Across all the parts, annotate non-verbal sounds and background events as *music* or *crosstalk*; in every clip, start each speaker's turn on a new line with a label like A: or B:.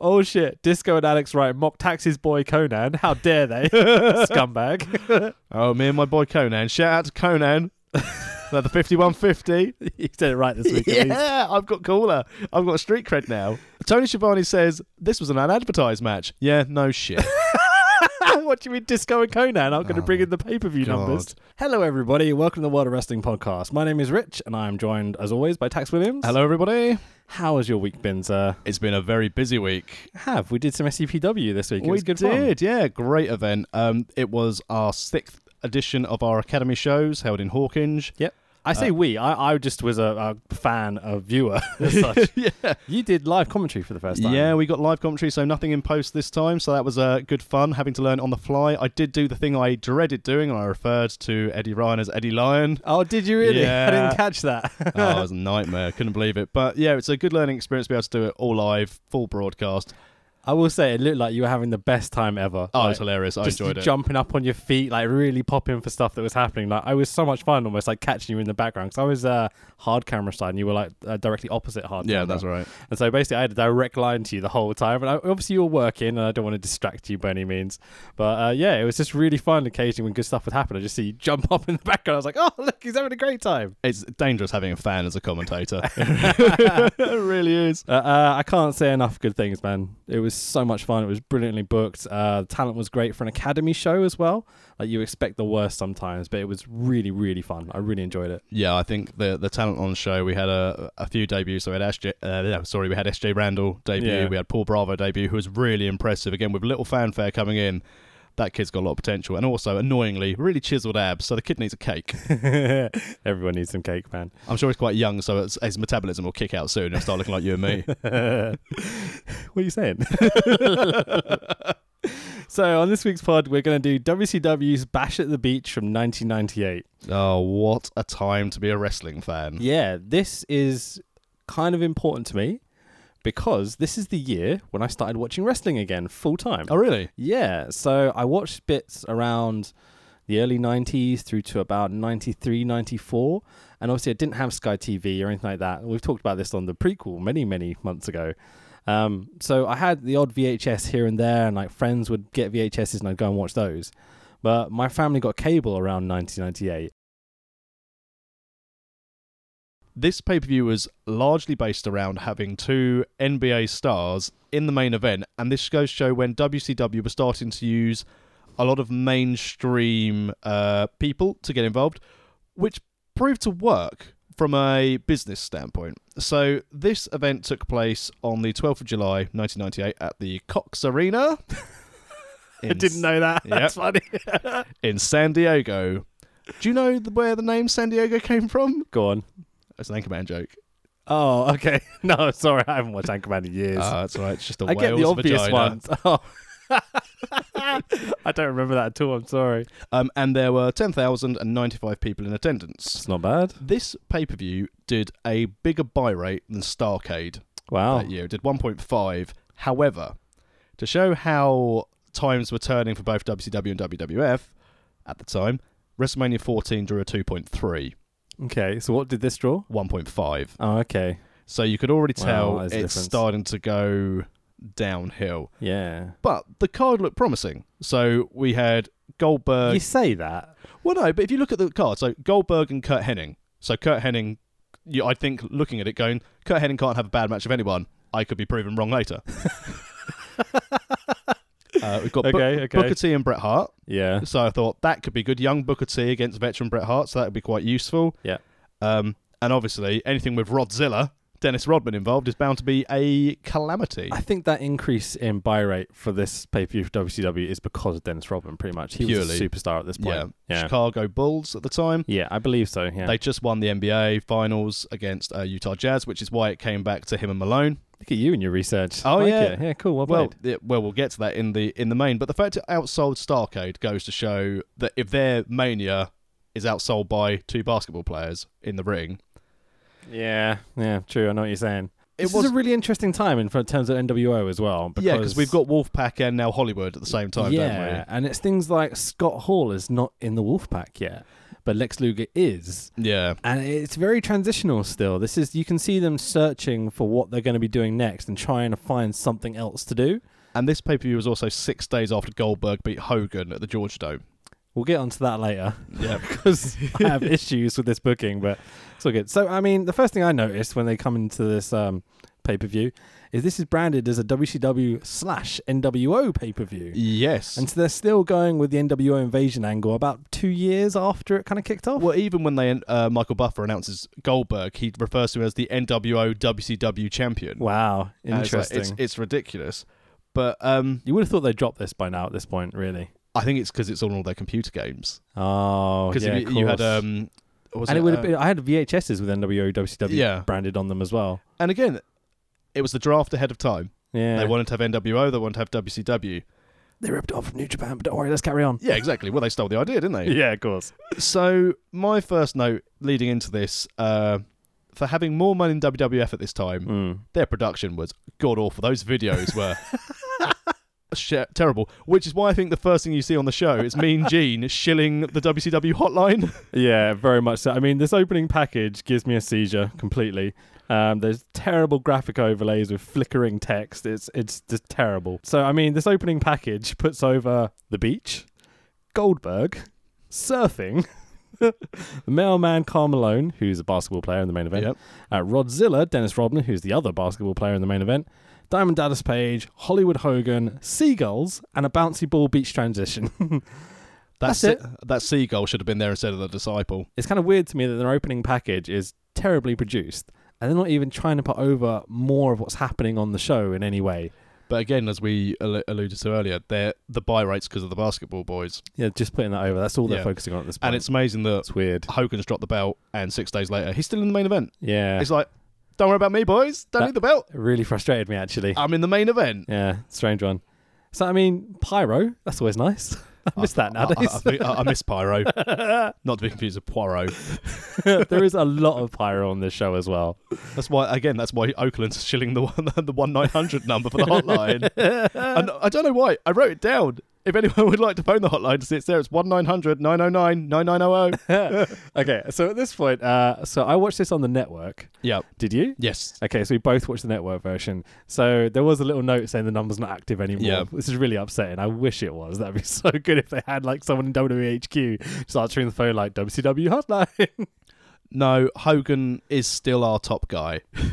A: Oh shit, Disco and Alex Wright mock taxis boy Conan. How dare *laughs* they? Scumbag.
B: Oh, me and my boy Conan. Shout out to *laughs* Conan. They're the 5150.
A: *laughs* you did it right this week. At least.
B: Yeah, I've got cooler. I've got street cred now. Tony Schiavone says, This was an unadvertised match. Yeah, no shit.
A: *laughs* what do you mean, Disco and Conan? I'm going to bring in the pay per view
B: God.
A: numbers. Oh Hello, everybody. Welcome to the World of Wrestling podcast. My name is Rich, and I am joined, as always, by Tax Williams.
B: *laughs* Hello, everybody.
A: How has your week been, sir?
B: It's been a very busy week.
A: Have we did some SCPW this week? it
B: we
A: was good fun.
B: did, yeah. Great event. Um, It was our sixth edition of our Academy shows held in *laughs* Hawkinge.
A: Yep. I say we. I, I just was a, a fan, a viewer, *laughs* as such.
B: Yeah.
A: You did live commentary for the first time.
B: Yeah, we got live commentary, so nothing in post this time. So that was uh, good fun, having to learn on the fly. I did do the thing I dreaded doing, and I referred to Eddie Ryan as
A: *laughs*
B: Eddie Lion.
A: Oh, did you really? I
B: Yeah.
A: didn't catch that. *laughs*
B: oh, it was a nightmare. Couldn't believe it. But yeah, it's a good learning experience to be able to do it all live, full broadcast.
A: I will say it looked like you were having the best time ever.
B: Oh,
A: Like,
B: it's hilarious. I
A: just
B: enjoyed
A: you
B: it.
A: jumping up on your feet, like really popping for stuff that was happening. Like I was so much fun, almost like catching you in the background because I was uh, hard camera side and you were like uh, directly opposite hard.
B: Yeah,
A: camera.
B: that's right.
A: And so basically, I had a direct line to you the whole time. And I, obviously, you were working, and I don't want to distract you by any means. But uh, yeah, it was just really fun. Occasionally, when good stuff would happen, I just see you jump *laughs* up in the background. I was like, "Oh, look, he's having a great time."
B: It's dangerous having a fan as a commentator. it really is.
A: Uh, uh, I can't say enough good things, man. It was so much fun. It was brilliantly booked. Uh, the talent was great for an academy show as well. Like you expect the worst sometimes, but it was really, really fun. I really enjoyed it. *laughs*
B: Yeah, I think the the talent on show we had a a few debuts. So we had SJ, uh, yeah, sorry, we had SJ Randall debut.
A: Yeah.
B: We had Paul Bravo debut, who was really impressive. Again, with little fanfare coming in, that kid's got a lot of potential, and also annoyingly, really chiseled abs. So the kid needs a cake.
A: Everyone needs some cake, man. *laughs*
B: I'm sure he's quite young, so it's, his metabolism will kick out soon and start looking like you and *laughs* me.
A: What are you saying? *laughs* so on this week's pod, we're going to do WCW's Bash at the Beach from 1998.
B: oh, what a time to be a wrestling fan!
A: Yeah, this is kind of important to me because this is the year when I started watching wrestling again full time.
B: Oh, really?
A: Yeah, so I watched bits around the early 90s through to about 93, 94. And obviously, I didn't have Sky TV or anything like that. We've talked about this on the prequel many, many months ago. Um, so I had the odd VHS here and there, and like friends would get VHSs and I'd go and watch those. But my family got cable around *laughs* 1998.
B: This pay per view was largely based around having two NBA stars in the main event, and this goes to show when WCW was starting to use a lot of mainstream uh, people to get involved, which proved to work from a business standpoint. So, this event took place on the 12th of July 1998 at the Cox Arena. in
A: know that.
B: That's
A: funny. *laughs*
B: in San Diego. Do you know the, where the name San Diego came from?
A: go on.
B: It's an Anchorman joke.
A: Oh, okay. *laughs* No, sorry. I haven't watched Anchorman in years.
B: Ah, that's all right. It's just a
A: I get the
B: whale's
A: obvious
B: vagina.
A: ones. *laughs* Oh. I don't remember that at all. I'm sorry.
B: Um, and there were 10,095 people in attendance.
A: It's not bad.
B: This pay per view did a bigger buy rate than Starcade
A: Wow.
B: that year. It did 1.5. However, to show how times were turning for both WCW and WWF at the time, WrestleMania 14 drew a 2.3,
A: Okay. So what did this draw?
B: 1.5.
A: Oh, okay.
B: So you could already
A: Wow,
B: tell
A: that
B: it's
A: is a difference.
B: starting to go downhill.
A: Yeah.
B: But the card looked promising. So we had Goldberg.
A: you say *laughs* that.
B: Well, no, but if you look at the card, so Goldberg and Kurt Hennig. So Kurt Hennig, you, I think looking at it, going, Kurt Hennig can't have a bad match of anyone. I could be proven wrong later. uh,
A: *laughs*
B: we've got Bu-
A: Okay, okay.
B: Booker T and Bret Hart.
A: Yeah.
B: So I thought that could be good. Young Booker T against veteran Bret Hart. So that would be quite useful.
A: Yeah.
B: Um, and obviously, anything with Rodzilla, Dennis Rodman involved, is bound to be a calamity.
A: I think that increase in buy rate for this pay per view for WCW is because of Dennis Rodman, pretty much. He was a
B: Purely.
A: superstar at this
B: yeah.
A: point. Yeah.
B: Chicago Bulls at the time.
A: Yeah, I believe so. Yeah.
B: They just won the NBA finals against uh, Utah Jazz, which is why it came back to him and Malone.
A: Look at you and your research.
B: Oh,
A: Like
B: yeah.
A: it. Yeah, cool. Well
B: Well,
A: played.
B: it- well, we'll get to that in the in the main. But the fact it outsold Starcade goes to show that if their mania is outsold by two basketball players in the ring,
A: Yeah. Yeah, true. I know what you're saying.
B: It
A: this
B: was-
A: is a really interesting time in terms of NWO as well. Because
B: yeah, because we've got Wolfpack and now Hollywood at the same time,
A: yeah, and it's things like Scott Hall is not in the Wolfpack yet, but Lex Luger is.
B: Yeah.
A: And it's very transitional still. This is you can see them searching for what they're going to be doing next and trying to find something else to do.
B: And this pay per view was also six days after Goldberg beat Hogan at the Georgia Dome.
A: We'll get onto that later *laughs*
B: Yeah.
A: because I
B: *laughs*
A: have issues with this booking, but it's all good. So, I mean, the first thing I noticed when they come into this um, pay per view is this is branded as a WCW slash NWO pay per view.
B: yes.
A: And so they're still going with the NWO invasion angle about two years after it kind of kicked off.
B: well, even when they uh, Michael Buffer announces Goldberg, he refers to him as the NWO WCW champion.
A: Wow,
B: And it's
A: interesting.
B: like- It's, it's, ridiculous. But um,
A: you would have thought they dropped this by now at this point, really.
B: I think it's because it's on all their computer games.
A: Oh,
B: Because
A: yeah,
B: you, you had
A: course.
B: um, what was
A: and it would have
B: uh,
A: been. I had VHSs with NWO WCW
B: Yeah.
A: branded on them as well.
B: And again, it was the draft ahead of time.
A: Yeah,
B: They wanted to have NWO. They wanted to have WCW.
A: they ripped it off from New Japan, but don't worry, let's carry on.
B: Yeah, exactly. Well, they stole the idea, didn't they?
A: Yeah, of course.
B: So my first note leading into this, uh, for having more money in WWF at this time,
A: Mm.
B: their production was god awful. Those
A: *laughs*
B: videos were *laughs* shit, terrible. Which is why I think the first thing you see on the show
A: *laughs*
B: is Mean Gene shilling the WCW hotline.
A: Yeah, very much so. I mean, this opening package gives me a seizure completely. Um, there's terrible graphic overlays with flickering text. It's it's just terrible. So I mean, this opening package puts over the beach, Goldberg, surfing, *laughs* the mailman Carmelone, who's a basketball player in the main event, uh, Rodzilla, Dennis Rodman, who's the other basketball player in the main event, Diamond Dallas Page, Hollywood Hogan, seagulls, and a bouncy ball beach transition. *laughs*
B: That
A: That's
B: se-
A: it.
B: That seagull should have been there instead of the disciple.
A: it's kind of weird to me that their opening package is terribly produced and they're not even trying to put over more of what's happening on the show in any way.
B: But again, as we al- alluded to earlier, they're the buy rates because of the basketball boys,
A: Yeah, just putting that over. That's all they're
B: Yeah.
A: focusing on at this point.
B: and it's amazing that
A: it's weird.
B: Hogan's dropped the belt, and six days later he's still in the main event.
A: Yeah.
B: It's like, don't worry about me, boys. Don't
A: That-
B: need the belt.
A: it really frustrated me actually.
B: I'm in the main event.
A: yeah, strange one. So I mean, pyro, that's always nice. *laughs* *laughs* I miss that
B: I- I-
A: nowadays.
B: I, I- I miss
A: *laughs*
B: Pyro. Not to be confused with Poirot.
A: there is a lot of pyro on this show as well.
B: *laughs* That's why, again, that's why Oakland's shilling the one, *laughs* the one nine hundred number for
A: *laughs*
B: the hotline. and I don't know why. I wrote it down. If anyone would like to phone the hotline, it's there. It's one 900
A: *laughs*
B: 909 9900
A: okay, so at this point, uh, so I watched this on the network.
B: Yeah.
A: Did you?
B: Yes.
A: Okay, so we both watched the network version. So there was a little note saying the number's not active anymore.
B: Yeah.
A: This is really upsetting. I wish it was. That'd be *laughs* so good if they had like someone in WWHQ just answering the phone like WCW hotline. *laughs*
B: No, Hogan is still our top guy.
A: Can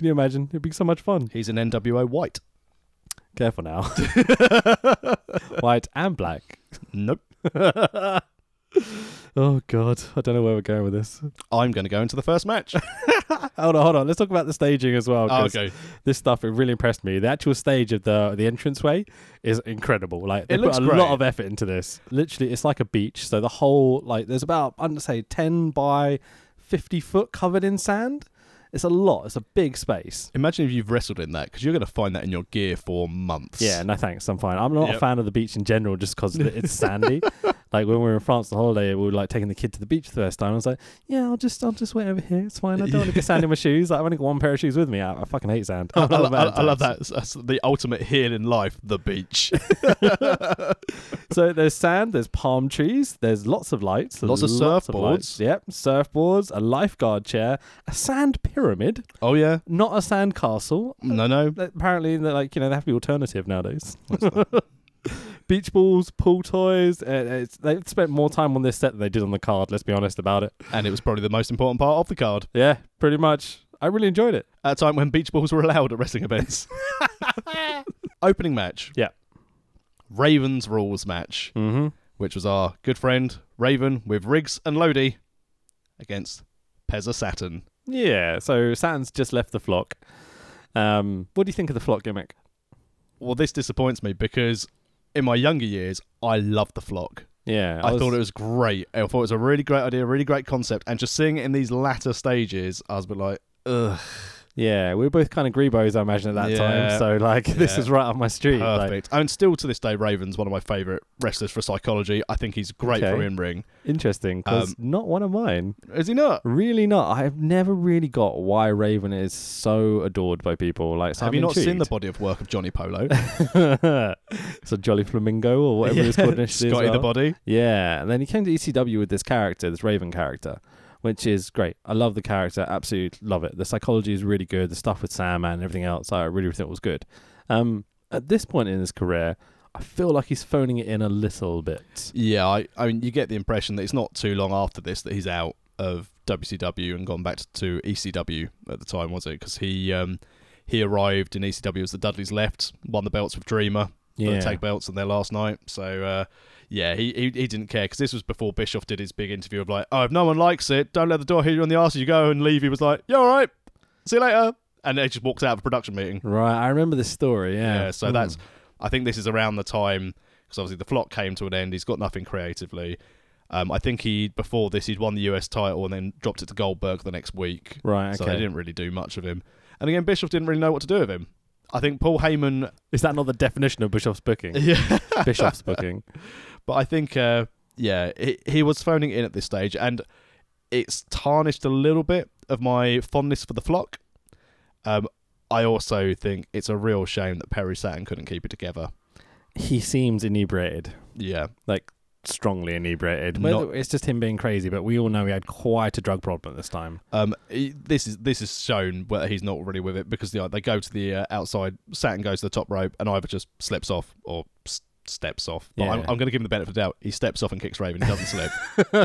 A: you imagine? It'd be so much fun.
B: He's an NWO white.
A: Careful now. *laughs* White and black. *laughs*
B: Nope.
A: oh god. I don't know where we're going with this.
B: I'm going to go into the first
A: *laughs*
B: match.
A: Hold on, hold on. Let's talk about the staging as well.
B: Oh,
A: 'cause
B: okay.
A: This stuff it really impressed me. The actual stage of the the entranceway is incredible. Like they
B: It
A: put
B: looks
A: a
B: great.
A: lot of effort into this. Literally, it's like a beach. So the whole like there's about I'm gonna say ten by fifty foot covered in sand. It's a lot. It's a big space.
B: Imagine if you've wrestled in that because you're going to find that in your gear for months.
A: Yeah, no thanks. I'm fine. I'm not a
B: Yep.
A: fan of the beach in general just because it's
B: *laughs*
A: sandy. *laughs* like when we were in France on holiday, we were like taking the kid to the beach the first time. I was like, yeah, I'll just I'll just wait over here. It's fine. I don't want to get sand
B: *laughs*
A: in my shoes. Like, I've only got one pair of shoes with me. I, I fucking hate sand. *laughs*
B: I,
A: I'm not a
B: I- I-
A: man,
B: I love
A: thanks.
B: that. That's the ultimate heel in life,
A: *laughs*
B: the beach.
A: So there's sand, there's palm trees, there's lots of lights,
B: Lots of surfboards.
A: lights. Yep, surfboards, a lifeguard chair, a sand pyramid,
B: oh, yeah.
A: not a sand castle.
B: No, no.
A: Apparently, they're like you know they have to be alternative nowadays. *laughs* Beach balls, pool toys. Uh, it's, they spent more time on this set than they did on the card. Let's be honest about it.
B: And it was probably the most important part of the card
A: Yeah, pretty much. I really enjoyed it.
B: at a time when beach balls were allowed at
A: *laughs*
B: wrestling events. *laughs* Opening match.
A: Yeah.
B: Ravens rules match,
A: Mm-hmm.
B: which was our good friend Raven with Riggs and Lodi against Pezza Saturn.
A: Yeah. So Saturn's just left the flock. Um, what do you think of the flock gimmick?
B: Well, this disappoints me because in my younger years, I loved the flock.
A: Yeah,
B: I, thought it was great. I thought it was a really great idea, really great concept. And just seeing it in these latter stages, I was a bit like, ugh.
A: Yeah, we were both kind of grebos, I imagine, at that
B: Yeah.
A: time. So like, *laughs* this
B: Yeah.
A: is *laughs* right up my street. like-
B: Perfect. and still to this day, Raven's one of my favourite wrestlers for psychology. I think he's great for
A: Okay.
B: in ring.
A: interesting, because
B: Um,
A: not one of mine.
B: Is he not?
A: Really not. I've never really got why Raven is so adored by people. Like, so
B: Have
A: I'm
B: you not seen the
A: intrigued.
B: body of work of Johnny Polo?
A: *laughs* it's a jolly flamingo or *laughs*
B: *laughs*
A: whatever it's called initially. as
B: Scotty the
A: well.
B: Body.
A: Yeah, and then he came to ECW with this character, this Raven character, which is great. I love the character, absolutely love it. The psychology is really good. The stuff with Sam and everything else, I really think was good. Um, at this point in his career, I feel like he's phoning it in a little bit.
B: Yeah, I, I mean, you get the impression that it's not too long after this that he's out of WCW and gone back to, to ECW at the time, was it? Because he um, he arrived in ECW as the Dudleys left, won the belts with Dreamer, the tag belts on their last night. So uh, yeah, he, he he didn't care because this was before Bischoff did his big interview of like, oh, if no one likes it, don't let the door hit you on the arse. You go and leave. He was like, yeah, all right, see you later, and they just walked out of the production meeting.
A: Right, I remember this story. Yeah.
B: Yeah, so
A: Hmm.
B: that's I think this is around the time because obviously the flock came to an end. He's got nothing creatively. Um, I think he before this he'd won the US title and then dropped it to Goldberg the next week.
A: right. Okay.
B: So they didn't really do much of him. And again, Bischoff didn't really know what to do with him. I think Paul Heyman.
A: Is that not the definition of Bischoff's booking?
B: *laughs* Yeah,
A: Bischoff's booking.
B: but I think uh, yeah, he, he was phoning it in at this stage, and it's tarnished a little bit of my fondness for the flock. Um, I also think it's a real shame that Perry Saturn couldn't keep it together.
A: He seems inebriated,
B: Yeah,
A: strongly inebriated.
B: Not-
A: Whether it's just him being crazy, but we all know he had quite a drug problem this *laughs* time.
B: Um, he- this is this is shown whether he's not really with it because you know, they go to the uh, outside, Saturn goes to the top rope, and either just slips off or s- steps off. But I'm,
A: Yeah.
B: I'm going to give him the benefit of the doubt. He steps off and kicks Raven. He doesn't slip,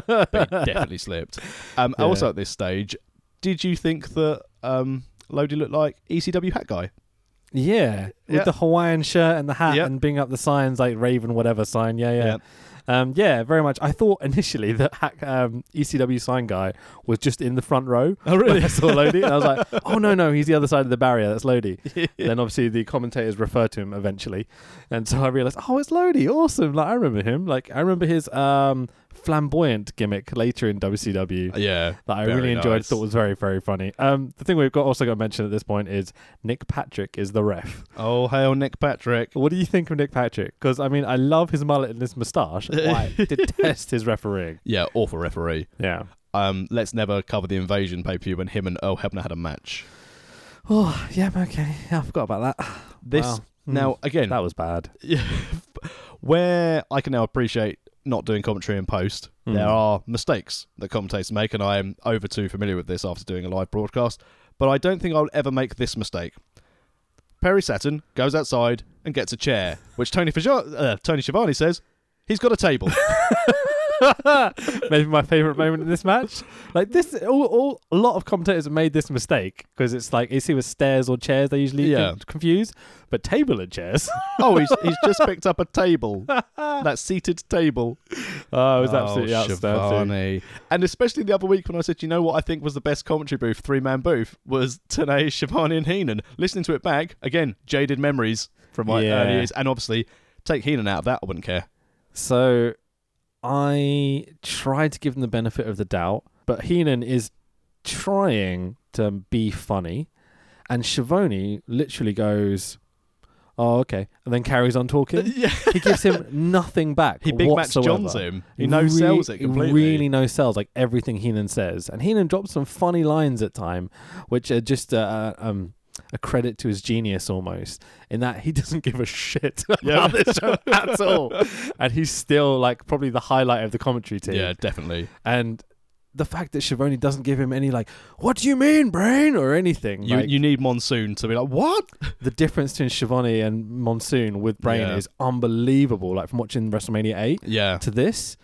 B: but
A: *laughs*
B: he definitely slipped. Um,
A: Yeah.
B: Also at this stage, did you think that um, Lodi looked like ECW hat guy?
A: Yeah, with
B: Yeah.
A: the Hawaiian shirt and the hat
B: Yep.
A: and being up the signs like Raven whatever sign. Yeah, yeah. Um, yeah, very much. I thought initially that hack- um, ECW sign guy was just in the front row. *laughs*
B: Oh
A: when *laughs*
B: *laughs*
A: I saw Lodi, and I was like, "Oh no, no, he's the other side of the barrier. That's Lodi." Then obviously the commentators refer to him eventually, and so I realized, "Oh, it's Lodi. Awesome!" Like I remember him. Like I remember his um, flamboyant gimmick later in WCW
B: yeah.
A: that I
B: Uh, Very
A: really enjoyed.
B: nice.
A: Thought was very very funny. Um, the thing we've got also got to mention at this point is Nick Patrick is the ref.
B: Oh hail Nick Patrick.
A: What do you think of Nick Patrick? Because I mean, I love his mullet and his *laughs* moustache. I detest his refereeing.
B: Yeah, awful referee.
A: Yeah.
B: Um, let's never cover the invasion pay per view when him and Earl Hebner had a match.
A: Oh yeah. Okay. Yeah, I forgot about that.
B: This
A: Wow. Hmm.
B: now again
A: that was bad. *laughs*
B: Yeah. *laughs* where I can now appreciate not doing commentary in post,
A: Mm.
B: there are mistakes that commentators make, and I am over too familiar with this after doing a live broadcast. But I don't think I'll ever make this mistake. Perry Saturn goes outside and gets a chair, which Tony Fajar- uh, Tony Schiavone says he's got a table.
A: Maybe my favorite moment in this match. Like this, all, all a lot of commentators have made this mistake because it's like it's either stairs or chairs. They usually
B: Yeah.
A: con- confuse, but table and chairs.
B: oh, he's he's
A: *laughs*
B: just picked up a table, that seated table.
A: oh, it was
B: Oh,
A: absolutely outstanding.
B: Shivani. And especially the other week when I said, you know what I think was the best commentary booth, three man booth, was Tanay, Shivani, and Heenan. Listening to it back, again, jaded memories from my
A: Yeah.
B: early years. And obviously, take Heenan out of that, I wouldn't care.
A: So I tried to give them the benefit of the doubt, but Heenan is trying to be funny, and Shivoni literally goes, "Oh, okay," and then carries on
B: *laughs*
A: talking.
B: yeah.
A: he gives him nothing back.
B: He big match
A: whatsoever.
B: John's him. He no sells it
A: He
B: completely.
A: Really no sells like everything Heenan says, and Heenan drops some funny lines at time, which are just uh, um, a credit to his genius almost. In that he *laughs* doesn't give a shit *laughs* about
B: Yeah.
A: this
B: *laughs*
A: show at all, and he's still like probably the highlight of the commentary team.
B: Yeah, definitely.
A: And the fact that Shivoni doesn't give him any like, "What do you mean, brain?" or anything.
B: You,
A: like,
B: you need Monsoon to be like, what?
A: the difference between Shivani and Monsoon with brain
B: Yeah.
A: is unbelievable. Like from watching WrestleMania Eight
B: Yeah.
A: to this,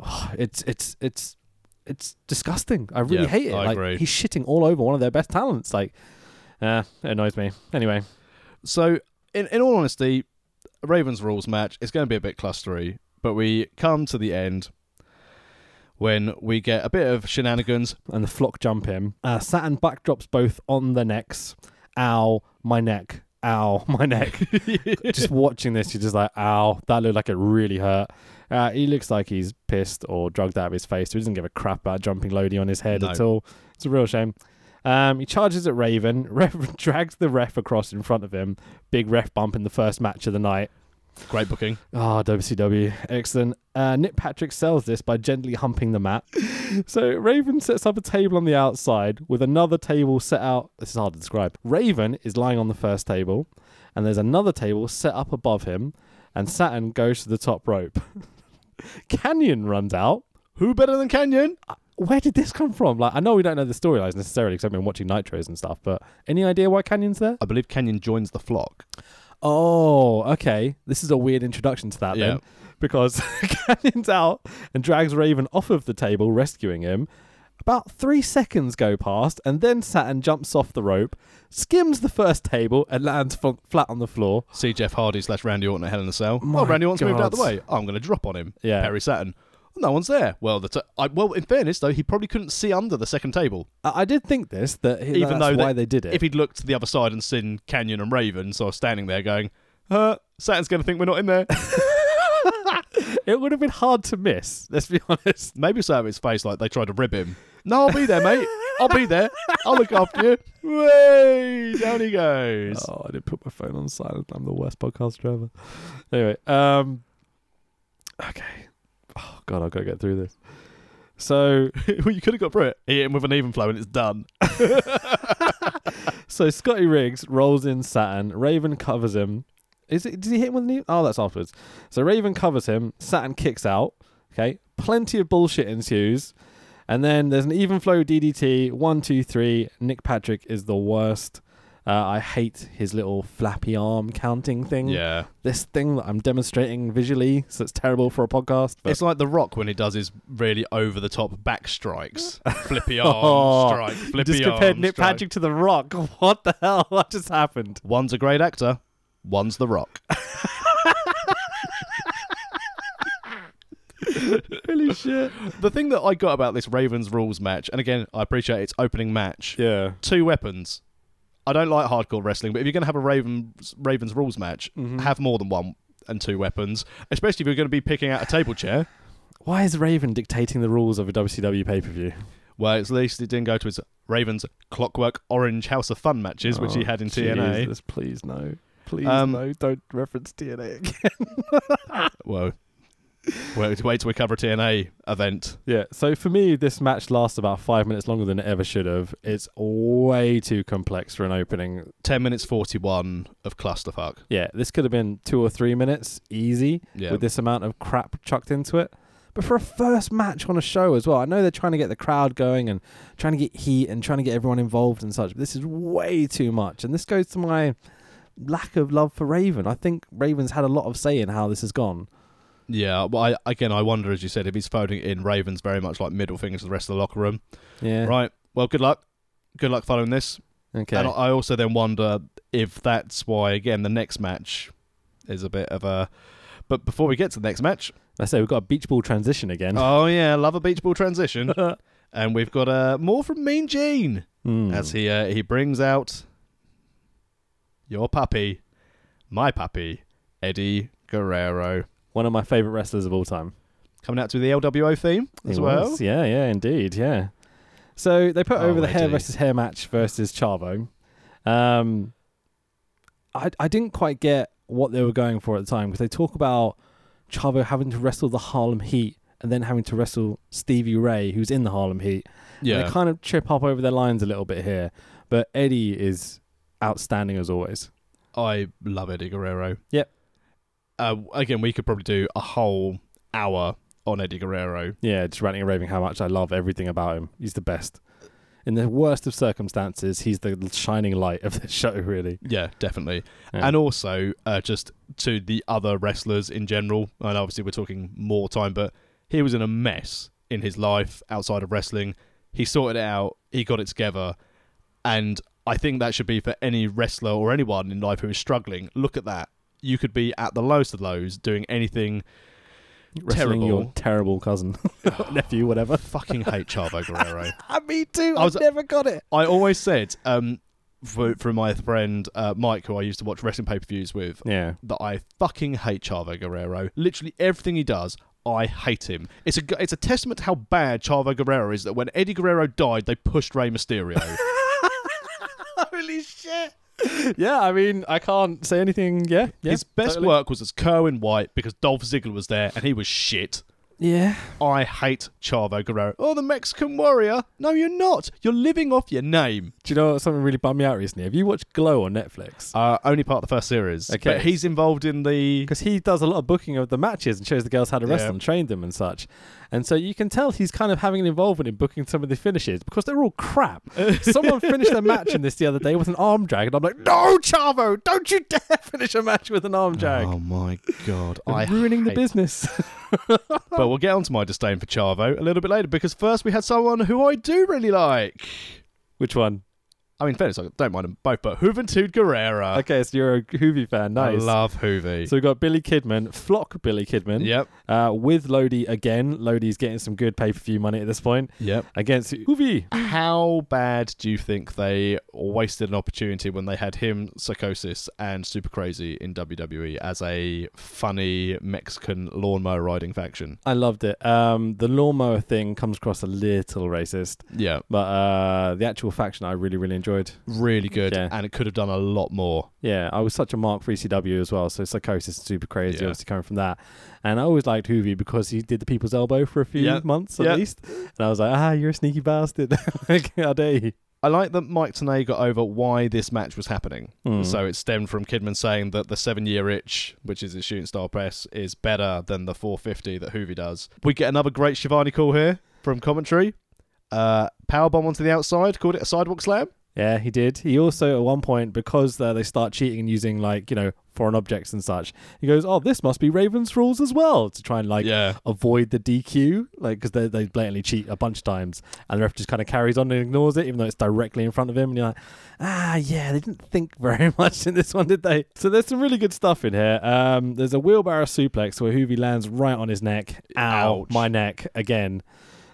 A: oh, it's it's it's it's disgusting. I really
B: Yeah,
A: hate it.
B: I
A: like
B: agree.
A: he's shitting all over one of their best talents. Like, uh, it annoys me. Anyway,
B: So, in, in all honesty, Ravens rules match is going to be a bit clustery, but we come to the end when we get a bit of shenanigans.
A: and the flock jump him. Uh, Saturn backdrops both on the necks. Ow, my neck. Ow, *laughs* my neck. just watching this, you're just like, ow, that looked like it really hurt. Uh, he looks like he's pissed or drugged out of his face. So he doesn't give a crap about jumping Lodi on his head
B: No.
A: at all. It's a real shame. Um, he charges at Raven. *laughs* Rev drags the ref across in front of him. Big ref bump in the first match of the night.
B: *laughs* Great booking.
A: Ah, WCW. Excellent. Uh, Nick Patrick sells this by gently humping the mat. so Raven sets up a table on the outside with another table set out. This is hard to describe. Raven is lying on the first table, and there's another table set up above him, and Saturn goes to the top rope. *laughs* Canyon runs out.
B: Who better than Canyon?
A: Where did this come from? Like, I know we don't know the storylines necessarily because I've been watching Nitros and stuff, but any idea why Canyon's there?
B: I believe Canyon joins the flock.
A: Oh, okay. This is a weird introduction to that
B: Yeah.
A: then. Because *laughs* Canyon's out and drags Raven off of the table, rescuing him. About three seconds go past, and then Saturn jumps off the rope, skims the first table, and lands fl- flat on the floor.
B: See Jeff Hardy slash Randy Orton at Hell in a Cell.
A: My
B: oh, Randy Orton's moved out of the
A: God.
B: way. I'm going to drop on him.
A: Yeah.
B: Perry Saturn. No one's there. Well, the t- I, well, in fairness though, he probably couldn't see under the second table.
A: I, I did think this, that he- that's
B: Even though
A: why
B: that-
A: they did it.
B: If he'd looked to the other side and seen Canyon and Raven, so I was standing there going, "Uh, Saturn's going to think we're not in *laughs* there."
A: *laughs* it would have been hard to miss, let's be
B: *laughs*
A: honest.
B: Maybe it's out of his face, like they tried to rib him. No, I'll be there, mate. I'll be there. I'll look *laughs* after you. Way down he goes.
A: Oh, I didn't put my phone on silent. I'm the worst podcaster ever. Anyway, um, okay. Oh God, I've got to get through this. So,
B: *laughs*
A: *laughs*
B: well, you could have got through it. Hit him with an even flow, and it's done.
A: so Scotty Riggs rolls in Saturn. Raven covers him. Is it? Did he hit him with an? e- Oh, that's afterwards. So Raven covers him. Saturn kicks out. Okay, plenty of bullshit ensues, and then there's an even flow DDT. One, two, three. Nick Patrick is the worst. Uh, I hate his little flappy arm counting thing.
B: Yeah,
A: this thing that I'm demonstrating visually, so it's terrible for a podcast. But
B: it's like The Rock when he does his really over the top back *laughs* strikes, flippy arm
A: Oh,
B: strike,
A: *laughs*
B: flippy
A: just
B: arm
A: compared Nick
B: strike.
A: Patrick to The Rock. *laughs* What the hell? What just happened?
B: One's a great actor, one's The Rock.
A: Holy shit!
B: *laughs* the thing that I got about this Ravens rules match, and again, I appreciate it's opening match.
A: Yeah.
B: Two weapons. I don't like hardcore wrestling, but if you're going to have a Ravens Ravens rules match, have more than one and two weapons, especially if you're going to be picking out a table chair.
A: Why is Raven dictating the rules of a WCW pay per view?
B: Well, at least it didn't go to his Ravens Clockwork Orange House of Fun matches, which he had in TNA.
A: Oh, Please no. Please
B: Um,
A: no. Don't reference TNA. again.
B: *laughs* Whoa. Wait, wait till we cover a TNA event.
A: yeah. So for me, this match lasts about five minutes longer than it ever should have. It's way too complex for an opening.
B: 10 minutes 41 of Clusterfuck.
A: Yeah. This could have been two or three minutes, easy.
B: Yeah.
A: with this amount of crap chucked into it. But for a first match on a show as well, I know they're trying to get the crowd going and trying to get heat and trying to get everyone involved and such. But this is way too much, and this goes to my lack of love for Raven. I think Raven's had a lot of say in how this has gone.
B: Yeah, well, I, again, I wonder, as you said, if he's phoning in Ravens very much like middle fingers to the rest of the locker room.
A: Yeah.
B: Right. Well, good luck. Good luck following this.
A: Okay.
B: And I also then wonder if that's why, again, the next match is a bit of a. But before we get to the next match,
A: I say we've got a beach ball transition again.
B: oh yeah, love a beach
A: *laughs*
B: ball transition, and we've got uh, more from Mean Gene
A: Hmm.
B: as he uh, he brings out your puppy, my puppy, Eddie Guerrero,
A: one of my favorite wrestlers of all time.
B: coming out to the LWO theme as
A: He
B: well.
A: was. Yeah, yeah, indeed, yeah. So they put
B: Oh,
A: over the
B: they
A: hair
B: do.
A: versus hair match versus Chavo. Um, I I didn't quite get what they were going for at the time because they talk about Chavo having to wrestle the Harlem Heat and then having to wrestle Stevie Ray, who's in the Harlem Heat. And
B: Yeah,
A: they kind of trip up over their lines a little bit here, but Eddie is outstanding as always.
B: I love Eddie Guerrero.
A: Yep.
B: Uh, again, we could probably do a whole hour on Eddie Guerrero.
A: Yeah, just ranting and raving how much I love everything about him. He's the best. In the worst of circumstances, he's the shining light of the *laughs* show, really.
B: Yeah, definitely.
A: Yeah.
B: And also, uh, just to the other wrestlers in general, and obviously we're talking more time, but he was in a mess in his life outside of wrestling. He sorted it out, he got it together, and I think that should be for any wrestler or anyone in life who is struggling. Look at that. You could be at the lowest of lows doing anything.
A: Wrestling
B: Terrible.
A: your terrible
B: *sighs*
A: cousin, *laughs* nephew, whatever.
B: Fucking hate Chavo Guerrero.
A: Me too.
B: I I've was-
A: never got it.
B: I always said um, for, for my friend uh, Mike, who I used to watch wrestling pay per views with,
A: Yeah.
B: that I fucking hate Chavo Guerrero. Literally everything he does, I hate him. It's a *laughs* it's a testament to how bad Chavo Guerrero is that when Eddie Guerrero died, they pushed Rey Mysterio. *laughs* Holy shit!
A: yeah, I mean, I can't say anything. Yeah, yeah
B: His best
A: totally.
B: work was as Kerwin White because Dolph Ziggler was there and he was shit.
A: Yeah,
B: I hate Chavo Guerrero. Oh, the Mexican warrior. No, you're not. You're living off your name.
A: do you know what, something really bummed me out recently? Have you watched Glow on Netflix?
B: Uh, only part of the first series.
A: Okay.
B: But he's involved in the.
A: because he does a lot of booking of the matches and shows the girls how to wrestle
B: Yeah.
A: and train them and such. And so you can tell he's kind of having an involvement in booking some of the finishes because they're all
B: *laughs*
A: crap. Someone finished a match in this the other day with an arm drag, and I'm like, no, Chavo, don't you dare finish a match with an arm drag.
B: Oh my god.
A: You're
B: *laughs* I
A: ruining the
B: hate-
A: business. *laughs*
B: But we'll get onto my disdain for Chavo a little bit later because first we had someone who I do really like.
A: Which one?
B: I mean, fairness, I don't mind them both, but Juventud Guerrera.
A: Okay, so you're a Hoovy fan. Nice.
B: Uh, I love Hoovy.
A: so we've got Billy Kidman, flock Billy Kidman,
B: yep.
A: uh, with Lodi again. Lodi's getting some good pay per view money at this point
B: Yep.
A: against Hoovy.
B: How bad do you think they wasted an opportunity when they had him, Psychosis, and Super Crazy in WWE as a funny Mexican lawnmower riding faction?
A: I loved it. Um, the lawnmower thing comes across a little racist,
B: Yeah,
A: but uh, the actual faction I really, really enjoyed.
B: really good,
A: Yeah.
B: and it could have done a lot more.
A: Yeah, I was such a mark for ECW as well, so Psychosis and Super Crazy
B: Yeah.
A: obviously coming from that. And I always liked Hoovy because he did the people's elbow for a few
B: Yeah.
A: months at
B: Yeah.
A: least. And I was like, ah, you're a sneaky bastard. *laughs* like, how dare you?
B: I like that Mike Tanay got over why this match was happening.
A: Hmm.
B: So it stemmed from Kidman saying that the seven year itch, which is his shooting star press, is better than the 450 that Hoovy does. We get another great Shivani call here from commentary. Uh, powerbomb onto the outside, called it a sidewalk slam.
A: Yeah, he did. He also, at one point, because uh, they start cheating and using, like, you know, foreign objects and such, he goes, oh, this must be Raven's rules as well, to try and, like,
B: yeah.
A: avoid the DQ, like because they, they blatantly cheat a bunch of times, and the ref just kind of carries on and ignores it, even though it's directly in front of him. And you're like, ah, yeah, they didn't think *laughs* very much in this one, did they? So there's some really good stuff in here. Um, there's a wheelbarrow suplex where Hoovy lands right on his neck. Ow,
B: Ouch.
A: my neck again.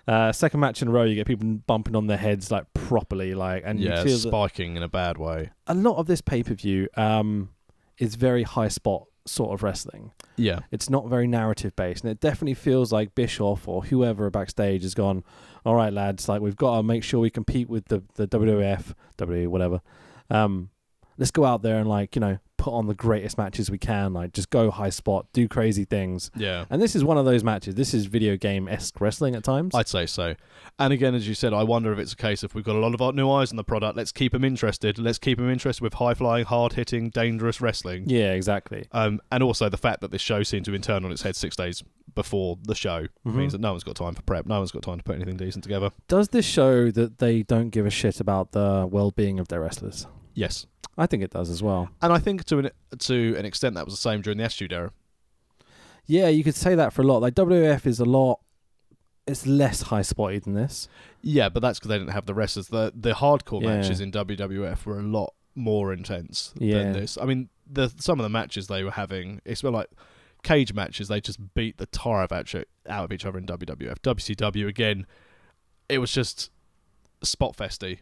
A: Uh, second match in a row, you get people bumping on their heads like properly, like, and
B: yeah,
A: you feel that
B: spiking in a bad way.
A: a lot of this pay per view um, is very high spot sort of wrestling.
B: Yeah,
A: It's not very narrative based, and it definitely feels like Bischoff or whoever backstage has gone, "All right, lads, like we've got to make sure we compete with the the WWF, WWE, whatever. Um, let's go out there and like you know put on the greatest matches we can. Like just go high spot, do crazy things.
B: yeah.
A: And this is one of those matches. This is video game esque wrestling at times.
B: I'd say so. And again, as you said, I wonder if it's a case if we've got a lot of our new eyes on the product. Let's keep them interested. Let's keep them interested with high flying, hard hitting, dangerous wrestling.
A: *laughs* yeah, exactly.
B: Um, and also the fact that this show seemed to turn on its head six days before the show
A: Mhm.
B: means that no one's got time for prep. No one's got time to put anything decent together.
A: Does this show that they don't give a shit about the well being of their wrestlers?
B: Yes,
A: I think it does as well.
B: and I think to an to an extent that was the same during the Attitude Era.
A: Yeah, you could say that for a lot. Like WWF is a lot. It's less high spotty than this.
B: Yeah, but that's because they didn't have the wrestlers. The the hardcore
A: Yeah.
B: matches in WWF were a lot more intense
A: Yeah.
B: than this. I mean, the some of the matches they were having, it's more like cage matches. They just beat the tar out of each- out of each other in WWF. WCW again, it was just spot festy.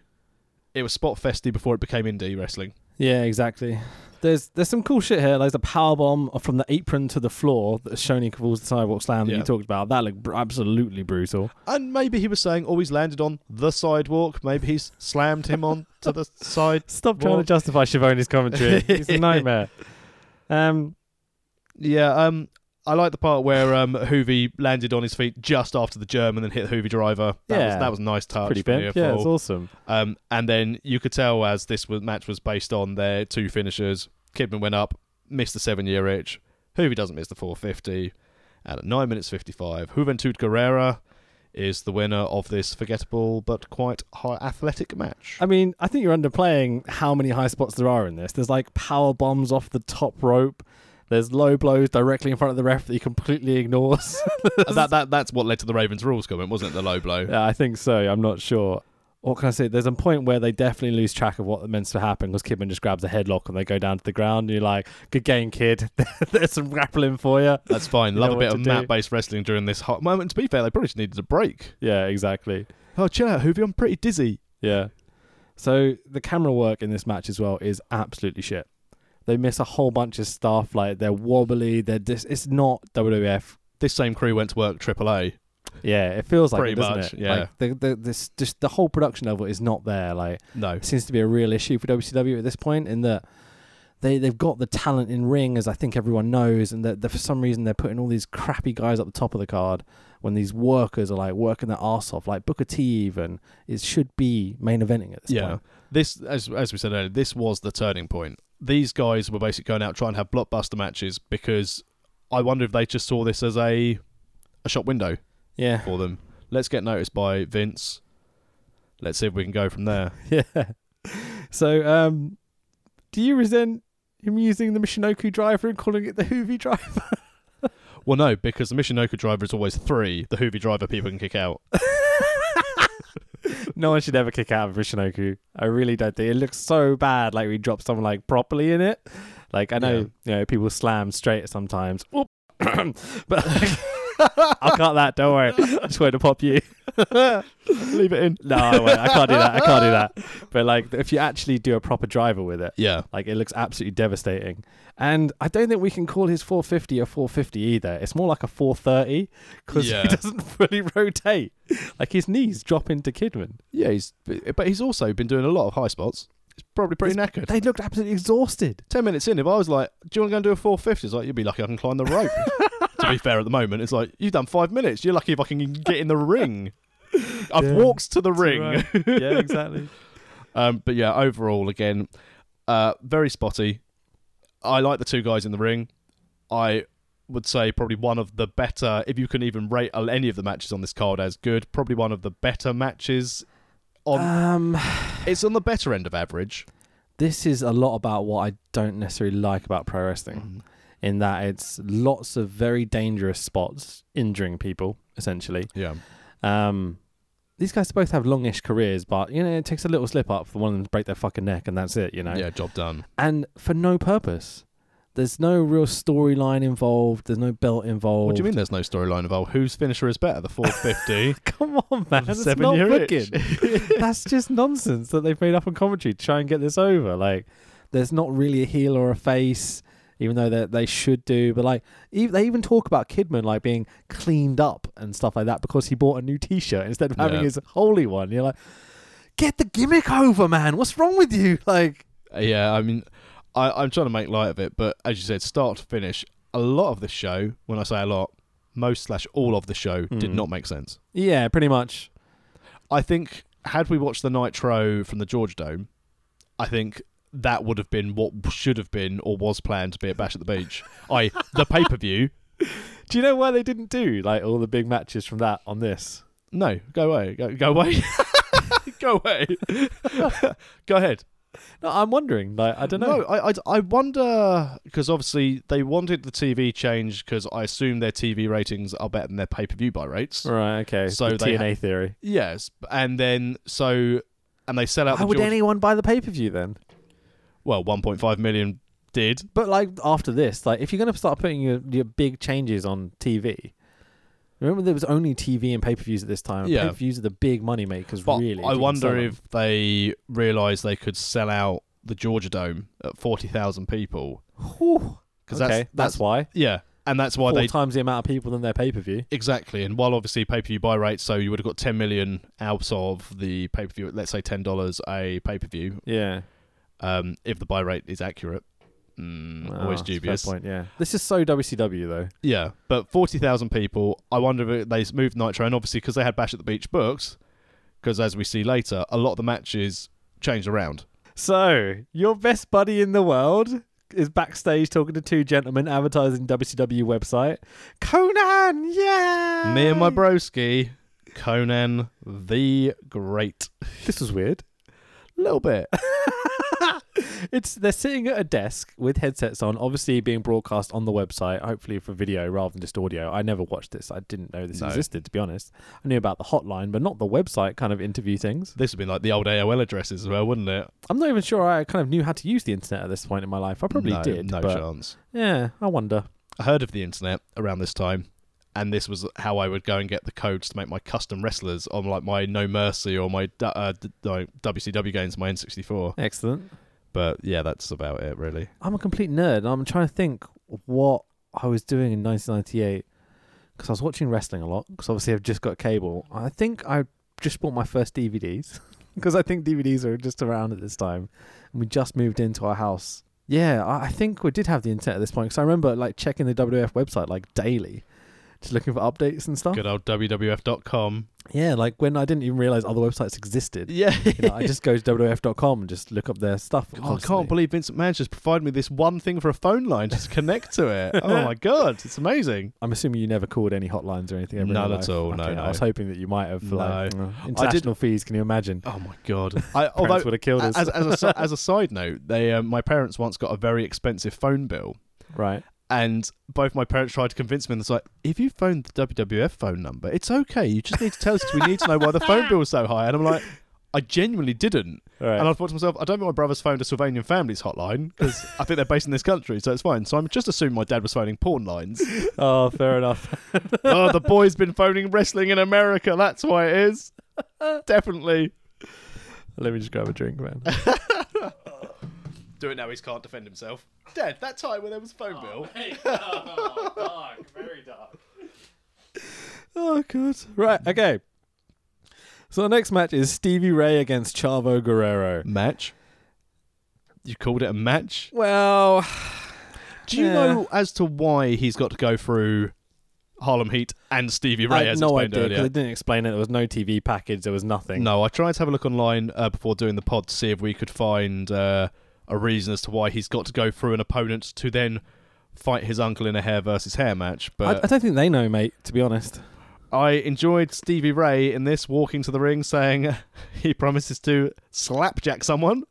B: It was spot festy before it became indie wrestling.
A: Yeah, exactly. There's there's some cool shit here. Like the power bomb from the apron to the floor that Shoney calls the sidewalk slam that
B: Yeah.
A: you talked about. That looked br- absolutely brutal.
B: And maybe he was saying, always landed on the sidewalk. Maybe he's slammed him on
A: *laughs*
B: to the side.
A: Stop
B: trying
A: trying
B: to
A: to justify Shivoni's *laughs* commentary. It's a nightmare. Um,
B: Yeah, um, I like the part where um, Hoovy landed on his feet just after the German and hit the Hoovy driver. That was,
A: Yeah.
B: that was a nice touch.
A: pretty
B: from
A: pimp.
B: the
A: Yeah,
B: NFL.
A: it's awesome.
B: um, and then you could tell as this was, match was based on their two finishers. Kidman went up, missed the seven-year itch. Hoovy doesn't miss the 450, and at nine minutes 55, Juventud Guerrera is the winner of this forgettable but quite high athletic match.
A: *laughs* I mean, I think you're underplaying how many high spots there are in this. There's like power bombs off the top rope. There's low blows directly in front of the ref that he completely *laughs* ignores.
B: that, that that's what led to the Ravens rules comment, wasn't it? The low blow.
A: Yeah, I think so. I'm not sure. What can I say? There's a point where they definitely lose track of what meant to happen because Kidman just grabs a headlock and they go down to the ground. And you're like, good game, kid. *laughs* There's some grappling for you.
B: That's fine.
A: You
B: Love
A: know
B: a
A: what
B: bit
A: to
B: of
A: do.
B: mat based wrestling during this hot moment. To be fair, they probably just needed a break.
A: Yeah, exactly.
B: Oh, chill out, Hoovy. I'm pretty dizzy.
A: Yeah. So the camera work in this match as well is absolutely shit. They miss a whole bunch of stuff. Like they're wobbly. They're dis- It's not WWF.
B: This same crew went to work AAA.
A: Yeah, it feels like
B: Pretty
A: it, doesn't
B: much,
A: it?
B: yeah.
A: Like the, the this just the whole production level is not there. Like
B: No.
A: it seems to be a real issue for WCW at this point in that they they've got the talent in ring as I think everyone knows, and that that for some reason they're putting all these crappy guys up the top of the card when these workers are like working their ass off, like Booker T. Even it should be main eventing at this
B: Yeah.
A: point.
B: This, as, as we said earlier, this was the turning point. These guys were basically going out trying to have blockbuster matches because I wonder if they just saw this as a a shop window
A: Yeah, *laughs*
B: for them. Let's get noticed by Vince. Let's see if we can go from there.
A: yeah. So, um, do you resent him using the Michinoku driver and calling it the Hoovy driver?
B: Well, no, because the Michinoku driver is always three. The Hoovy driver people can kick out.
A: *laughs* no one should ever kick out of Rishinoku. I really don't think it looks so bad. Like we drop someone like properly in it. Like I know
B: Yeah.
A: you know people slam straight sometimes. Oop. *coughs*
B: *laughs*
A: but *laughs* like, I'll cut that. Don't worry. I just wanted to pop you.
B: Leave it in.
A: No, I, won't. I can't do that. I can't do that.
B: *laughs*
A: But like if you actually do a proper driver with it,
B: Yeah.
A: like it looks absolutely devastating. And I don't think we can call his 450 a 450 either. It's more like a 430 because
B: Yeah.
A: he *laughs* doesn't fully rotate. Like his knees drop into Kidman.
B: Yeah, he's but he's also been doing a lot of high spots. He's probably pretty knackered.
A: They looked absolutely exhausted.
B: Ten minutes in, if I was like, "Do you want to go and do a 450? It's like you'd be lucky I can climb the *laughs* rope. to be fair, at the moment, it's like you've done five minutes. You're lucky if I can get in the *laughs* ring. I've
A: Yeah.
B: walked to the ring. *laughs*
A: yeah, *laughs* exactly.
B: Um, but yeah, overall, again, uh, very spotty. I like the two guys in the ring. I would say probably one of the better, if you can even rate any of the matches on this card as good, probably one of the better matches. On
A: Um,
B: it's on the better end of average.
A: this is a lot about what I don't necessarily like about pro wrestling, in that it's lots of very dangerous spots injuring people, essentially.
B: Yeah,
A: Um, these guys both have longish careers, but you know it takes a little slip up for one of them to break their fucking neck, and that's it. You know,
B: yeah, job done.
A: and for no purpose. There's no real storyline involved. There's no belt involved.
B: What do you mean? *laughs* There's no storyline involved. Whose finisher is better,
A: *laughs*
B: the 450
A: Come on,
B: *laughs*
A: man. That's
B: seven
A: not
B: year
A: booking. *laughs* that's just nonsense that they've made up on commentary to try and get this over. Like, there's not really a heel or a face, even though that they should do. But like, ev they even talk about Kidman like being cleaned up and stuff like that because he bought a new T-shirt instead of having his
B: Yeah.
A: holy one. You're like, get the gimmick over, man. What's wrong with you? Like,
B: *laughs* Yeah, I mean, I, I'm trying to make light of it, but as you said, start to finish, a lot of the show, when I say a lot, most slash all of the show did
A: Mm.
B: not make sense.
A: yeah, pretty much.
B: I think had we watched the Nitro from the George Dome, I think that would have been what should have been or was planned to be at Bash at
A: *laughs*
B: the Beach. I the pay per view.
A: Do you know why they didn't do like all the big matches from that on this?
B: No, go away, go, go away, *laughs* go away. go ahead.
A: No, I'm wondering. Like, I don't know.
B: No, I, I, I wonder because obviously they wanted the TV change because I assume their TV ratings are better than their pay per view buy rates.
A: Right. Okay.
B: So
A: So the
B: they
A: TNA theory.
B: Yes, and then so and they sell out.
A: Why
B: the
A: would
B: George-
A: anyone buy the pay per view then?
B: well, 1.5 million did.
A: But like after this, like if you're gonna start putting your, your big changes on TV, remember there was only TV and pay per views at this time.
B: Yeah.
A: Pay per views are the big money makers.
B: But
A: really, if you
B: I
A: can sell
B: wonder
A: them.
B: if they realised they could sell out the Georgia Dome at 40,000 people.
A: Whew.
B: 'Cause
A: okay,
B: that's-
A: that's,
B: that's
A: why
B: Yeah, and that's why
A: four
B: they.
A: times the amount of people than their pay per view.
B: Exactly, and while obviously pay per view buy rate, so you would have got 10 million out of the pay per view, let's say $10 a pay per view,
A: Yeah,
B: um, if the buy rate is accurate. Mm,
A: Ah,
B: always
A: that's a fair
B: dubious.
A: point. Yeah, this is so WCW though.
B: Yeah, but 40,000 people. I wonder if they moved Nitro, and obviously because they had Bash at the Beach books, because as we see later, a lot of the matches changed around.
A: So your best buddy in the world is backstage talking to two gentlemen advertising WCW website. Conan, yeah.
B: Me and my broski, Conan the Great.
A: This was weird.
B: little bit.
A: *laughs* it's they're sitting at a desk with headsets on, obviously being broadcast on the website, hopefully for video rather than just audio. I never watched this. I didn't know this
B: No.
A: existed, to be honest. I knew about the hotline, but not the website kind of interview things.
B: This would be like the old AOL addresses as well, wouldn't it?
A: I'm not even sure I kind of knew how to use the internet at this point in my life. I probably
B: no,
A: did,
B: No
A: but
B: chance.
A: yeah, I wonder.
B: I heard of the internet around this time, and this was how I would go and get the codes to make my custom wrestlers on like my No Mercy or my du- uh, d- no, WCW games, my N64.
A: Excellent.
B: But yeah, that's about it, really.
A: I'm a complete nerd, and I'm trying to think what I was doing in 1998. because I was watching wrestling a lot. Because obviously I've just got cable. I think I just bought my first DVDs *laughs* because I think DVDs are just around at this time, and we just moved into our house. Yeah, I, I think we did have the internet at this point because I remember like checking the WWF website like daily, just looking for updates and stuff.
B: Good old WWF.com.
A: Yeah, like when I didn't even realize other websites
B: *laughs*
A: existed.
B: Yeah.
A: You know, I *laughs* just go to WWF.com and just look up their stuff.
B: I
A: constantly.
B: can't believe Vincent Mann just provided me this one thing for a phone line just to connect to it. Oh my god, it's amazing.
A: I'm assuming you never called any hotlines or anything. Ever in
B: None
A: your
B: at
A: life.
B: all, no, no.
A: I was hoping that you might have. for, Like,
B: No.
A: uh, international fees. Can you imagine?
B: Oh my god. *laughs* I
A: Parents
B: although
A: would have killed us.
B: as
A: *laughs*
B: as a, si- as a side note, they um, my parents once got a very expensive phone bill
A: right.
B: and both my parents tried to convince me and it's like if you phoned the WWF phone number, it's okay. You just need to tell us 'cause we need to know why the phone bill was so high. And I'm like I genuinely didn't.
A: All right.
B: And I thought to myself, I don't think my brother's phoned a Sylvanian families hotline because I think they're based in this country, so it's fine. So I'm just assuming my dad was phoning
A: *laughs*
B: porn lines.
A: oh, fair enough. *laughs*
B: oh, the boy's been phoning wrestling in America. That's why it is. Definitely.
A: Let me just grab a drink,
B: *laughs*
A: man.
B: Do it now. He can't defend himself. Dad, that time when there was a phone bill.
A: Oh, dark, very
B: *laughs*
A: dark. Oh god. Right. Okay. So the next match is Stevie Ray against Chavo Guerrero.
B: Match. You called it a match.
A: Well,
B: Do you
A: Yeah.
B: know as to why he's got to go through Harlem Heat and Stevie Ray
A: I had
B: as
A: no
B: explained
A: idea because
B: earlier?
A: they didn't explain it. There was no TV package. There was nothing.
B: No, I tried to have a look online uh, before doing the pod to see if we could find uh, a reason as to why he's got to go through an opponent to then fight his uncle in a hair versus hair match.
A: I, I
B: But
A: don't think they know, mate. To be
B: *laughs*
A: honest.
B: I, enjoyed Stevie Ray in this walking to the ring saying *laughs* he promises to slapjack someone.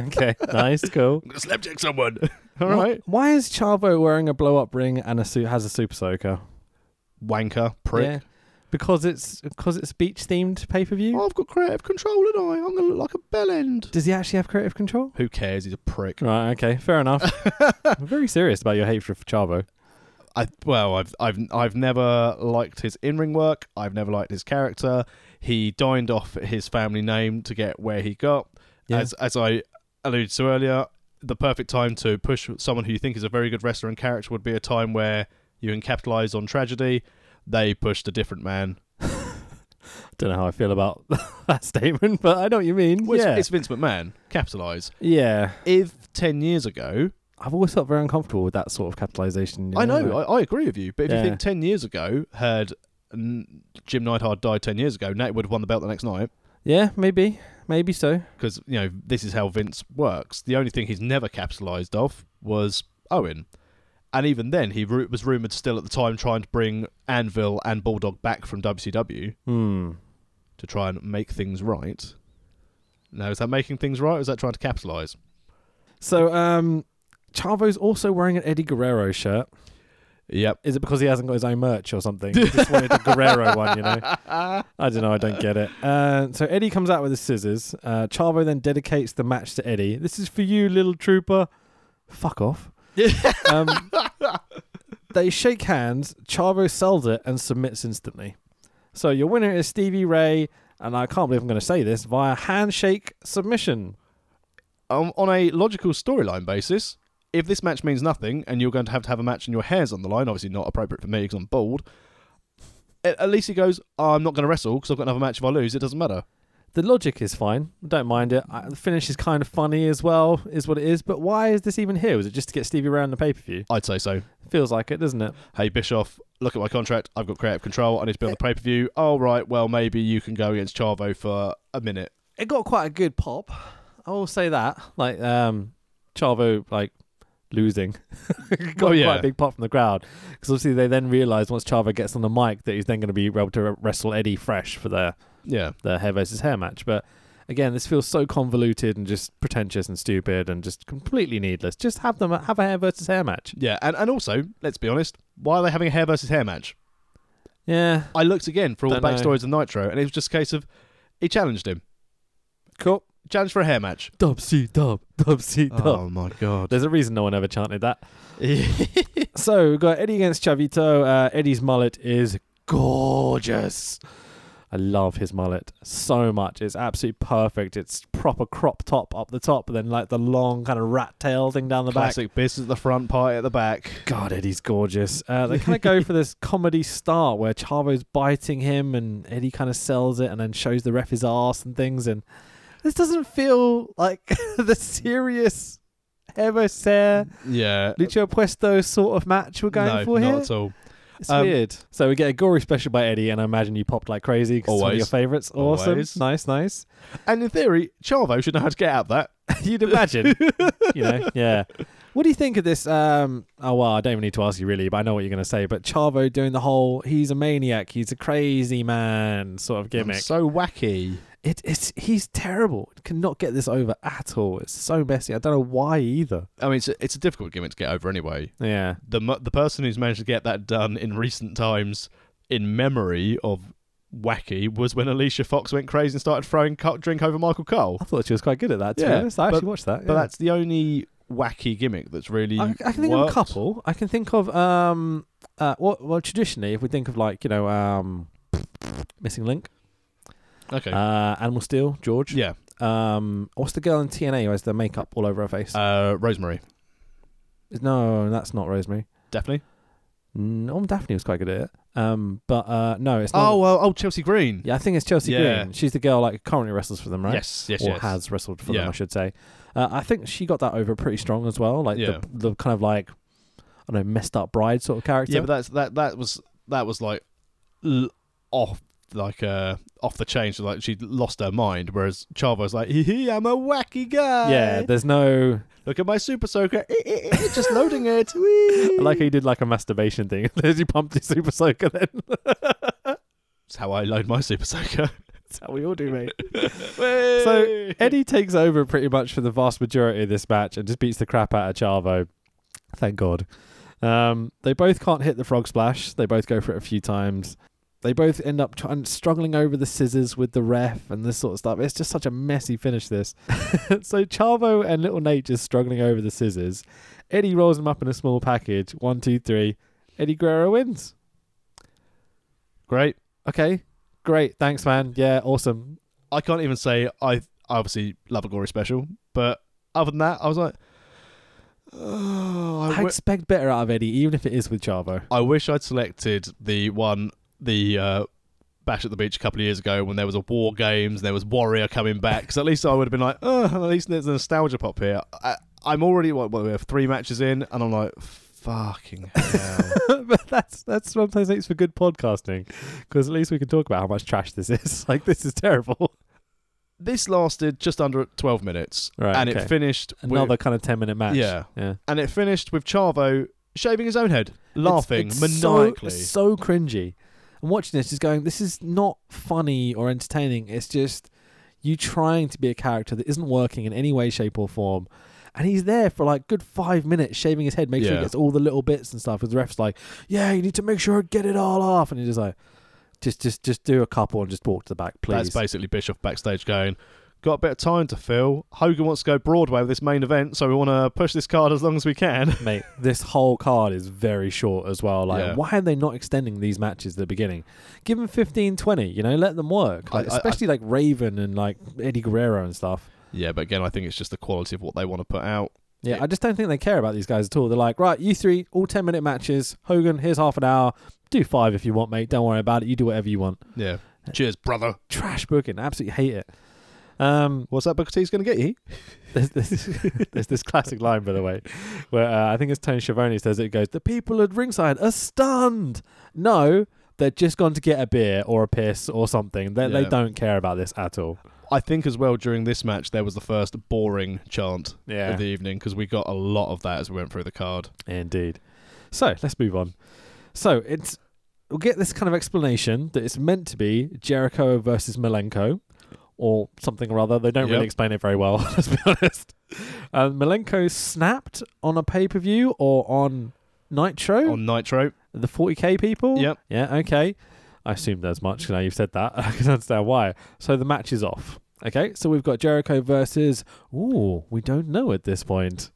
A: Okay. nice. Cool.
B: I'm gonna slapjack someone. *laughs* All
A: Why-
B: right,
A: Why is Chavo wearing a blow up ring and a suit has a super soaker?
B: wanker prick.
A: Yeah. Because it's because it's beach themed pay per view.
B: I've got creative control, and I I'm gonna look like a bell end.
A: Does he actually have creative control?
B: Who cares? He's a prick.
A: Right. Okay. Fair *laughs* enough. I'm very serious about your hatred for Chavo.
B: I well, I've I've I've never liked his in-ring work. I've never liked his character. He dined off his family name to get where he got.
A: Yeah.
B: As as I alluded to earlier, the perfect time to push someone who you think is a very good wrestler and character would be a time where you can capitalize on tragedy. They pushed a different man.
A: Don't know how *laughs* I feel about *laughs* that statement, but I know what you mean.
B: Well,
A: yeah.
B: it's, it's Vince McMahon. Capitalize.
A: yeah.
B: If ten years ago,
A: I've always felt very uncomfortable with that sort of capitalization. you
B: I know, I, I agree with you. But if
A: Yeah.
B: you think ten years ago had mm, Jim Neidhart died ten years ago, Nate would have won the belt the next night.
A: yeah, maybe. Maybe so.
B: because you know this is how Vince works. The only thing he's never capitalized off was Owen, and even then he ru- was rumored still at the time trying to bring Anvil and Bulldog back from WCW
A: Hmm.
B: to try and make things right. Now is that making things right? or Is that trying to capitalize?
A: So, um, Chavo's also wearing an Eddie Guerrero shirt.
B: *laughs* Yep.
A: Is it because he hasn't got his own merch or something? He just wanted *laughs* a Guerrero one, you know? I don't know. I don't get it. Uh, so Eddie comes out with his scissors. Uh, Chavo then dedicates the match to Eddie. This is for you, little trooper. Fuck off. um, they shake hands. Chavo sells it and submits instantly. So your winner is Stevie Ray, and I can't believe I'm going to say this via handshake submission.
B: Um, on a logical storyline basis, if this match means nothing and you're going to have to have a match and your hair's on the line, obviously not appropriate for me because I'm bald. a- At least he goes, "Oh, I'm not going to wrestle because I've got another match. If I lose, it doesn't matter.
A: The logic is fine. I Don't mind it. I, the finish is kind of funny as well, is what it is. But why is this even here? Was it just to get Stevie Ray on the pay per view?
B: I'd say so.
A: Feels like it, doesn't it?
B: hey Bischoff, look at my contract. I've got creative control. I need to be on the pay per view. All right, well maybe you can go against Chavo for a minute.
A: It got quite a good pop. I will say that. Like um, Chavo, like losing, *laughs* got
B: Oh, yeah.
A: quite a big pop from the crowd because obviously they then realised once Chavo gets on the mic that he's then going to be able to wrestle Eddie fresh for their
B: Yeah,
A: their hair versus hair match. But again, this feels so convoluted and just pretentious and stupid and just completely needless. Just have them have a hair versus hair match.
B: yeah, and and also let's be honest, why are they having a hair versus hair match?
A: Yeah,
B: I looked again for all the
A: Don't know.
B: backstories of Nitro, and it was just a case of he challenged him,
A: cool.
B: challenged for a hair match. Oh
A: Dub C dub dub C dub.
B: my god!
A: There's a reason no one ever chanted that.
B: yeah,
A: So we've got Eddie against Chavito. Uh, Eddie's mullet is gorgeous. I love his mullet so much. It's absolutely perfect. It's proper crop top up the top, and then like the long kind of rat tail thing down the back.
B: Classic business at the front, party at the back.
A: God, Eddie's gorgeous. Uh, they kind of go for this comedy star where Chavo's biting him, and Eddie kind of sells it, and then shows the ref his ass and things. And this doesn't feel like *laughs* the serious ever ser
B: Yeah.
A: Lucio Puesto sort of match we're going
B: no,
A: for
B: not
A: here.
B: at all.
A: It's
B: Um,
A: weird. So we get a gory special by Eddie, and I imagine you popped like crazy because it's one of
B: Always.
A: your favorites. Awesome,
B: Always.
A: nice, *laughs* nice.
B: And in theory, Chavo should know how to get out of that.
A: You'd *laughs* imagine, you know, yeah. What do you think of this? Um, oh well, I don't even need to ask you really, but I know what you're going to say. But Chavo doing the whole "he's a maniac, he's a crazy man" sort of
B: I'm
A: gimmick.
B: so wacky.
A: It, it's he's terrible. Cannot get this over at all. It's so messy. I don't know why either.
B: I mean, it's a, it's a difficult gimmick to get over anyway.
A: Yeah,
B: The mu- the person who's managed to get that done in recent times, in memory of wacky, was when Alicia Fox went crazy and started throwing cup drink over Michael Cole.
A: I thought she was quite good at that. To be
B: Yeah,
A: honest, I
B: but-
A: actually watched that.
B: But
A: yeah.
B: that's the only wacky gimmick that's really.
A: I, I can think of a
B: worked.
A: couple. I can think of um, uh, what well traditionally, if we think of like you know um, missing link,
B: Okay.
A: uh, Animal Steel, George.
B: yeah.
A: Um, what's the girl in TNA who has the makeup all over her face?
B: Uh, Rosemary.
A: no, that's not Rosemary.
B: Definitely.
A: No, Daphne was quite good at it. Um, but uh, no, it's not.
B: Oh, uh, oh, Chelsea Green.
A: yeah, I think it's Chelsea
B: Yeah.
A: Green. She's the girl like currently wrestles for them, right?
B: Yes, yes,
A: or
B: yes.
A: has wrestled for them,
B: Yeah.
A: I should say. Uh, I think she got that over pretty strong as well. Like
B: Yeah.
A: the, the kind of like I don't know messed up bride sort of character.
B: Yeah, but that's that that was that was like l- off like uh off the chain. So like she lost her mind. Whereas Chavo's like, hee hee, I'm a wacky guy.
A: yeah, there's no
B: Look at my super soaker. Eh, eh, eh, *laughs* just loading it.
A: I
B: Whee.
A: like how you did like a masturbation thing. *laughs* As you pumped your super soaker, *laughs* then
B: That's how I load my super *laughs* soaker.
A: that's how we all do, mate.
B: so
A: *laughs* Eddie takes over pretty much for the vast majority of this match and just beats the crap out of Chavo. Thank God. Um, they both can't hit the frog splash. They both go for it a few times. They both end up trying struggling over the scissors with the ref and this sort of stuff. It's just such a messy finish. This. *laughs* so Chavo and Little Nate just struggling over the scissors. Eddie rolls them up in a small package. One, two, three. Eddie Guerrero wins.
B: great.
A: Okay, great. Thanks, man. Yeah, awesome.
B: I can't even say I I obviously love a glory special, but other than that, I was like, oh, I
A: I,
B: wi-
A: expect better out of Eddie, even if it is with Chavo.
B: I wish I'd selected the one, the uh, Bash at the Beach a couple of years ago when there was a War Games and there was Warrior coming back. Because at least I would have been like, oh, at least there's a nostalgia pop here. I, I'm already, what, what, we have three matches in, and I'm like, fucking *laughs* hell.
A: *laughs* but that's that's sometimes makes for good podcasting, because at least we can talk about how much trash this is. *laughs* Like this is terrible.
B: this lasted just under 12 minutes,
A: Right,
B: and
A: okay.
B: it finished
A: Another
B: with,
A: kind of ten minute match.
B: Yeah.
A: yeah.
B: and it finished with Chavo shaving his own head, laughing
A: It's- it's so-
B: maniacally.
A: it's so cringy. And watching this, just going, this is not funny or entertaining. It's just you trying to be a character that isn't working in any way, shape, or form. And he's there for like good five minutes, shaving his head, make sure he
B: Yeah.
A: gets all the little bits and stuff. Because the ref's like, "Yeah, you need to make sure I get it all off," and he's just like, "Just, just, just do a couple and just walk to the back, please."
B: That's basically Bischoff backstage going, got a bit of time to fill. Hogan wants to go Broadway with this main event, so we want to push this card as long as we can. *laughs*
A: Mate, this whole card is very short as well. Like,
B: Yeah.
A: why are they not extending these matches at the beginning? Give them 15, 20, you know, let them work.
B: I-
A: Like,
B: I-
A: especially like Raven and like Eddie Guerrero and stuff.
B: Yeah, but again, I think it's just the quality of what they want to put out.
A: Yeah,
B: Yeah.
A: I just don't think they care about these guys at all. They're like, right, you three, all 10 minute matches. Hogan, here's half an hour. Do five if you want, mate. Don't worry about it. You do whatever you want.
B: Yeah. Cheers, brother.
A: Trash booking. Absolutely hate it. Um,
B: What's that Booker T's going to get you?
A: there's this, *laughs* there's this classic line, by the way, where uh, I think it's Tony Schiavone says it it goes, The people at ringside are stunned. No, they're just gone to get a beer or a piss or something. They, they
B: Yeah.
A: don't care about this at all.
B: I think as well during this match, there was the first boring chant
A: Yeah.
B: of the evening because we got a lot of that as we went through the card.
A: Indeed. So let's move on. So it's. We'll get this kind of explanation that it's meant to be Jericho versus Malenko or something or other. They don't
B: Yep.
A: really explain it very well, *laughs* let's be honest. Um, Malenko snapped on a pay per view or on Nitro.
B: On Nitro,
A: The 40k people?
B: *laughs* Yep.
A: Yeah, okay. I assumed as much. Now you've said that. *laughs* I can understand why. So the match is off. Okay, so we've got Jericho versus. Ooh, we don't know at this point.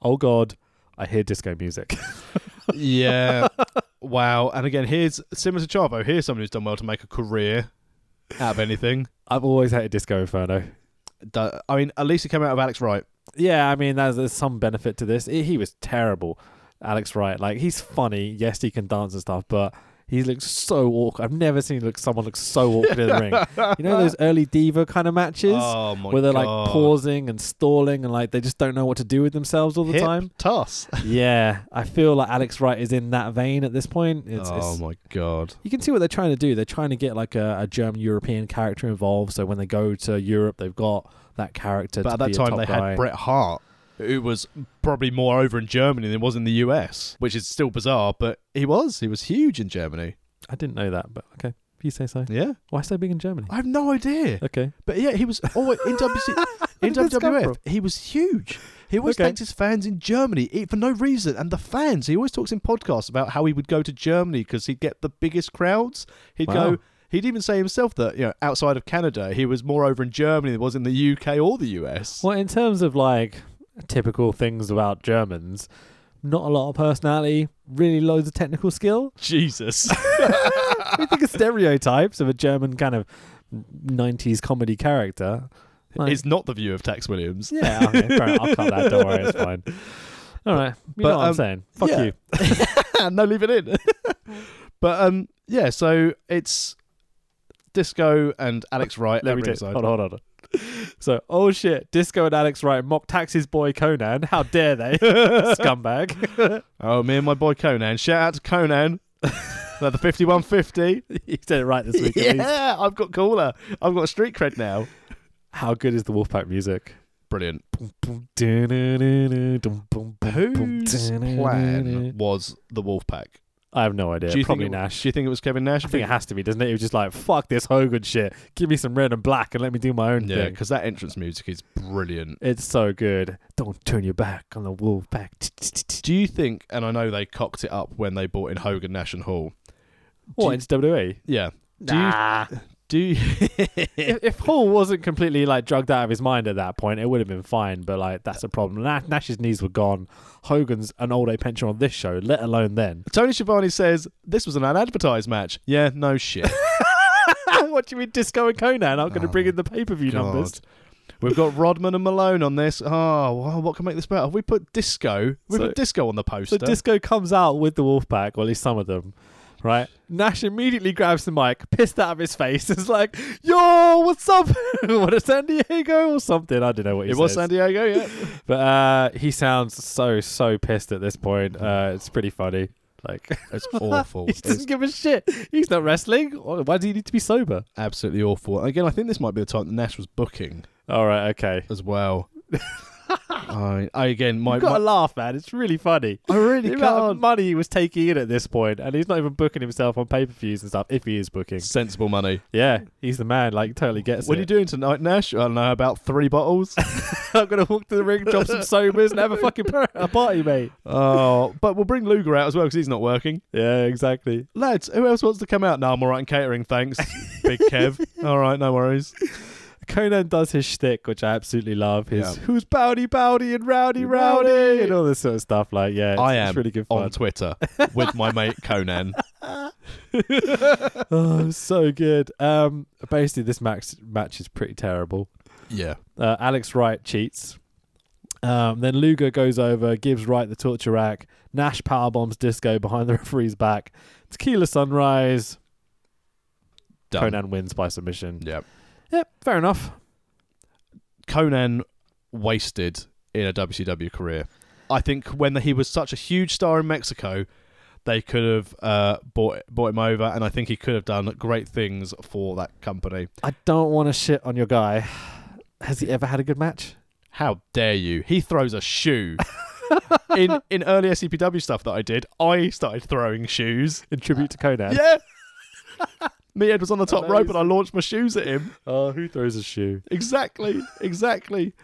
A: Oh, God. I hear disco music.
B: yeah, Wow. And again, here's similar to Chavo. Here's someone who's done well to make a career out of *laughs* anything.
A: *laughs* I've always hated Disco Inferno.
B: Da- I mean, at least it came out of Alex Wright.
A: Yeah, I mean, there's, there's some benefit to this. He he was terrible, Alex Wright. Like, he's funny. Yes, he can dance and stuff, but he looks so awkward. I've never seen look someone look so awkward in the ring. You know those early diva kind of matches
B: Oh my
A: where they're
B: God.
A: like pausing and stalling and like they just don't know what to do with themselves all the
B: Hip *laughs*
A: time.
B: Toss.
A: yeah, I feel like Alex Wright is in that vein at this point. It's,
B: oh
A: it's-
B: my god.
A: you can see what they're trying to do. They're trying to get like a, a German European character involved. So when they go to Europe, they've got that character.
B: But
A: to
B: at
A: be
B: that
A: a
B: time,
A: top
B: they
A: guy.
B: had Bret Hart, who was probably more over in Germany than he was in the US, which is still bizarre. But he was. He was huge in Germany.
A: I didn't know that, but okay. If you say so. *laughs*
B: Yeah.
A: Why so big in Germany?
B: I have no idea.
A: Okay.
B: But yeah, he was always Oh, in
A: *laughs*
B: WC.
A: Where
B: In
A: did this come
B: WWF,
A: from?
B: he was huge. He always
A: Okay.
B: thanked his fans in Germany eh, for no reason. And the fans, he always talks in podcasts about how he would go to Germany because he'd get the biggest crowds. He'd
A: Wow.
B: go. He'd even say himself that you know outside of Canada, he was more over in Germany than he was in the UK or the
A: *laughs*
B: US.
A: Well, in terms of like typical things about Germans, not a lot of personality, really loads of technical skill.
B: *laughs* Jesus.
A: We think of stereotypes of a German kind of 90s comedy character. Like,
B: it's not the view of Tex Williams.
A: yeah, okay, fair enough. I'll cut that. Don't worry, it's fine. All right, you
B: but,
A: know what
B: um,
A: I'm saying. Fuck
B: yeah.
A: you.
B: *laughs* no, leave it in. but um, yeah. So it's Disco and Alex Wright.
A: Let
B: at
A: me just
B: ringside.
A: hold on, hold on. So, oh shit, Disco and Alex Wright mock taxis boy Conan. How dare *laughs* they,
B: *laughs*
A: scumbag? *laughs*
B: Oh, me and my boy Conan. Shout out to *laughs* Conan. They're the 5150.
A: you said it right this week. At least.
B: yeah, I've got cooler. I've got street cred now.
A: How good is the Wolfpack music?
B: Brilliant. Whose
A: Whose
B: plan was the Wolfpack?
A: I have no idea.
B: do you
A: Probably
B: think it,
A: Nash.
B: Do you think it was Kevin Nash?
A: I think it has to be, doesn't it? It was just like, fuck this Hogan shit. Give me some red and black and let me do my own
B: yeah,
A: thing.
B: because that entrance music is brilliant.
A: It's so good. Don't turn your back on the Wolfpack.
B: Do you think, and I know they cocked it up when they bought in Hogan, Nash, and Hall.
A: What, it's WWE?
B: Yeah. Do you-
A: Nah.
B: Do you,
A: *laughs*
B: *laughs*
A: if, if Hall wasn't completely like drugged out of his mind at that point, it would have been fine. But like, that's a problem. Na- Nash's knees were gone. Hogan's an old age pensioner on this show, let alone then. *laughs*
B: Tony Schiavone says this was an unadvertised match. Yeah, no shit.
A: what do you mean, Disco and Conan? I'm going to
B: Oh
A: bring
B: my
A: in the pay per view numbers.
B: We've got Rodman and Malone on this. Oh, well, what can make this better? Have we put disco? We
A: So-
B: put disco on the
A: So
B: poster.
A: Disco comes out with the Wolfpack, or at least some of them. Right, Nash immediately grabs the mic, pissed out of his face, *laughs* is like, "Yo, what's up? *laughs* what is San Diego or something? I don't know what he
B: it was
A: says.
B: San
A: *laughs*
B: Diego, yeah.
A: But uh, he sounds so so pissed at this point. Uh, it's pretty funny. Like *laughs*
B: it's awful.
A: he doesn't
B: It's
A: give a shit. He's not wrestling. Why do you need to be sober?
B: absolutely awful. Again, I think this might be the time that Nash was booking
A: All right, okay.
B: as well.
A: *laughs*
B: I, I again, my,
A: You've got to
B: my-
A: laugh, man. It's really funny.
B: I really
A: The amount of
B: can't
A: money he was taking in at this point, and he's not even booking himself on pay per views and stuff. If he is booking,
B: sensible money.
A: yeah, he's the man. Like totally gets
B: What are
A: it.
B: you doing tonight, Nash? I don't know about
A: *laughs*
B: three bottles.
A: I'm gonna walk to the ring, drop some sobers, and have a fucking par- a party, mate.
B: oh, but we'll bring Luger out as well because he's not working.
A: Yeah, exactly.
B: lads, who else wants to come out? No, I'm all right in catering, thanks.
A: *laughs*
B: Big Kev. All right, no worries.
A: Conan does his shtick, which I absolutely love. His
B: Yeah.
A: who's bowdy bowdy and *laughs* rowdy rowdy,
B: Rowdy.
A: and all this sort of stuff. Like, yeah, it's,
B: I
A: it's
B: am
A: really good
B: On
A: *laughs* fun.
B: Twitter with my mate Conan.
A: oh, so good. Um, basically, this match match is pretty terrible.
B: Yeah.
A: Uh, Alex Wright cheats. Um, then Luger goes over, gives Wright the torture rack. Nash power bombs Disco behind the *laughs* referee's back. Tequila Sunrise.
B: Done.
A: Conan wins by submission.
B: Yeah.
A: Yep, fair enough.
B: Conan wasted in a WCW career. I think when he was such a huge star in Mexico, they could have uh, bought bought him over, and I think he could have done great things for that company.
A: I don't want to shit on your guy. Has he ever had a good *laughs* match?
B: How dare you? He throws a shoe. in in early SCPW stuff that I did, I started throwing shoes.
A: In tribute to Conan.
B: Yeah. *laughs* Me Ed was on the top rope
A: Amazing.
B: and I launched my shoes at him.
A: Oh, who throws a shoe?
B: Exactly, exactly.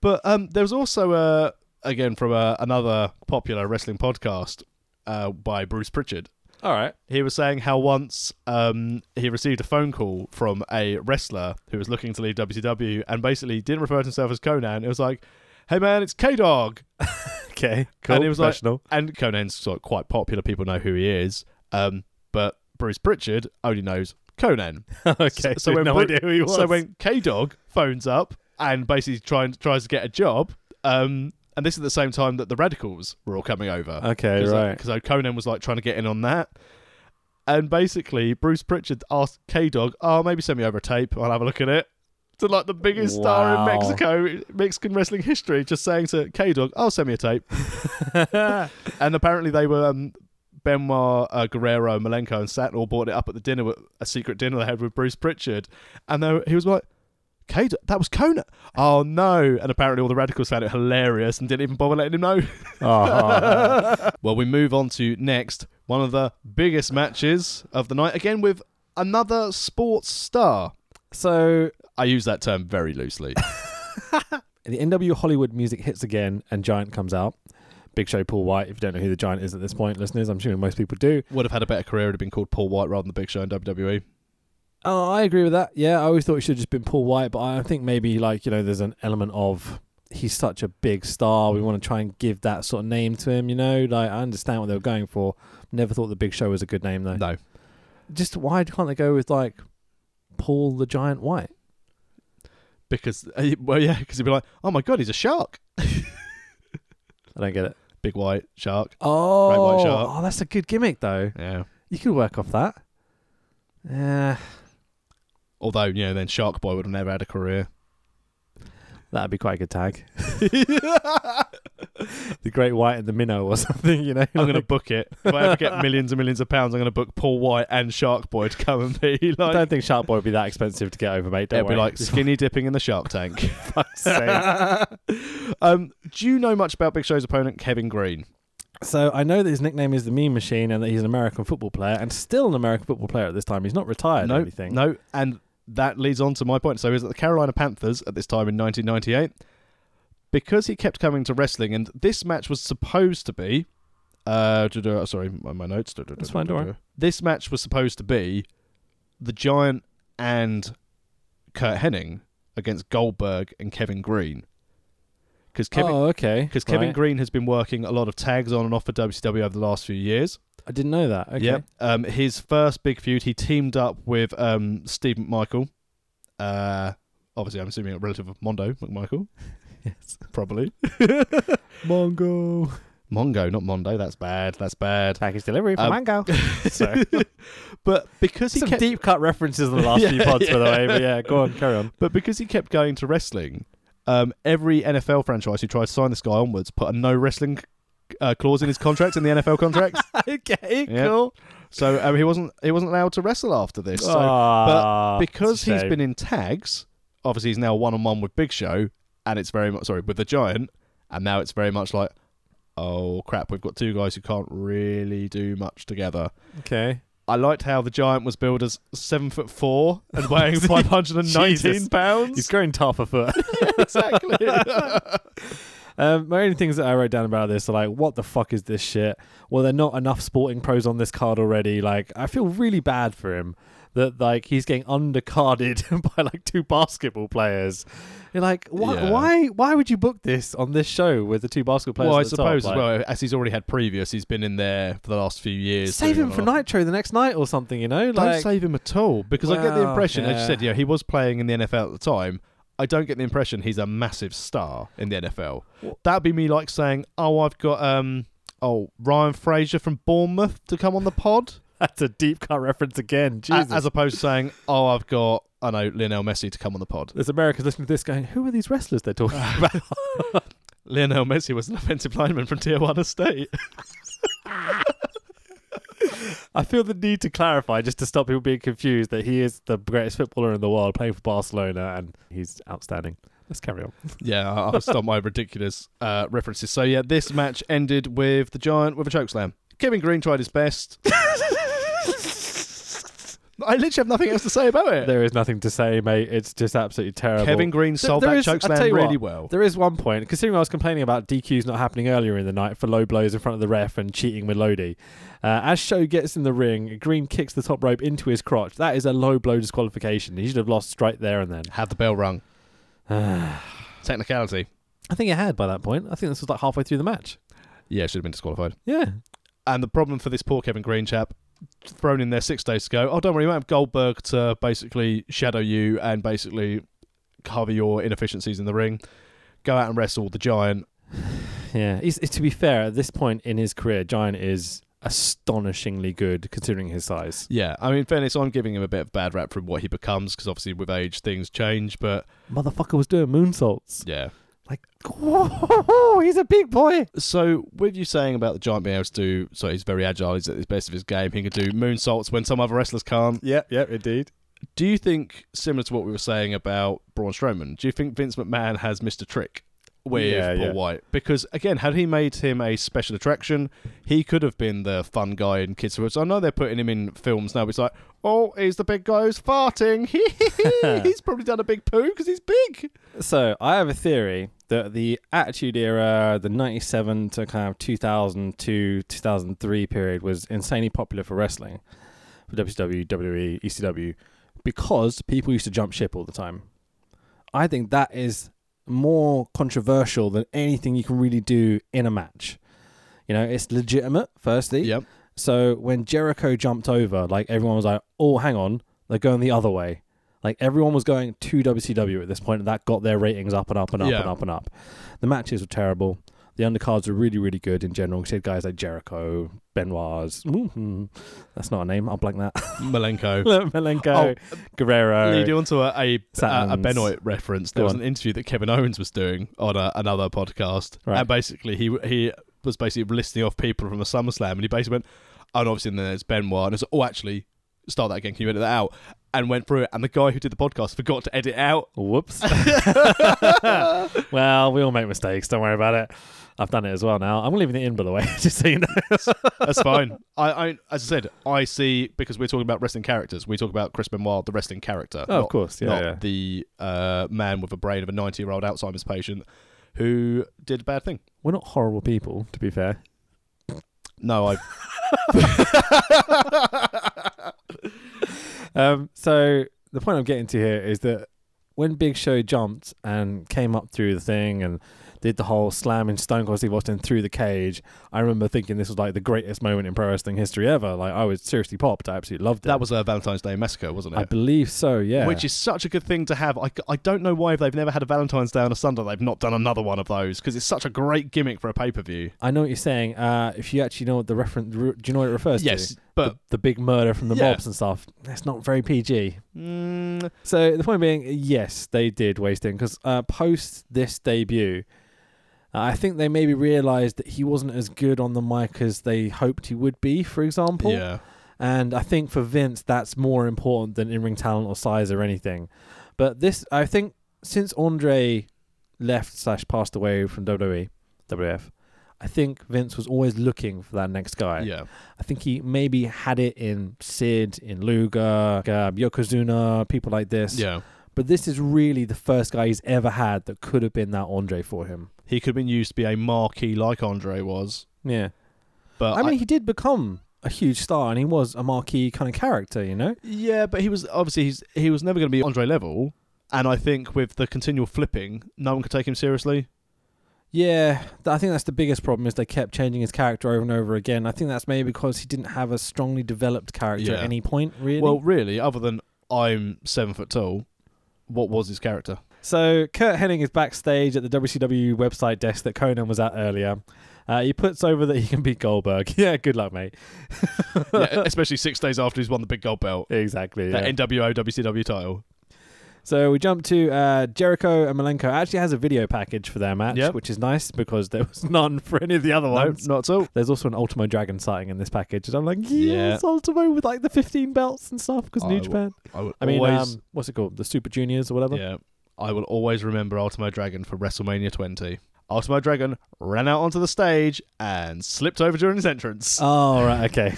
B: But um, there was also uh, again from uh, another popular wrestling podcast uh, by Bruce Pritchard.
A: All right.
B: He was saying how once um, he received a phone call from a wrestler who was looking to leave WCW and basically didn't refer to himself as Conan. It was like, "Hey man, it's K Dog."
A: Okay. Cool.
B: And it was like-
A: Professional.
B: and Conan's sort of quite popular. People know who he is. Um, but Bruce Pritchard only knows Conan.
A: *laughs* okay,
B: so
A: so
B: when
A: no
B: Bru-
A: idea who he was.
B: So when K Dog phones up and basically trying tries to get a job, um, and this is at the same time that the radicals were all coming over.
A: okay, right.
B: Because uh, Conan was like trying to get in on that. And basically, Bruce Pritchard asked K Dog, "Oh, maybe send me over a tape. I'll have a look at it." To like the biggest star in
A: Wow.
B: Mexico, Mexican wrestling history, just saying to K Dog, "Oh, send me a tape."
A: *laughs*
B: and apparently, they were um, Benoit, uh, Guerrero, Malenko, and Satin all bought it up at the dinner, with, a secret dinner they had with Bruce Pritchard, and they were, he was like. K Dog, that was Conan. Oh no! And apparently, all the radicals found it hilarious and didn't even bother letting him know.
A: Uh-huh.
B: *laughs* Well, we move on to next one of the biggest matches of the night, again with another sports star.
A: so
B: I use that term very loosely.
A: the NW Hollywood music hits again, and Giant comes out. Big Show Paul White. If you don't know who the Giant is at this point, listeners, I'm assuming most people do.
B: Would have had a better career, it had been called Paul White rather than the Big Show in WWE.
A: Oh, I agree with that. Yeah, I always thought it should have just been Paul White, but I think maybe like you know, there's an element of he's such a big star. We want to try and give that sort of name to him. You know, like I understand what they were going for. Never thought the Big Show was a good name though.
B: No.
A: Just why can't they go with like Paul the Giant White?
B: Because, *laughs* uh, well, yeah, because he'd be like, oh my god, he's a shark.
A: I don't get it.
B: Big white shark.
A: Oh,
B: White Shark.
A: oh, that's a good gimmick though.
B: Yeah.
A: You could work off that. Yeah,
B: Although, you know, then Shark Boy would have never had
A: *laughs*
B: a career.
A: that'd be quite a good *laughs* tag. The Great White and the Minnow or something. You know,
B: I'm going to
A: Like,
B: book it. If I ever get millions and millions of pounds, I'm going to book Paul White and Shark Boy to come and be
A: *laughs*
B: *laughs*
A: I
B: like,
A: don't think Shark Boy would be that expensive to get over, mate. Don't
B: it'd be
A: worry.
B: like skinny dipping in the Shark
A: *laughs*
B: Tank.
A: fuck's sake.
B: *laughs* um, do you know much about Big Show's opponent, Kevin Green?
A: so I know that his nickname is the Mean Machine and that he's an American football player and still an American football player at this time. He's not retired or
B: no,
A: anything.
B: no, and that leads on to my point. So, he was at the Carolina Panthers at this time in 1998 because he kept coming to wrestling, and this match was supposed to be. Uh, duh, duh, sorry, my, my notes. duh, duh, duh,
A: That's
B: duh,
A: fine,
B: duh,
A: don't worry.
B: duh. This match was supposed to be the Giant and Kurt Hennig against Goldberg and Kevin Green. Because Kevin,
A: oh, okay.
B: because Kevin
A: Right.
B: Green has been working a lot of tags on and off for WCW over the last few years.
A: I didn't know that. Okay.
B: Yep. Um, his first big feud, he teamed up with um, Steve McMichael. Uh, obviously, I'm assuming a relative of Mondo McMichael.
A: *laughs* Yes.
B: Probably.
A: Mongo.
B: Mongo, not Mondo. That's bad.
A: *laughs*
B: That's bad.
A: Package delivery for *laughs*
B: Um,
A: Mango. Sorry.
B: But because he
A: Some
B: kept,
A: deep cut references in the *laughs* last few
B: Yeah,
A: pods, by the
B: yeah.
A: way. But yeah, go on, carry on.
B: but because he kept going to wrestling, um, every NFL franchise who tried to sign this guy onwards put a no wrestling uh, clause in his contract in the
A: *laughs*
B: NFL contract.
A: okay,
B: Yeah.
A: cool.
B: So um, he wasn't he wasn't allowed to wrestle after this. So
A: Ah,
B: because
A: it's a
B: he's
A: shame.
B: been in tags, obviously he's now one on one with Big Show, and it's very much sorry with the Giant, and now it's very much like, oh crap, we've got two guys who can't really do much together.
A: okay,
B: I liked how the Giant was billed as seven foot four
A: *laughs*
B: and weighing five hundred and
A: Jesus. *laughs*
B: nineteen
A: he's
B: pounds.
A: growing tough a foot.
B: exactly.
A: Um, my only things that I wrote down about this are like, what the fuck is this shit? Well, there are not enough sporting pros on this card already. Like, I feel really bad for him that like he's getting undercarded *laughs* by like two basketball players. You're like, why,
B: Yeah.
A: why, why would you book this on this show with the two basketball players?
B: well, I
A: at the top?
B: suppose
A: Like,
B: as well, as he's already had previous, he's been in there for the last few years.
A: Save
B: doing
A: him
B: a
A: for
B: lot.
A: Nitro the next night or something. You know,
B: don't
A: like
B: save him at all because I get the
A: Well,
B: impression, as you
A: yeah.
B: said, yeah, he was playing in the NFL at the time. I don't get the impression he's a massive star in the NFL.
A: Well-
B: That'd be me like saying, "Oh, I've got um, oh Ryan Fraser from Bournemouth to come on the pod,"
A: *laughs* that's a deep cut reference again.
B: a-
A: Jesus.
B: as opposed to saying, "Oh, I've got I know Lionel Messi to come on the pod."
A: there's Americans listening to this going, who are these wrestlers they're talking about?
B: Lionel Messi was an offensive lineman from Tijuana State. *laughs*
A: I feel the need to clarify just to stop people being confused that he is the greatest footballer in the world, playing for Barcelona, and he's outstanding. Let's carry on.
B: yeah, I- I'll stop my ridiculous uh, references. So yeah, this match ended with the Giant with a chokeslam. Kevin Green tried his best. I literally have nothing else to say about it.
A: There is nothing to say, mate. It's just absolutely terrible.
B: Kevin Green solved
A: there
B: that
A: is-
B: choke
A: I'll tell
B: slam
A: you
B: really well.
A: there is one point, considering I was complaining about DQs not happening earlier in the night for low blows in front of the ref and cheating with Lodi. Uh, as Show gets in the ring, Green kicks the top rope into his crotch. That is a low blow disqualification. He should have lost right there and then. *sighs*
B: Had the bell rung. Technicality.
A: I think it had by that point. I think this was like halfway through the match.
B: Yeah, should have been disqualified.
A: Yeah.
B: And the problem for this poor Kevin Green chap, thrown in there six days to go. Oh, don't worry, you won't have Goldberg to basically shadow you and basically cover your inefficiencies in the ring. Go out and wrestle the giant.
A: Yeah, he's, to be fair, at this point in his career, Giant is astonishingly good considering his size.
B: Yeah, I mean, in fairness, I'm giving him a bit of a bad rap from what he becomes because obviously with age things change. But
A: Motherfucker was doing moonsaults.
B: yeah,
A: Like, *laughs* whoa, he's a big boy.
B: So, with you saying about the giant being able to do, so he's very agile, he's at his best of his game, he can do moonsaults when some other wrestlers can't.
A: Yeah, yeah, indeed.
B: Do you think, similar to what we were saying about Braun Strowman, do you think Vince McMahon has Mr. Trick with
A: Yeah,
B: Paul
A: yeah.
B: White? Because, again, had he made him a special attraction, he could have been the fun guy in Kids' Words. I know they're putting him in films now, but it's like, oh, he's the big guy who's farting. *laughs* he's probably done a big poo because he's big.
A: So I have a theory that the Attitude Era, the 97 to kind of 2002, 2003 period was insanely popular for wrestling, for E, WCW, WWE, ECW, because people used to jump ship all the time. I think that is more controversial than anything you can really do in a match. You know, it's legitimate, firstly.
B: Yep.
A: So when Jericho jumped over, like everyone was like, "Oh, hang on, they're going the other way." Like everyone was going to WCW at this point, and that got their ratings up and up and up
B: Yeah.
A: and up and up. The matches were terrible. The undercards were really, really good in general. You had guys like Jericho, Benoit's. mhm, That's not a name. I'll blank that. *laughs*
B: Malenko.
A: Malenko, Guerrero.
B: lead you onto a a, a, a
A: Saturn's-
B: Benoit reference. There
A: Go
B: was
A: on.
B: an interview that Kevin Owens was doing on a, another podcast,
A: Right.
B: and basically he he was basically listing off people from a SummerSlam, and he basically went, "Oh, and obviously then there's Benoit," and it's "Oh, actually, start that again. Can you edit that out?" And went through it, and the guy who did the podcast forgot to edit out.
A: *laughs* Whoops. well, we all make mistakes. Don't worry about it. I've done it as well now. I'm leaving it in, by the way, *laughs* just so you know. *laughs*
B: That's fine. I, I as I said, I see because we're talking about wrestling characters. We talk about Chris Benoit, the wrestling character.
A: Oh, of
B: not-
A: course. Yeah,
B: not
A: yeah.
B: the uh, man with a brain of a ninety-year-old Alzheimer's patient who did a bad thing.
A: We're not horrible people, to be fair.
B: No, I
A: Um, so the point I'm getting to here is that when Big Show jumped and came up through the thing and did the whole slamming Stone Cold Steve Austin through the cage, I remember thinking this was like the greatest moment in pro wrestling history ever. Like I was seriously popped. I absolutely loved it.
B: That was a Valentine's Day massacre, wasn't it?
A: I believe so. Yeah.
B: Which is such a good thing to have. I, I don't know why if they've never had a Valentine's Day on a Sunday, they've not done another one of those because it's such a great gimmick for a pay per view.
A: I know what you're saying. Uh, if you actually know what the reference, do you know what it refers to?
B: Yes, but
A: the, the big murder from the
B: Yeah.
A: mobs and stuff. That's not very PG.
B: mm,
A: So the point being, yes, they did waste him because uh, post this debut, uh, I think they maybe realised that he wasn't as good on the mic as they hoped he would be. For example,
B: yeah,
A: and I think for Vince, that's more important than in ring talent or size or anything. But this, I think, since Andre left slash passed away from E, WWE, WF, I think Vince was always looking for that next guy.
B: yeah.
A: I think he maybe had it in Sid, in Luger, uh, Yokozuna, people like this.
B: Yeah.
A: But this is really the first guy he's ever had that could have been that Andre for him.
B: He could have been used to be a marquee like Andre was,
A: Yeah.
B: but
A: I mean, he did become a huge star and he was a marquee kind of character, you know?
B: yeah, but he was obviously he's, he was never going to be Andre level, and I think with the continual flipping, no one could take him seriously.
A: Yeah, th- I think that's the biggest problem is they kept changing his character over and over again. I think that's maybe because he didn't have a strongly developed character
B: Yeah.
A: at any point, really.
B: Well, really, other than I'm seven foot tall, what was
A: *laughs*
B: his character?
A: So Kurt Hennig is backstage at the WCW website desk that Conan was at earlier. Uh, he puts over that he can beat Goldberg. *laughs* Yeah, good luck, mate.
B: yeah, *laughs* especially six days after he's won the big gold belt.
A: Exactly. yeah.
B: That NWO WCW title.
A: so we jump to uh, Jericho and Malenko. Actually, has a video package for their match,
B: Yep.
A: which is nice because there was *laughs* none for any of the other ones.
B: not at all.
A: There's also an Ultimo Dragon sighting in this package, and I'm like, yes, Ultimo with like the 15 belts and stuff because
B: I
A: New
B: w-
A: Japan.
B: I will
A: I mean,
B: always,
A: um, what's it called? The Super Juniors or whatever.
B: yeah, I will always remember Ultimo Dragon for WrestleMania 20. Ultimo Dragon ran out onto the stage and slipped over during his entrance.
A: *laughs* Oh right, *laughs* okay.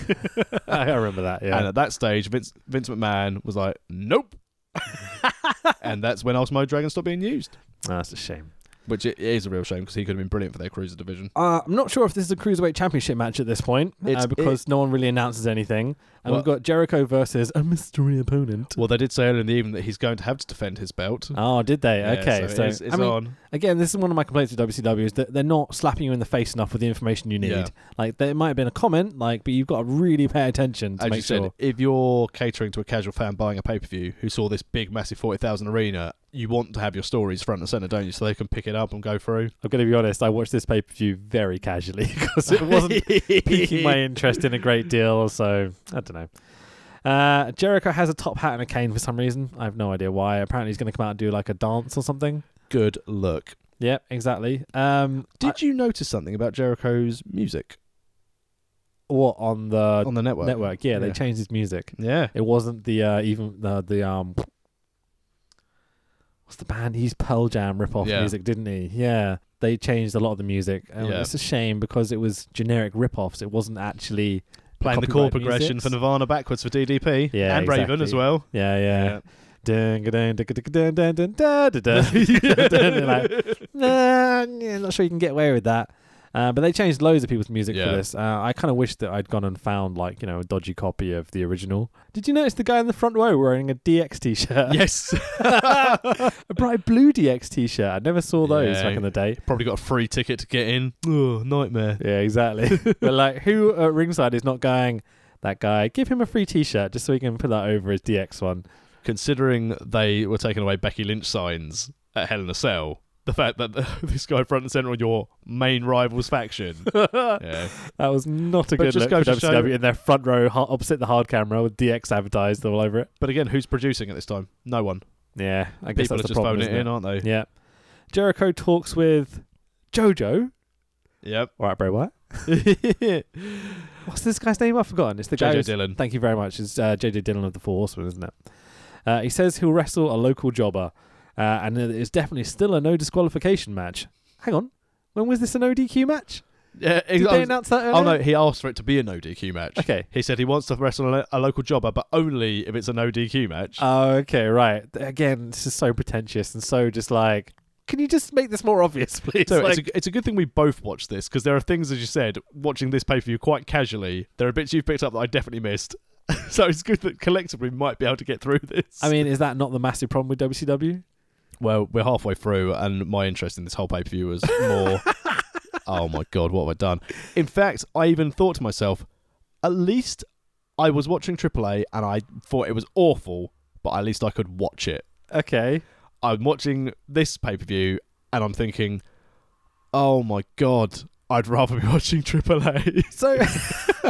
A: I remember that. Yeah.
B: And at that stage, Vince Vince McMahon was
A: *laughs*
B: like, "Nope," and that's when Ultimo Dragon stopped being used.
A: Oh, that's a shame.
B: which it is a real shame because he could have been brilliant for their cruiser division.
A: Uh, I'm not sure if this is a cruiserweight championship match at this point uh,
B: It's-
A: because no one really announces anything. And we've
B: Well-
A: got Jericho versus a mystery opponent.
B: Well, they did say earlier in the evening that he's going to have to defend his belt.
A: Oh, did they?
B: Yeah,
A: okay,
B: so,
A: so
B: it's, it's
A: I mean,
B: on.
A: again, this is one of my complaints with WCW is that they're not slapping you in the face enough with the information you need.
B: Yeah.
A: Like there might have been a comment, like, but you've got to really pay attention to
B: As
A: make
B: you
A: sure.
B: said, if you're catering to a casual fan buying a pay per view who saw this big, massive forty thousand arena, you want to have your stories front and center, don't you? So they can pick it up and go through.
A: I'm going to be honest. I watched this pay per view very casually *laughs* because it
B: *laughs*
A: wasn't piquing my interest in a great deal. So I don't know. Uh, Jericho has a top hat and a cane for some reason. I have no idea why. Apparently, he's going to come out and do like a dance or something.
B: Good look.
A: Yep, exactly. Um,
B: Did you notice something about Jericho's music
A: I- what on the
B: on the network?
A: network? Yeah, they
B: Yeah.
A: changed his music.
B: Yeah.
A: It wasn't the uh, even the the um. What's the band? He's Pearl Jam rip off
B: Yeah.
A: music, didn't he? Yeah, they changed a lot of the music. And
B: Yeah.
A: It's a shame because it was generic rip offs. It wasn't actually
B: Playing the chord
A: Copyright
B: progression
A: music.
B: for Nirvana backwards for DDP
A: Yeah,
B: and Raven
A: exactly.
B: as well.
A: Yeah, yeah. Dun, dun, dun, dun, dun, dun, dun, dun, dun, *laughs*
B: *laughs*
A: dun, dun. Like, nah, yeah, not sure you can get away with that. Uh, but they changed loads of people's music for
B: Yeah.
A: this. Uh, I kind of wish that I'd gone and found like you know a dodgy copy of the original. Did you notice the guy in the front row wearing a DX t-shirt?
B: Yes. *laughs*
A: *laughs* a bright blue DX t-shirt. I never saw those
B: Yeah.
A: back in the day.
B: Probably got a free ticket to get in. Ugh, nightmare.
A: Yeah, exactly. *laughs*
B: *laughs*
A: but like, who at ringside is not going? That guy, give him a free t-shirt just so he can put that over his DX one.
B: Considering they were taking away Becky Lynch signs at Hell in a Cell, the fact that *laughs* this guy front and center on your main
A: *laughs*
B: rival's faction. *laughs* yeah.
A: That was not a
B: But
A: good
B: just
A: look for
B: goes to show-
A: WCW in their front row ha- opposite the hard camera with DX advertised all over it.
B: But again, who's producing at this time? No one.
A: Yeah, I guess
B: People are
A: that's the
B: just
A: problem.
B: phoning it
A: isn't
B: in, aren't they?
A: Yeah. Jericho talks with JoJo.
B: Yep.
A: All right, Bray Wyatt. *laughs* What's this guy's name? I've forgotten. It's the guy.
B: JJ
A: who's-
B: Dillon.
A: Thank you very much. It's uh, JJ Dillon of the Four Horsemen, isn't it? Uh, he says he'll wrestle a local jobber, uh, and it is definitely still a no disqualification match. Hang on, when was this an ODQ match?
B: Yeah,
A: Did
B: I
A: they
B: was-
A: announce that earlier?
B: Oh no, he asked for it to be a no DQ match.
A: Okay.
B: He said he wants to wrestle a, a local jobber, but only if it's a no DQ match.
A: Oh, okay, right. Th- Again, this is so pretentious and so just like, can you just make this more obvious, *laughs* please?
B: so
A: Like-
B: it's, a, it's a good thing we both watched this because there are things, as you said, watching this pay per view quite casually. There are bits you've picked up that I definitely missed. *laughs* so it's good that collectively we might be able to get through this.
A: I mean, is that not the massive problem with WCW?
B: well, we're halfway through, and my interest in this whole pay per view was *laughs* more. oh my god, what have I done? In fact, I even thought to myself, at least I was watching AAA, and I thought it was awful, but at least I could watch it.
A: Okay.
B: I'm watching this pay per view and I'm thinking, oh my god, I'd rather be *laughs* watching AAA.
A: So,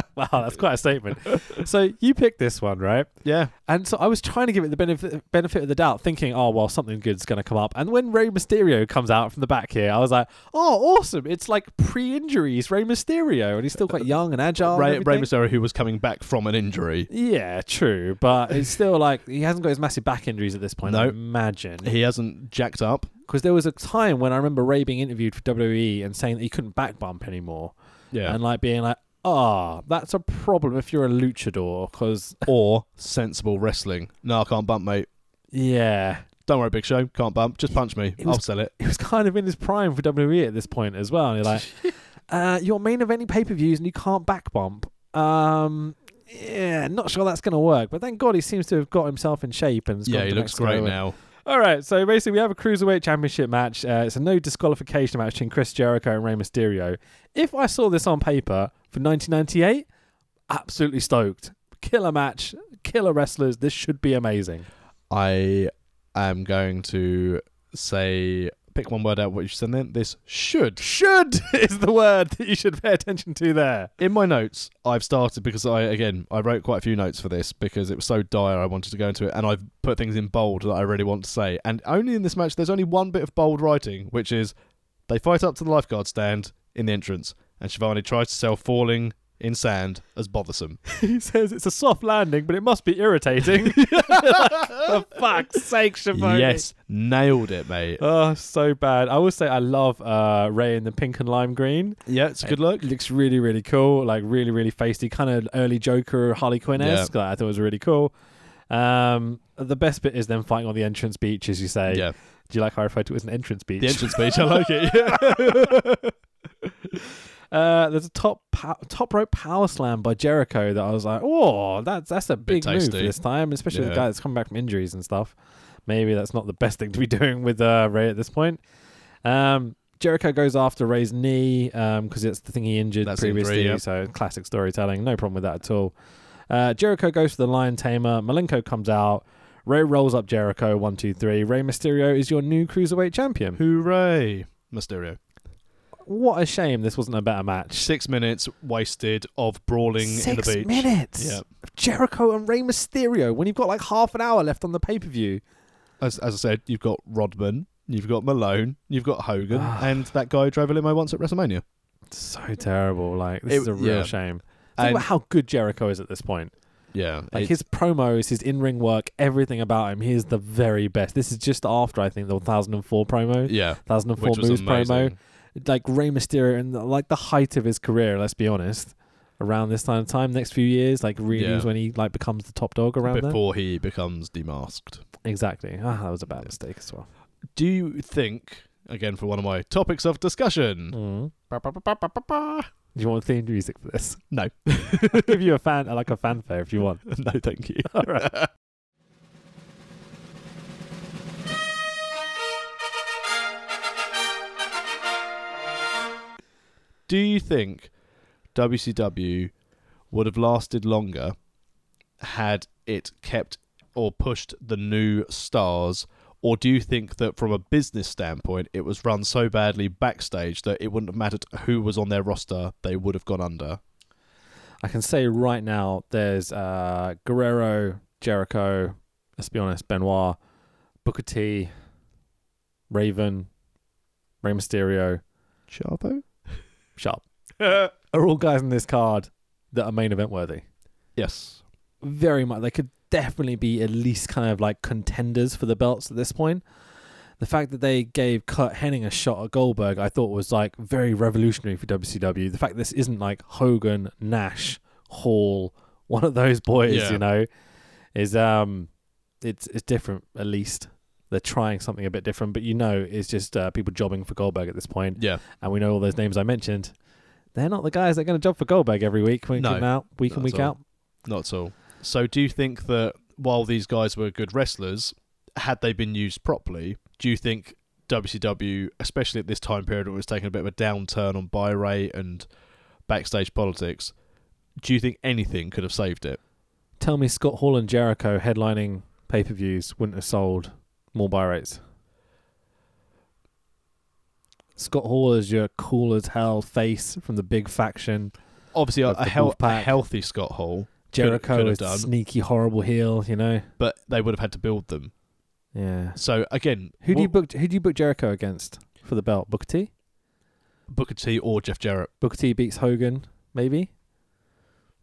A: *laughs* wow, that's quite a statement. So you picked this one, right?
B: yeah.
A: And so I was trying to give it the benefit benefit of the doubt, thinking, oh well, something good's going to come up. And when Rey Mysterio comes out from the back here, I was like, oh, awesome! It's like pre-injuries Rey Mysterio, and he's still quite young and agile. and
B: Ray, Ray
A: everything.
B: Mysterio, who was coming back from an injury,
A: Yeah, true, but it's still like he hasn't got his massive back injuries at this point. I
B: No.
A: imagine
B: he hasn't jacked up.
A: because there was a time when I remember Ray being interviewed for WWE and saying that he couldn't back bump anymore,
B: Yeah.
A: and like being like, ah, that's a problem if you're a luchador, because
B: or sensible wrestling. No, I can't bump, mate.
A: yeah,
B: Don't worry, Big Show. Can't bump. Just punch me.
A: It was-
B: I'll sell it.
A: he was kind of in his prime for WWE at this point as well. And you're
B: *laughs*
A: like, uh, you're main eventing pay per views and you can't back bump. Um, yeah, not sure that's going to work, but thank God he seems to have got himself in shape and has
B: Yeah,
A: gone
B: he
A: to
B: looks
A: Mexico
B: great
A: and-
B: now.
A: All right, so basically we have a cruiserweight championship match. Uh, it's a no disqualification match between Chris Jericho and Rey Mysterio. If I saw this on paper for 1998, absolutely stoked. Killer match, killer wrestlers. This should be amazing.
B: I am going to say, pick one word out what you said then. This should.
A: Should *laughs* is the word that you should pay attention to there.
B: in my notes i've started because i again i wrote quite a few notes for this because it was so dire i wanted to go into it and i've put things in bold that i really want to say and only in this match there's only one bit of bold writing which is they fight up to the lifeguard stand in the entrance and shivani tries to sell falling in sand as bothersome
A: *laughs* He says it's a soft landing, but it must be
B: *laughs*
A: irritating. For fuck's sake, Shivani.
B: yes nailed it mate
A: Oh, so bad. I will say I love uh, Ray in the pink and lime green.
B: yeah it's a good look
A: Looks really, really cool. Like really, really feisty, kind of early Joker, Harley Quinn esque. I thought it was really cool. Um, the best bit is them fighting on the entrance beach, as you say.
B: yeah
A: Do you like how I referred to it as an entrance speech?
B: The entrance speech, I like it. *laughs* Yeah.
A: *laughs* Uh, there's a top pow- top rope power slam by Jericho that I was like, oh, that's that's a big
B: Bit
A: move for
B: tasty.
A: this time, especially with the
B: Yeah.
A: guy that's come back from injuries and stuff. Maybe that's not the best thing to be *laughs* doing with uh, Ray at this point. Um, Jericho goes after Ray's knee because it's the thing he injured
B: That's injury,
A: previously.
B: yeah.
A: So classic storytelling, no problem with that at all. Uh, Jericho goes for the Lion Tamer. Malenko comes out. Ray rolls up Jericho. One, two, three. Ray Mysterio is your new cruiserweight champion.
B: Hooray, Mysterio.
A: What a shame this wasn't a better match.
B: Six minutes wasted of brawling in the
A: Six
B: beach.
A: minutes.
B: Yeah.
A: of Jericho and Rey Mysterio when you've got like half an hour left on the pay per view.
B: As, as I said, you've got Rodman, you've got Malone, you've got Hogan,
A: Ah.
B: and that guy who drove a limo once at WrestleMania.
A: So terrible. Like this
B: It-
A: is a real
B: yeah.
A: shame. Think
B: And-
A: about how good Jericho is at this point.
B: Yeah.
A: Like
B: it-
A: his promos, his in ring work, everything about him, he is the very best. This is just after I think the 1004 promo,
B: yeah.
A: 1004
B: Which was
A: moves promo.
B: amazing.
A: Like Rey Mysterio and like the height of his career. Let's be honest. Around this time, time next few years, like really
B: Yeah.
A: is when he like becomes the top dog around there.
B: Before he becomes demasked.
A: Exactly. Ah, that was a bad mistake as well.
B: Do you think, again, for one of my topics of discussion,
A: Mm.
B: Ba, ba, ba, ba, ba, ba, ba.
A: Do you want themed music for this? *laughs*
B: No.
A: I'll give you a fan like a fanfare if you want.
B: *laughs* no, thank *laughs* you.
A: All right.
B: Do you think WCW would have lasted longer had it kept or pushed the new stars? Or do you think that from a business standpoint, it was run so badly backstage that it wouldn't have mattered who was on their roster, they would have gone under?
A: I can say right now there's uh, Guerrero, Jericho, let's be honest, Benoit, Booker T, Raven, Rey Mysterio,
B: Chavo?
A: Sharp. Are all guys in this card that are main event worthy?
B: Yes.
A: very much they could definitely be at least kind of like contenders for the belts at this point. The fact that they gave Kurt Hennig a shot at Goldberg, I thought was like very revolutionary for WCW. The fact this isn't like Hogan, Nash, Hall, one of those boys,
B: Yeah.
A: you know, is um, it's it's different. At least they're trying something a bit different, but you know, it's just uh, people jobbing for Goldberg at this point,
B: Yeah.
A: and we know all those names I mentioned. They're not the guys that are going to job for Goldberg every week, week
B: No,
A: in out, week in
B: not
A: week
B: at all.
A: out.
B: Not at all. So, do you think that while these guys were good wrestlers, had they been used properly, do you think WCW, especially at this time period, when it was taking a bit of a downturn on buy rate and backstage politics, do you think anything could have saved it?
A: tell me Scott Hall and Jericho headlining pay per views wouldn't have sold more buy rates. Scott Hall is your cool as hell face from the big faction.
B: Obviously, a,
A: Of the
B: a, hel- a
A: Wolfpack.
B: healthy Scott Hall,
A: Jericho
B: could have
A: is
B: done.
A: sneaky, horrible heel, you know?
B: but they would have had to build them.
A: Yeah.
B: So, again,
A: Who do you
B: what-
A: book who do you book Jericho against for the belt? Booker T?
B: Booker T or Jeff Jarrett?
A: Booker T beats Hogan, maybe?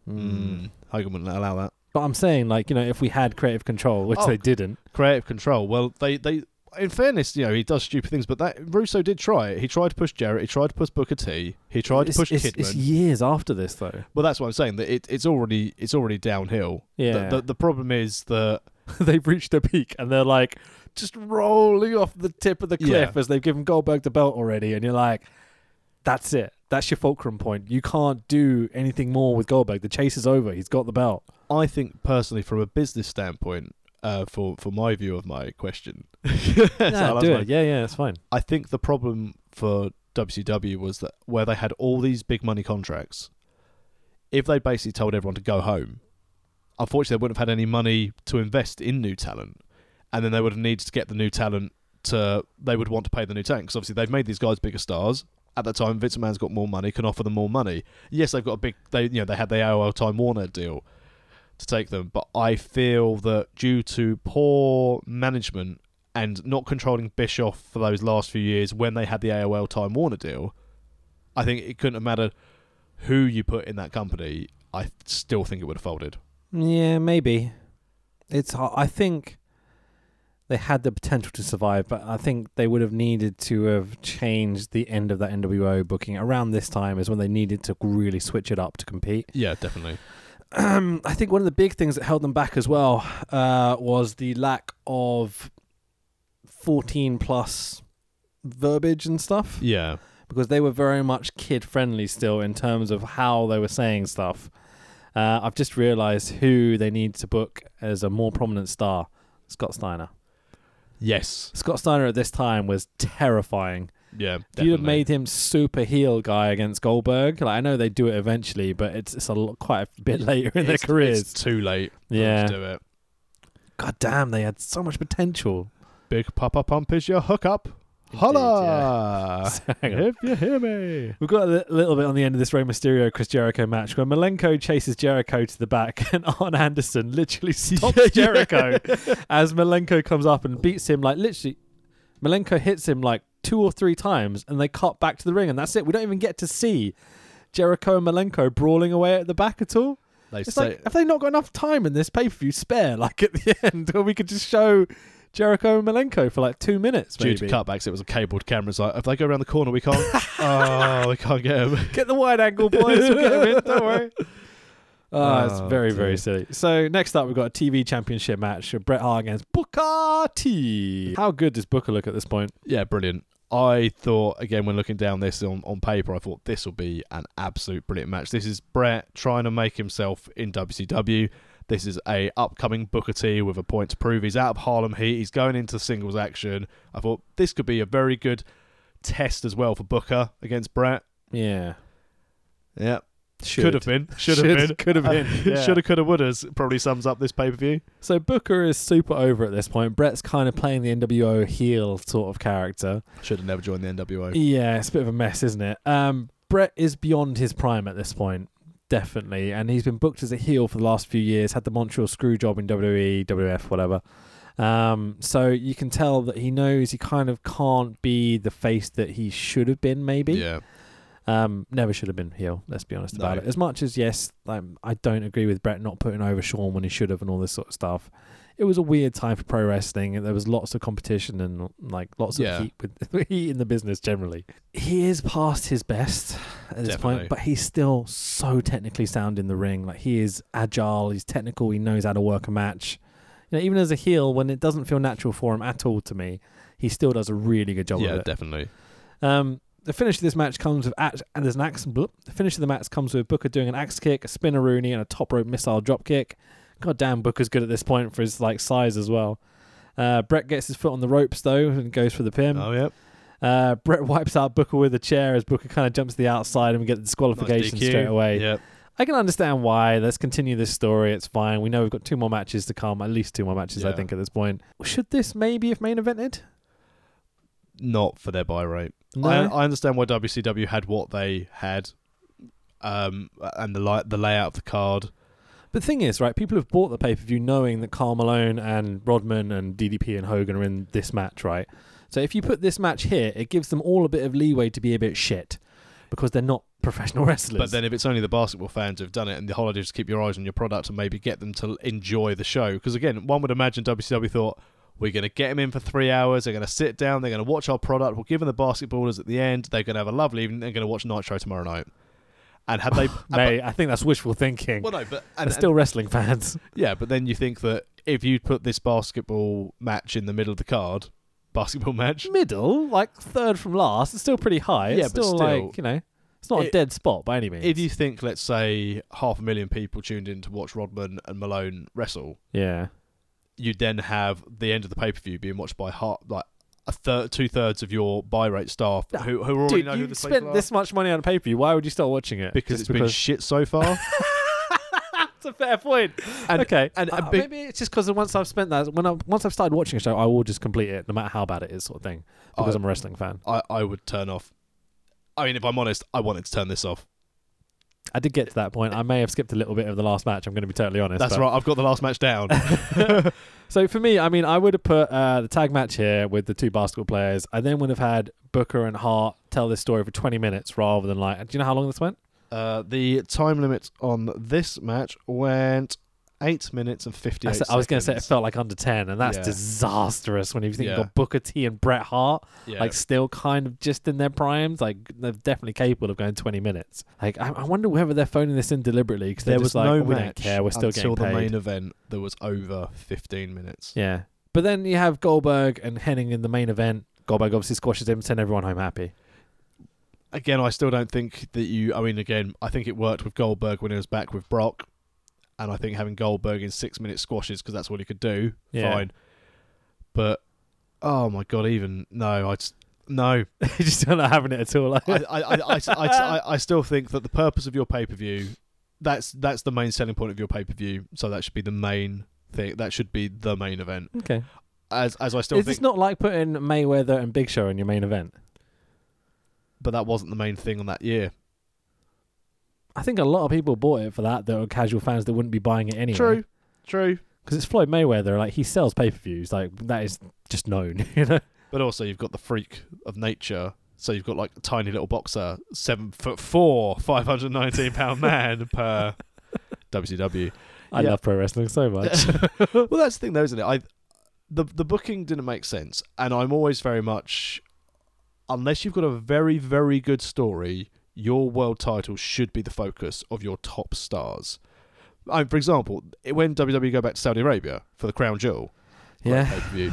A: Hmm.
B: Mm. Hogan wouldn't allow that.
A: But I'm saying, like, you know, if we had creative control, which
B: Oh,
A: they didn't.
B: creative control. Well, they they in fairness, you know, he does stupid things, but that Russo did try it. He tried to push Jarrett. He tried to push Booker T. He tried
A: it's,
B: to push
A: it's,
B: Kidman.
A: it's years after this though.
B: well, that's what I'm saying. That it, it's already it's already downhill. The-
A: Yeah.
B: The, the, problem is that
A: *laughs* they've reached their peak and they're like just rolling off the tip of the cliff
B: Yeah.
A: as they've given Goldberg the belt already, and you're like, that's it. That's your fulcrum point. You can't do anything more with Goldberg. The chase is over. He's got the belt.
B: I think personally, from a business standpoint, uh, for for my view of my question, *laughs*
A: Yeah, do it. Yeah, yeah, it's fine.
B: I think the problem for WCW was that where they had all these big money contracts, if they basically told everyone to go home, unfortunately they wouldn't have had any money to invest in new talent, and then they would have needed to get the new talent to they would want to pay the new talent because obviously they've made these guys bigger stars. At that time, Vince McMahon's got more money, can offer them more money. Yes, they've got a big they you know they had the AOL Time Warner deal to take them, but I feel that due to poor management and not controlling Bischoff for those last few years when they had the AOL Time Warner deal, I think it couldn't have mattered who you put in that company. I still think it would have folded.
A: Yeah, maybe. It's. har- I think they had the potential to survive, but I think they would have needed to have changed the end of that NWO booking around this time is when they needed to really switch it up to compete.
B: Yeah, definitely.
A: um, I think one of the big things that held them back as well uh, was the lack of 14 plus verbiage and stuff
B: Yeah.
A: because they were very much kid friendly still in terms of how they were saying stuff. Uh, I've just realised who they need to book as a more prominent star Scott Steiner.
B: Yes.
A: Scott Steiner at this time was terrifying.
B: Yeah.
A: If you'd have
B: definitely.
A: made him super heel guy against Goldberg, like I know they do it eventually, but it's it's a lot, quite a bit *laughs* later in their
B: It's-
A: careers.
B: it's too late. for them
A: yeah.
B: To do it.
A: God damn, they had so much potential.
B: Big Papa Pump is your hookup.
A: Indeed,
B: Holla!
A: *laughs* *laughs* Hang on.
B: *laughs* If you hear me.
A: We've got a li- little bit on the end of this Rey Mysterio Chris Jericho match where Malenko chases Jericho to the back *laughs* and Arn Anderson *laughs* literally stops Jericho as Malenko comes up and beats him like literally. Malenko hits him like two or three times and they cut back to the ring and that's it. We don't even get to see Jericho and Malenko brawling away at the back at all.
B: They
A: It's
B: say
A: like, have they not got enough time in this pay per view spare like at the *laughs* end where we could just show Jericho and Malenko for like two minutes
B: due
A: maybe?
B: to cutbacks, it was a cabled camera. It's like if they go around the corner, we can't. *laughs* oh, we can't get him.
A: Get the wide angle, boys. We'll get him in. Don't *laughs* worry. Oh, it's
B: Oh,
A: very, very
B: dear.
A: silly. So next up, we've got a TV championship match with Bret Hart against Booker T. How good does Booker look at this point?
B: Yeah, brilliant. I thought again when looking down this on, on paper, I thought this will be an absolute brilliant match. This is Brett trying to make himself in WCW. This is a upcoming Booker T with a point to prove. He's out of Harlem Heat. He's going into singles action. I thought this could be a very good test as well for Booker against Brett.
A: Yeah,
B: Yeah, could have been, should have
A: *laughs*
B: *laughs* been,
A: could have been. yeah.
B: should have, could have, would have. Probably sums up this pay per view.
A: So Booker is super over at this point. Bret's kind of playing the NWO heel sort of character.
B: Should have never joined the NWO.
A: Yeah, it's a bit of a mess, isn't it? Um, Brett is beyond his prime at this point, definitely, and he's been booked as a heel for the last few years. Had the Montreal screw job in WWE, WF, whatever. Um, so you can tell that he knows he kind of can't be the face that he should have been. Maybe
B: Yeah,
A: um, never should have been heel. Let's be honest about
B: No.
A: it. As much as yes, um, I don't agree with Brett not putting over Sean when he should have and all this sort of stuff. It was a weird time for pro wrestling. and There was lots of competition and like lots
B: Yeah.
A: of heat with *laughs* heat in the business generally. He is past his best at this
B: Definitely.
A: point, but he's still so technically sound in the ring. Like he is agile, he's technical, he knows how to work a match. You know, even as a heel, when it doesn't feel natural for him at all to me, he still does a really good job of
B: yeah,
A: it.
B: definitely.
A: Um, the finish of this match comes with act, and there's an axe. Bloop. The finish of the match comes with Booker doing an axe kick, a spinner Rooney, and a top rope missile drop kick. God damn, Booker's good at this point for his like size as well. Uh, Brett gets his foot on the ropes though and goes for the pin.
B: Oh yeah,
A: Uh, Brett *laughs* wipes out Booker with a chair as Booker kind of jumps to the outside and we get the disqualification
B: DQ.
A: straight away.
B: yeah.
A: I can understand why. Let's continue this story. It's fine. We know we've got two more matches to come, at least two more matches, I
B: Yeah.
A: think, at this point. Should this maybe have main evented?
B: Not for their buy rate.
A: No.
B: I, I understand why WCW had what they had, um, and the li- the layout of the card.
A: The thing is, right, people have bought the pay per view knowing that Carl Malone and Rodman and DDP and Hogan are in this match, right? So if you put this match here, it gives them all a bit of leeway to be a bit shit because they're not professional *laughs* wrestlers.
B: But then, if it's only the basketball fans who've done it, and the holiday is to keep your eyes on your product and maybe get them to enjoy the show, because again, one would imagine WCW thought we're going to get them in for three hours. They're going to sit down. They're going to watch our product. We'll give them the basketballers at the end. They're going to have a lovely evening. They're going to watch Nitro tomorrow night. And had
A: *sighs*
B: they,
A: Mate, I think that's wishful thinking.
B: uh, well, no, but
A: they're
B: and,
A: still wrestling fans. *laughs*
B: Yeah, but then you think that if you put this basketball match in the middle of the card, basketball match,
A: Middle, like third from last, it's still pretty high. It's
B: Yeah, but
A: still,
B: still-
A: like, you know, it's not a
B: It-
A: dead spot by any means.
B: if you think, let's say, half a million people tuned in to watch Rodman and Malone wrestle,
A: yeah.
B: you then have the end of the pay per view being watched by half, like a third, two thirds of your buy rate staff
A: No,
B: who, who already
A: Dude,
B: know who
A: you
B: the
A: spent
B: people
A: this
B: are
A: much money on a pay per view. Why would you start watching it?
B: because
A: Just
B: it's been shit so far. *laughs*
A: That's a fair point.
B: And-
A: okay,
B: and a
A: Uh,
B: big-
A: maybe it's just because once I've spent that, when I once I've started watching a show, I will just complete it, no matter how bad it is, sort of thing, because
B: I-
A: I'm a wrestling fan.
B: I, I would turn off. I mean, if I'm honest, I wanted to turn this off.
A: I did get to that point. I may have skipped a little bit of the last match. I'm going to be totally honest.
B: That's
A: but-
B: right. I've got the last
A: *laughs*
B: match down.
A: So for me, I mean, I would have put uh, the tag match here with the two basketball players. I then would have had Booker and Hart tell this story for 20 minutes rather than like. Do you know how long this went?
B: Uh, the time limit on this match went eight minutes and fifty.
A: I, said- I was going to say it felt like under 10, and that's
B: Yeah.
A: disastrous. When you think
B: Yeah.
A: you've got Booker T and Bret Hart,
B: yeah.
A: like still kind of just in their primes. Like they're definitely capable of going 20 minutes. Like I, I wonder whether they're phoning this in deliberately because
B: there
A: they're
B: was
A: just like, "Oh,
B: no
A: we
B: match
A: don't care, we're still getting
B: until the
A: paid.
B: main event that was over fifteen minutes.
A: yeah. But then you have Goldberg and Henning in the main event. Goldberg obviously squashes him, send everyone home happy. *laughs*
B: Again, I still don't think that you. I mean, again, I think it worked with Goldberg when he was back with Brock, and I think having Goldberg in six minute squashes because that's what he could do.
A: Yeah.
B: Fine, but oh my god, even no, I just- no,
A: you just not having it at all. Like,
B: I,
A: *laughs*
B: I, I, I, I, I still think that the purpose of your pay per view, that's that's the main selling point of your pay per view. So that should be the main thing. That should be the main event.
A: okay.
B: As as I still
A: Is
B: think,
A: this not like putting Mayweather and Big Show in your main event?
B: but that wasn't the main thing on that year.
A: I think a lot of people bought it for that. That were casual fans that wouldn't be buying it anyway.
B: True, true.
A: because it's Floyd Mayweather. Like he sells pay per views. Like that is just known. *laughs* You know.
B: But also, you've got the freak of nature. So you've got like a tiny little boxer, seven foot four, five hundred nineteen pound man per WCW.
A: I
B: Yeah.
A: love pro wrestling so *laughs* much.
B: *laughs* well, that's the thing, though, isn't it? I the the booking didn't make sense, and I'm always very much, unless you've got a very very good story, your world title should be the focus of your top stars. I for example, when WWE go back to Saudi Arabia for the crown jewel,
A: yeah.
B: pay per view,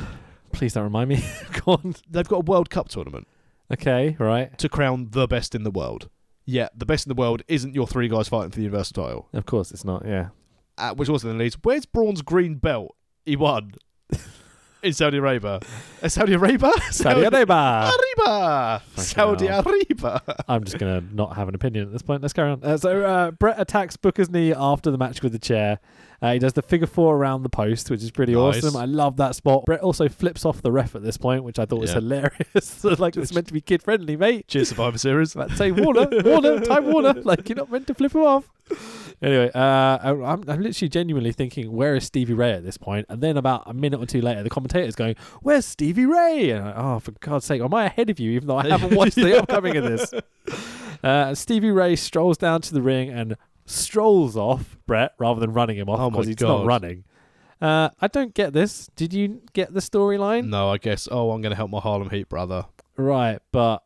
A: Please don't remind me. *laughs* Go on.
B: they've got a World Cup tournament.
A: Okay. Right.
B: to crown the best in the world. Yeah, the best in the world isn't your three guys fighting for the Universal title,
A: Of course, it's not.
B: *laughs*
A: Yeah.
B: uh, which also then leads. Where's Braun's green belt? He *laughs* won in Saudi Arabia. Uh, *laughs* Saudi Arabia?
A: Saudi Arabia.
B: Arabia!
A: Fucking
B: Saudi
A: hell.
B: Arabia!
A: I'm just gonna not have an opinion at this point. Let's carry on. Uh, so uh, Brett attacks Booker's knee after the match with the chair. Uh, he does the figure four around the post, which is pretty
B: Nice.
A: awesome. I love that spot. Brett also flips off the ref at this point, which I thought was
B: Yeah.
A: hilarious. *laughs* like it's meant to be kid friendly, mate.
B: Cheers, Survivor *laughs* Series.
A: Like, say Warner, Warner, Time
B: *laughs*
A: Warner. Like you're not meant to flip him off. Anyway, uh, I- I'm, I'm literally genuinely thinking, where is Stevie Ray at this point? And then about a minute or two later, the commentator's going, "Where's Stevie Ray?" And I, oh, for God's sake, am I ahead of you? Even though I haven't watched
B: *laughs*
A: the upcoming of this. Uh, Stevie Ray strolls down to the ring and strolls off Brett rather than running him
B: Oh
A: off
B: my
A: because he's
B: God.
A: not running. Uh, I don't get this. Did you get the storyline?
B: No, I guess. Oh, I'm going to help my Harlem Heat brother.
A: Right, but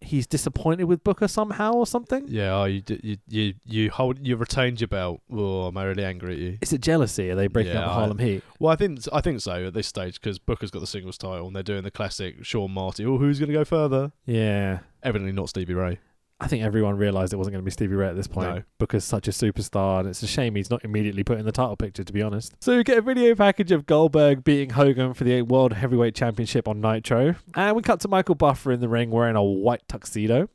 A: he's disappointed with Booker somehow or something.
B: Yeah, oh, you, did- you you you hold you retained your belt. Oh, I'm really angry at you.
A: Is it jealousy? Are they breaking
B: Yeah,
A: up the
B: I-
A: Harlem Heat?
B: Well, I think I think so at this stage because Booker's got the singles title and they're doing the classic Shawn Marty. Oh, who's going to go further?
A: Yeah.
B: Evidently not Stevie Ray.
A: I think everyone realised it wasn't going to be Stevie Ray at this point
B: No.
A: because such a superstar, and it's a shame he's not immediately put in the title picture, to be honest. So we get a video package of Goldberg beating Hogan for the World Heavyweight Championship on Nitro, and we cut to Michael Buffer in the ring wearing a white tuxedo.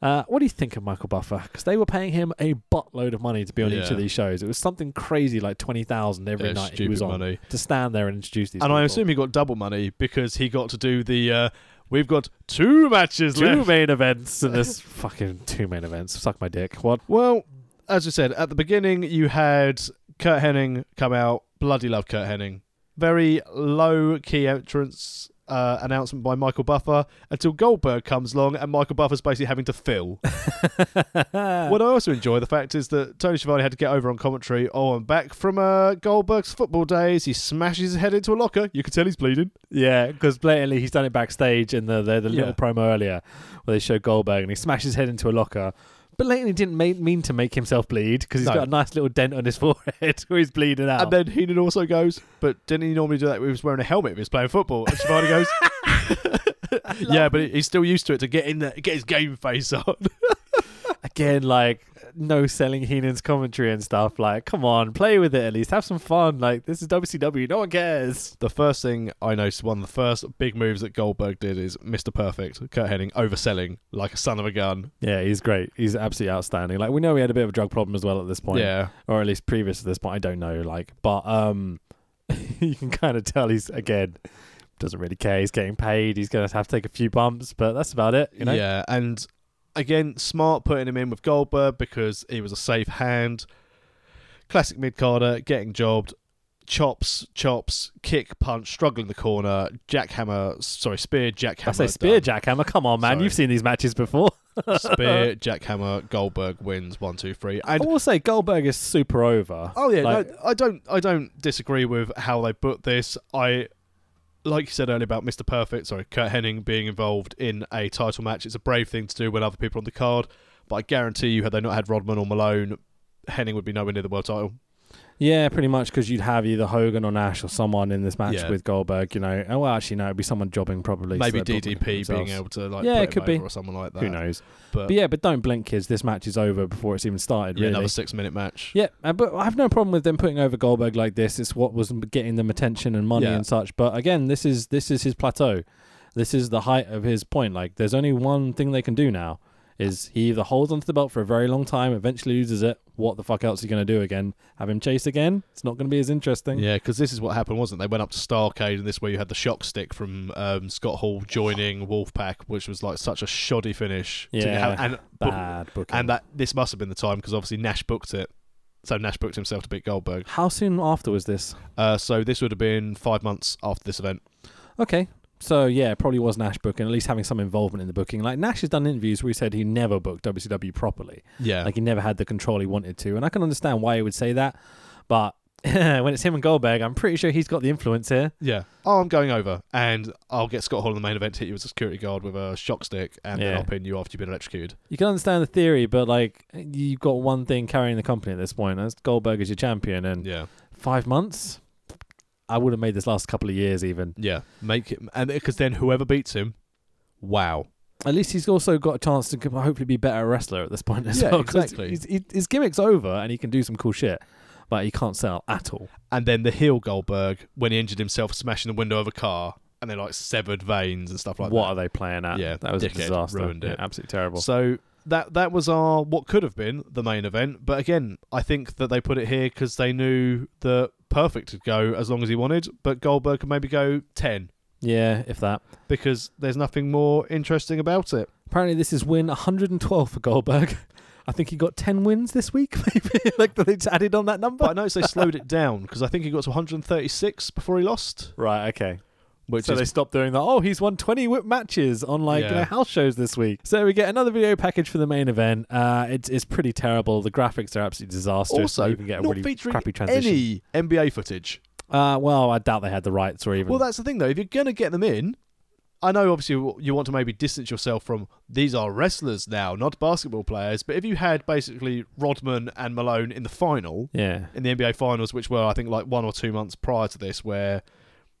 A: Uh, what do you think of Michael Buffer? Because they were paying him a buttload of money to be on each
B: Yeah.
A: of these shows. It was something crazy, like twenty thousand every
B: Yeah,
A: night he
B: stupid
A: was on
B: money.
A: to stand there and introduce these.
B: And I
A: people.
B: assume he got double money because he got to do the. Uh, we've got two matches
A: two
B: left.
A: main events and this fucking two main events. Suck my dick. *laughs* What?
B: well, as I said at the beginning, you had Kurt Hennig come out. Bloody love Kurt Hennig. Very low key entrance uh, announcement by Michael Buffer until Goldberg comes along and Michael Buffer's basically having to fill. what I also enjoy the fact is that Tony Schiavone had to get over on commentary. Oh, I'm back from uh, Goldberg's football days. He smashes his head into a locker. You can tell he's bleeding.
A: Yeah, because blatantly he's done it backstage in the the, the
B: Yeah.
A: little promo earlier where they show Goldberg and he smashes his head into a locker. Blatantly didn't ma- mean to make himself bleed because he's
B: No.
A: got a nice little dent on his *laughs* forehead where he's bleeding out. *laughs*
B: And then Heenan also goes, but didn't he normally do that? when He was wearing a helmet if he was playing football. And Shivani goes, *laughs* yeah, but he- he's still used to it to get in there, get his game face on.
A: *laughs*
B: *laughs*
A: Again, like no selling Heenan's commentary and stuff. Like, come on, play with it at least, have some fun. Like, this is WCW, no one cares.
B: The first thing I noticed, one of the first big moves that Goldberg did is Mr. Perfect, Kurt Henning, overselling like a son of a gun.
A: Yeah, he's great. He's absolutely outstanding. Like, we know he had a bit of a drug problem as well at this point.
B: Yeah.
A: or at least previous to this point. I don't know, like, but um, *laughs* you can kind of tell he's again doesn't really care. He's getting paid. He's gonna have to take a few bumps, but that's about it. You know,
B: Yeah. And again, smart putting him in with Goldberg because he was a safe hand. Classic mid carder, getting jobbed. Chops, chops, kick, punch, struggle in the corner, jackhammer, sorry, spear, jackhammer.
A: I say spear
B: done.
A: jackhammer. Come on, man,
B: Sorry.
A: you've seen these matches before.
B: *laughs* Spear, Jackhammer, Goldberg wins one, two, three.
A: I *laughs*
B: And
A: will say Goldberg is super over.
B: oh yeah,
A: like,
B: no, I don't, I don't disagree with how they put this. I, like you said earlier about Mr. Perfect, sorry, Kurt Hennig being involved in a title match. It's a brave thing to do when other people are on the card, but I guarantee you, had they not had Rodman or Malone, Henning would be nowhere near the world title.
A: Yeah, pretty much because you'd have either Hogan or Nash or someone in this match
B: Yeah.
A: with Goldberg. You know, oh well, actually no, it'd be someone jobbing probably. so
B: Maybe
A: they're booking it
B: DDP being
A: themselves.
B: able to like
A: Yeah, it
B: put him
A: could be.
B: over or someone like that.
A: Who knows?
B: But,
A: But yeah, but don't blink, kids. This match is over before it's even started.
B: yeah,
A: Really.
B: another six minute match.
A: Yeah, uh, but I have no problem with them putting over Goldberg like this. It's what was getting them attention and money
B: Yeah.
A: and such. But again, this is this is his plateau. This is the height of his point. Like, there's only one thing they can do now: is he either holds onto the belt for a very long time, eventually loses it. What the fuck else are you going to do again? Have him chase again? It's not going to be as interesting.
B: Yeah, because this is what happened, wasn't it? They went up to Starcade, and this is where you had the shock stick from um, Scott Hall joining Wolfpack, which was like such a shoddy finish. to
A: Yeah,
B: have- and,
A: Bad booking.
B: and that this must have been the time because obviously Nash booked it, so Nash booked himself to beat Goldberg.
A: How soon after was this?
B: Uh, so this would have been five months after this event.
A: Okay. So yeah, it probably was Nash booking, at least having some involvement in the booking. Like Nash has done interviews where he said he never booked WCW properly.
B: Yeah,
A: Like he never had the control he wanted to. And I can understand why he would say that. But *laughs* when it's him and Goldberg, I'm pretty sure he's got the influence here.
B: yeah. Oh, I'm going over, and I'll get Scott Hall in the main event to hit you as a security guard with a shock stick, and then
A: Yeah.
B: I'll pin you after you've been electrocuted.
A: You can understand the theory, but like you've got one thing carrying the company at this point. and That's Goldberg is your champion. And
B: Yeah,
A: five months? I would have made this last couple of years even.
B: yeah. Make it, and because then whoever beats him, wow.
A: At least he's also got a chance to hopefully be better wrestler at this point as
B: Yeah,
A: well. 'cause
B: exactly.
A: he's- he- his gimmick's over and he can do some cool shit, but he can't sell at all.
B: and then the heel Goldberg when he injured himself smashing the window of a car and then like severed veins and stuff like
A: what
B: that.
A: are they playing at?
B: Yeah,
A: that was a
B: dickhead,
A: disaster.
B: ruined
A: Yeah,
B: it.
A: absolutely terrible.
B: So that that was our what could have been the main event, but again, I think that they put it here because they knew that Perfect could go as long as he wanted, but Goldberg could maybe go ten
A: yeah, if that.
B: because there's nothing more interesting about it.
A: Apparently, this is win 112 for Goldberg. *laughs* I think he got 10 wins this week, *laughs* maybe. like they just added on that number.
B: But I noticed they slowed it *laughs* down because I think he got to 136 before he lost,
A: Right, okay.
B: which
A: so
B: is
A: they stopped doing that. Oh, he's won 20 whip matches on like you
B: Yeah.
A: know, house shows this week. So we get another video package for the main event. Uh, it's, it's pretty terrible. The graphics are absolutely disastrous.
B: also
A: you can get a
B: not
A: really
B: featuring
A: crappy transition.
B: any NBA footage.
A: Uh, well, I doubt they had the rights or even.
B: Well, that's the thing, though. If you're going to get them in, I know obviously you- you want to maybe distance yourself from these are wrestlers now, not basketball players. But if you had basically Rodman and Malone in the final,
A: yeah.
B: in the NBA finals, which were, I think, like one or two months prior to this, where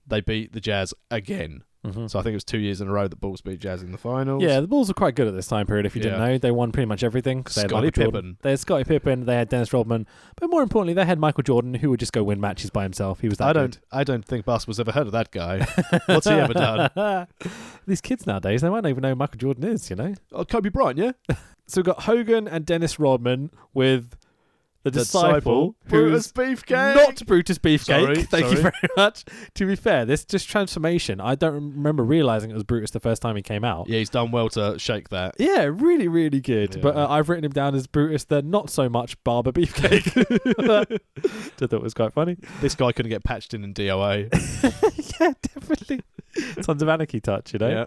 B: they beat the Jazz again.
A: Mhm.
B: So I think it was two years in a row that Bulls beat Jazz in the finals.
A: Yeah, the Bulls were quite good at this time period. If you didn't
B: Yeah.
A: know, they won pretty much everything. 'cause They had
B: Scottie
A: Michael Jordan.
B: Pippen.
A: They had Scottie Pippen. They had Dennis Rodman. But more importantly, they had Michael Jordan, who would just go win matches by himself. He was that.
B: I
A: good.
B: don't. I don't think basketball's ever heard of
A: *laughs*
B: that guy. What's he ever done?
A: These kids nowadays, they might not even know who Michael Jordan is, you know?
B: Oh, Kobe Bryant, yeah.
A: So we've got Hogan and Dennis Rodman with the, disciple, who's
B: Brutus Beefcake.
A: not Brutus Beefcake.
B: Sorry,
A: Thank you
B: sorry.
A: very *laughs* much. To be fair, this just transformation, I don't remember realizing it was Brutus the first time he came out.
B: Yeah, he's done well to shake that.
A: Yeah, really, really good. But
B: Yeah.
A: uh, I've written him down as Brutus the not so much Barber Beefcake. *laughs* I thought it was quite funny.
B: This guy couldn't get patched in in DOA.
A: yeah, definitely. Sons of Anarchy touch, you know?
B: Yeah.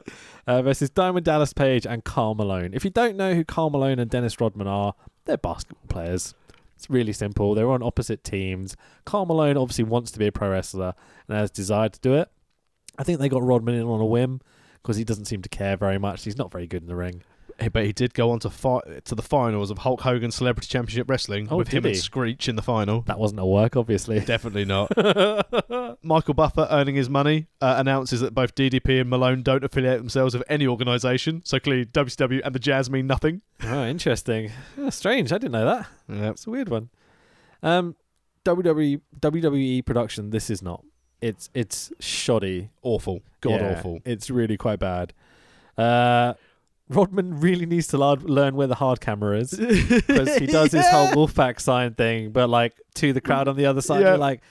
A: Uh, versus Diamond Dallas Page and Carl Malone. If you don't know who Carl Malone and Dennis Rodman are, they're basketball players. It's really simple. They're on opposite teams. Carl Malone obviously wants to be a pro wrestler and has desired to do it. I think they got Rodman in on a whim because he doesn't seem to care very much. He's not very good in the ring.
B: Hey, but he did go on to fight to the finals of Hulk Hogan Celebrity Championship Wrestling
A: Oh,
B: with him
A: did
B: and
A: he?
B: Screech in the final.
A: That wasn't a work, obviously.
B: Definitely not. *laughs*
A: Oh,
B: Michael Buffer, earning his money, uh, announces that both DDP and Malone don't affiliate themselves with any organisation. So clearly, WCW and the Jazz mean nothing.
A: oh, interesting. Oh, strange. I didn't know that.
B: Yeah.
A: It's a weird one. Um, E, WWE WWE production. This is not. It's it's shoddy.
B: Awful. God
A: Yeah, *laughs*
B: awful.
A: It's really quite bad. Uh, Rodman really needs to lar- learn where the hard camera is because he does
B: *laughs*
A: his whole Wolfpack sign thing, but like to the crowd on the other side,
B: Yeah.
A: you're like,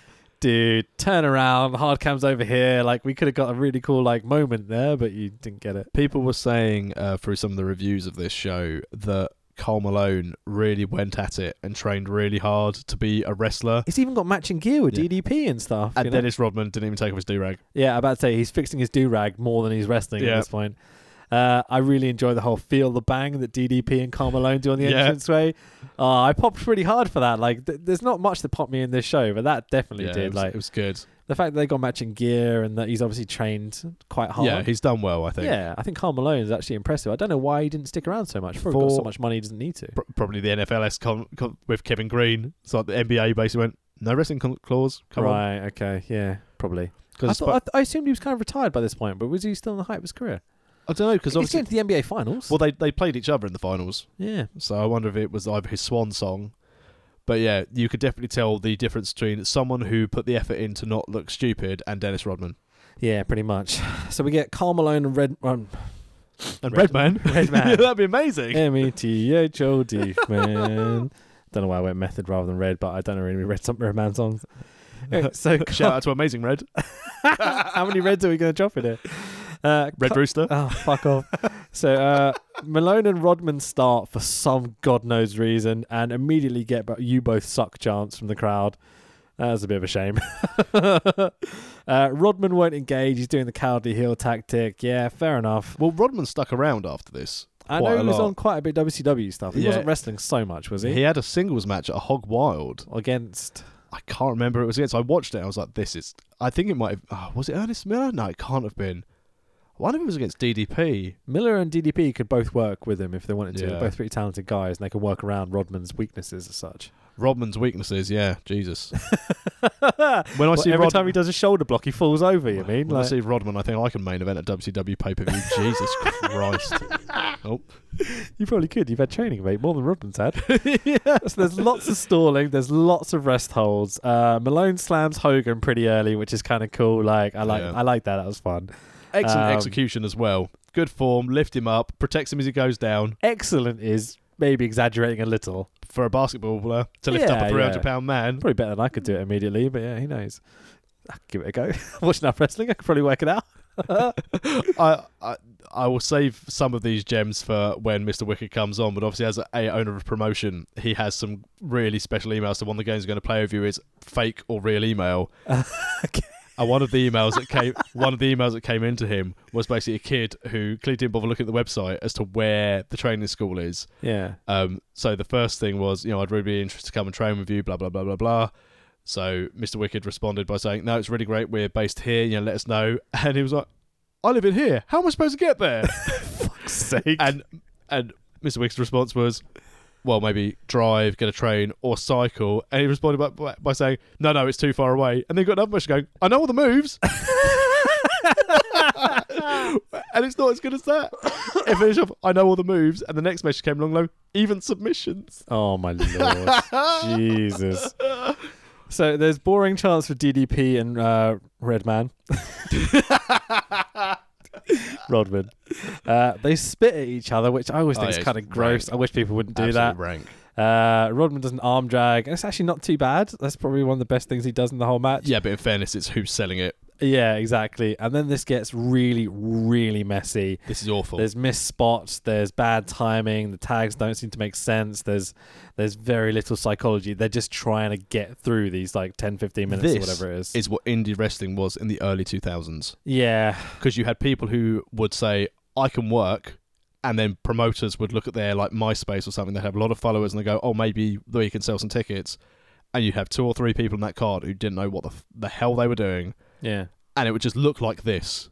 A: dude, turn around, hard cam's over here. Like we could have got a really cool like moment there, but you didn't get it.
B: People were saying uh, through some of the reviews of this show that Carl Malone really went at it and trained really hard to be a wrestler.
A: He's even got matching gear with
B: Yeah.
A: DDP and stuff.
B: And
A: you know?
B: Dennis Rodman didn't even take off his do rag.
A: Yeah, I'm about to say he's fixing his do rag more than he's wrestling
B: Yeah.
A: at this point. Uh, I really enjoy the whole feel the bang that DDP and Carmelo do on the
B: Yeah.
A: entranceway. Uh, I popped pretty hard for that. Like, th- there's not much that popped me in this show, but that definitely
B: it
A: did.
B: was-
A: like
B: it was good.
A: the fact that they got matching gear and that he's obviously trained quite hard.
B: Yeah, he's done well, I think.
A: yeah. I think Carl Malone is actually impressive. I don't know why he didn't stick around so much. Probably got
B: For-
A: so much money he doesn't need to.
B: Pr- probably the NFLS con- con- with Kevin Green. So like the NBA basically went, No wrestling con- clause. Come on.
A: right. Okay. Yeah. Probably.
B: 'Cause
A: I,
B: it's
A: thought, I, th- I assumed he was kind of retired by this point, but was he still in the height of his career?
B: I don't know because
A: He's
B: obviously,
A: going to the NBA Finals.
B: well, they they played each other in the finals,
A: yeah.
B: so I wonder if it was either his swan song. But yeah, you could definitely tell the difference between someone who put the effort in to not look stupid and Dennis Rodman
A: Yeah. Pretty much. *sighs* So we get Carl Malone and Red. Um,
B: and
A: Red-
B: Redman.
A: Redman.
B: *laughs* yeah, that'd be amazing.
A: M E T H O D man. Don't know why I went method rather than red, but I don't know really read some Red Man songs. Anyway, *laughs* So
B: Shout out to Amazing Red,
A: how many reds are we going to drop in here? Uh, *laughs*
B: Red Rooster.
A: Oh, fuck off. So uh, Malone and Rodman start for some god knows reason and immediately get but you both suck chance from the crowd. That's a bit of a shame. *laughs* uh, Rodman won't engage. He's doing the cowardly heel tactic. Yeah, fair enough.
B: Well, Rodman stuck around after this.
A: I
B: Quite
A: know
B: a
A: he was
B: lot.
A: on quite a bit of WCW stuff. He
B: Yeah.
A: wasn't wrestling so much, was he?
B: He had a singles match at Hog Wild.
A: Against
B: I can't remember who it was against. I watched it. and I was like, this is. I think it might have. Oh, was it Ernest Miller? No, it can't have been. I wonder if it was against DDP.
A: Miller and DDP could both work with him if they wanted to.
B: Yeah.
A: They're both pretty talented guys, and they can work around Rodman's weaknesses as such. *laughs*
B: Rodman's weaknesses. Yeah, Jesus.
A: well,
B: When I see
A: every
B: Rod-
A: time
B: *laughs*
A: he does a shoulder block, he falls over. You mean?
B: when I
A: Like-
B: see Rodman, I think I can main event at WCW pay
A: *laughs*
B: per view. Jesus Christ. Oh,
A: You probably could. You've had training, mate, more than Rodman's
B: *laughs*
A: had. So there's lots of stalling. There's lots of rest holds. Uh, Malone slams Hogan pretty early, which is kind of cool. Like I like
B: Yeah.
A: I like that. That was fun.
B: excellent
A: Um,
B: execution as well. Good form. Lift him up. Protects him as he goes down.
A: Excellent is maybe exaggerating a little.
B: For a basketball player to lift up
A: Yeah,
B: a
A: yeah.
B: 300 hundred pound man.
A: Probably better than I could do it immediately, but yeah, who knows? I could give it a go. *laughs* Watching enough wrestling, I could probably work it out.
B: I, I I will save some of these gems for when Mr. Wicked comes on, but obviously as a, a owner of promotion, he has some really special emails. The one the game's going to play with you is fake or real email.
A: okay.
B: And one of the emails that came one of the emails that came into him was basically a kid who clearly didn't bother looking at the website as to where the training school is.
A: Yeah.
B: Um, so the first thing was, you know, I'd really be interested to come and train with you, blah blah blah blah blah. So Mr. Wicked responded by saying, "No, it's really great. We're based here. You know, let us know." *laughs* And he was like, "I live in here. How am I supposed to get
A: *laughs*
B: there?"
A: Sake. *laughs*
B: and and Mr. Wicked's response was, "Well, maybe drive, get a train, or cycle." And he responded by- by, by saying, "No, no, it's too far away." And then he got another message going, "I know all the moves."
A: *laughs*
B: and it's not as good as that. It finished off, I know all the moves, and the next message came along, though, even submissions.
A: Oh my lord, Jesus! So there's boring chance for DDP and uh, Redman, *laughs* Rodman. Uh, they spit at each other, which I always
B: Oh,
A: think
B: yeah,
A: is
B: it's
A: kind of gross.
B: rank.
A: I wish people wouldn't do
B: Absolute
A: that.
B: rank.
A: Uh, Rodman does an arm drag, and it's actually not too bad. That's probably one of the best things he does in the whole match.
B: Yeah, but in fairness, it's who's selling it.
A: Yeah, exactly. And then this gets really, really messy.
B: This is awful.
A: There's missed spots. There's bad timing. The tags don't seem to make sense. There's there's very little psychology. They're just trying to get through these like 10, 15 minutes or
B: This
A: whatever it is.
B: is what indie wrestling was in the early 2000s.
A: yeah,
B: because you had people who would say I can work, and then promoters would look at their like MySpace or something. They have a lot of followers, and they go, "Oh, maybe we can sell some tickets." And you have two or three people in that card who didn't know what the, f- the hell they were doing,
A: yeah.
B: and it would just look like this,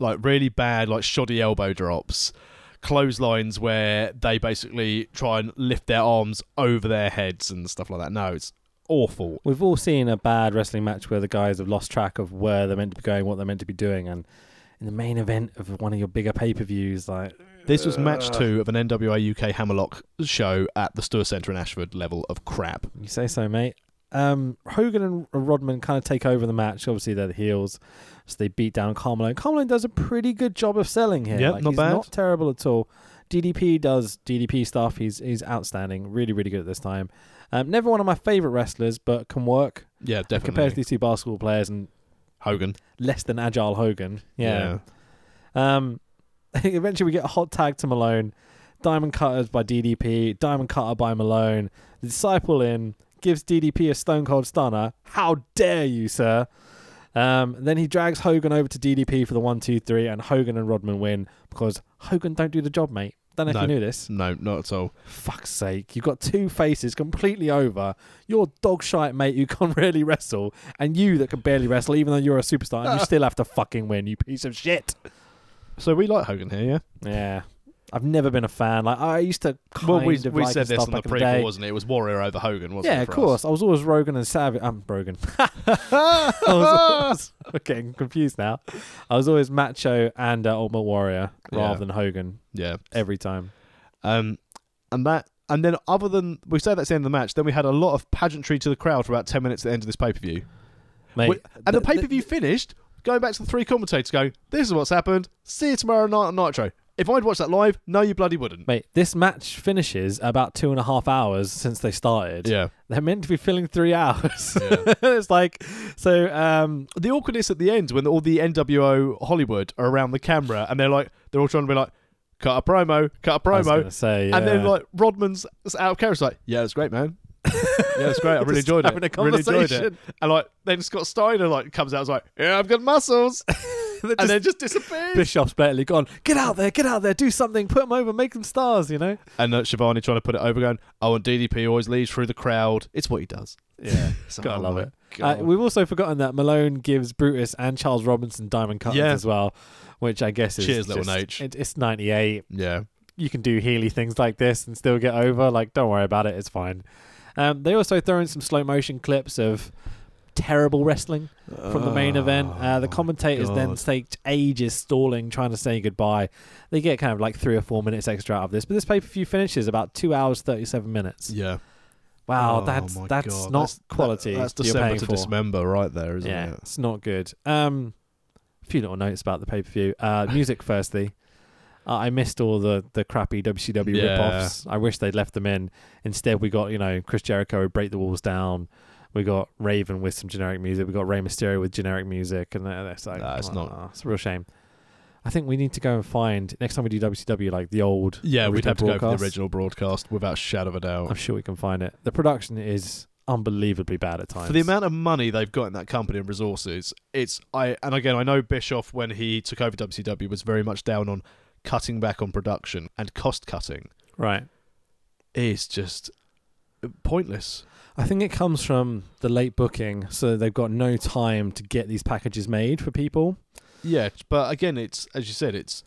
B: like really bad, like shoddy elbow drops, clotheslines where they basically try and lift their arms over their heads and stuff like that. No, it's awful.
A: We've all seen a bad wrestling match where the guys have lost track of where they're meant to be going, what they're meant to be doing, and in the main event of one of your bigger pay per views, like
B: This was match two of an NWA UK Hammerlock show at the Stuart Centre in Ashford level of crap.
A: You say so, mate. Um, Hogan and Rodman kind of take over the match. Obviously, they're the heels, so they beat down Carmelo. Carmelo does a pretty good job of selling here.
B: Yeah,
A: Like,
B: not
A: he's
B: bad.
A: Not terrible at all. DDP does DDP stuff. He's he's outstanding. Really, really good at this time. Um, never one of my favorite wrestlers, but can work
B: Yeah, definitely.
A: compared to these two basketball players and
B: Hogan.
A: less than agile Hogan. Yeah. Um, *laughs* eventually, we get a hot tag to Malone. Diamond cutters by DDP. Diamond cutter by Malone. The disciple in gives DDP a stone cold stunner. How dare you, sir? Um, then he drags Hogan over to DDP for the one, two, three, and Hogan and Rodman win because Hogan don't do the job, mate. Don't know if
B: No.
A: you knew this.
B: No, not at all.
A: Fuck's sake. You've got two faces completely over. Your dog shite mate who can't *laughs* really wrestle, and you that can barely wrestle, even though you're a superstar, and you still have to fucking win, you piece of shit.
B: So we like Hogan here, yeah?
A: Yeah. I've never been a fan. Like I used to kind
B: Well, we,
A: of
B: we
A: like
B: said this
A: stuff
B: on the
A: back in the day.
B: prequel, wasn't it? It was Warrior over Hogan, wasn't it?
A: yeah, of
B: for us?
A: course. I was always Rogan and Savage. I'm
B: *laughs*
A: Rogan. I was
B: I
A: always, *laughs* I'm getting confused now. I was always Macho and uh, Ultimate Warrior rather
B: Yeah.
A: than Hogan
B: yeah.
A: every time.
B: Um, and that, and then other than we say that's the end of the match, then we had a lot of pageantry to the crowd for about ten minutes at the end of this pay per view.
A: Mate,
B: Wait, and the
A: th-
B: pay per view finished. Going back to the three commentators, go. This is what's happened. See you tomorrow night on Nitro. If I'd watched that live, no, you bloody wouldn't.
A: Mate, this match finishes about two and a half hours since they started.
B: Yeah.
A: They're meant to be filling three *laughs* hours.
B: Yeah.
A: it's like, so, um,
B: The awkwardness at the end when all the NWO Hollywood are around the camera and they're like, they're all trying to be like, cut a promo, cut a
A: I was
B: promo,
A: gonna say,
B: and then
A: yeah.
B: like Rodman's out of character, like, yeah, it's great, man. yeah, it's *laughs* great. I really
A: Just
B: enjoyed
A: having a
B: it. Really enjoyed it.
A: conversation.
B: And like then Scott Steiner like comes out, and is like, yeah, I've got *laughs* muscles,
A: *laughs* They're
B: and
A: just-
B: then just disappears.
A: Bishop's blatantly gone. Get out there, get out there, do something, put them over, make them stars. You know.
B: *laughs* and uh, Shivani trying to put it over, going, "Oh, and DDP always leaves through the crowd. It's what he does."
A: Yeah,
B: *laughs* So,
A: gotta
B: oh
A: love
B: my
A: it. Uh,
B: God.
A: we've also forgotten that Malone gives Brutus and Charles Robinson diamond cutters
B: Yeah.
A: as well, which I guess is
B: Cheers, little
A: just-
B: Nate.
A: It, it's ninety eight.
B: yeah,
A: You can do Healy things like this and still get over. Like, don't worry about it. It's fine. Um, they also throw in some slow motion clips of terrible wrestling from the main event. Uh, the commentators then
B: Oh, God.
A: take ages stalling, trying to say goodbye. They get kind of like three or four minutes extra out of this, but this pay per view finishes about two hours thirty seven minutes.
B: yeah.
A: Wow,
B: Oh
A: that's
B: my
A: that's not
B: God. That's- that-
A: quality.
B: that's
A: you're
B: December
A: paying
B: to
A: for.
B: Dismember, right there, isn't
A: Yeah,
B: it?
A: it's not good. Um, a few little notes about the pay per view.
B: *laughs*
A: Uh, music, firstly. Uh, I missed all the, the crappy WCW
B: Yeah.
A: rip-offs. I wish they'd left them in. Instead, we got, you know, Chris Jericho would break the walls down. We got Raven with some generic music. We got Rey Mysterio with generic music. And uh, that's like,
B: Nah, it's not-
A: uh, It's a real shame. I think we need to go and find, next time we do WCW, like the old.
B: Yeah, we'd
A: original
B: have to go for
A: broadcast.
B: the original broadcast without a shadow of a doubt.
A: I'm sure we can find it. The production is unbelievably bad at times.
B: For the amount of money they've got in that company and resources, it's I and again I know Bischoff when he took over WCW was very much down on cutting back on production and cost cutting.
A: Right.
B: It's just pointless.
A: I think it comes from the late booking, so they've got no time to get these packages made for people.
B: Yeah, but again, it's as you said, it's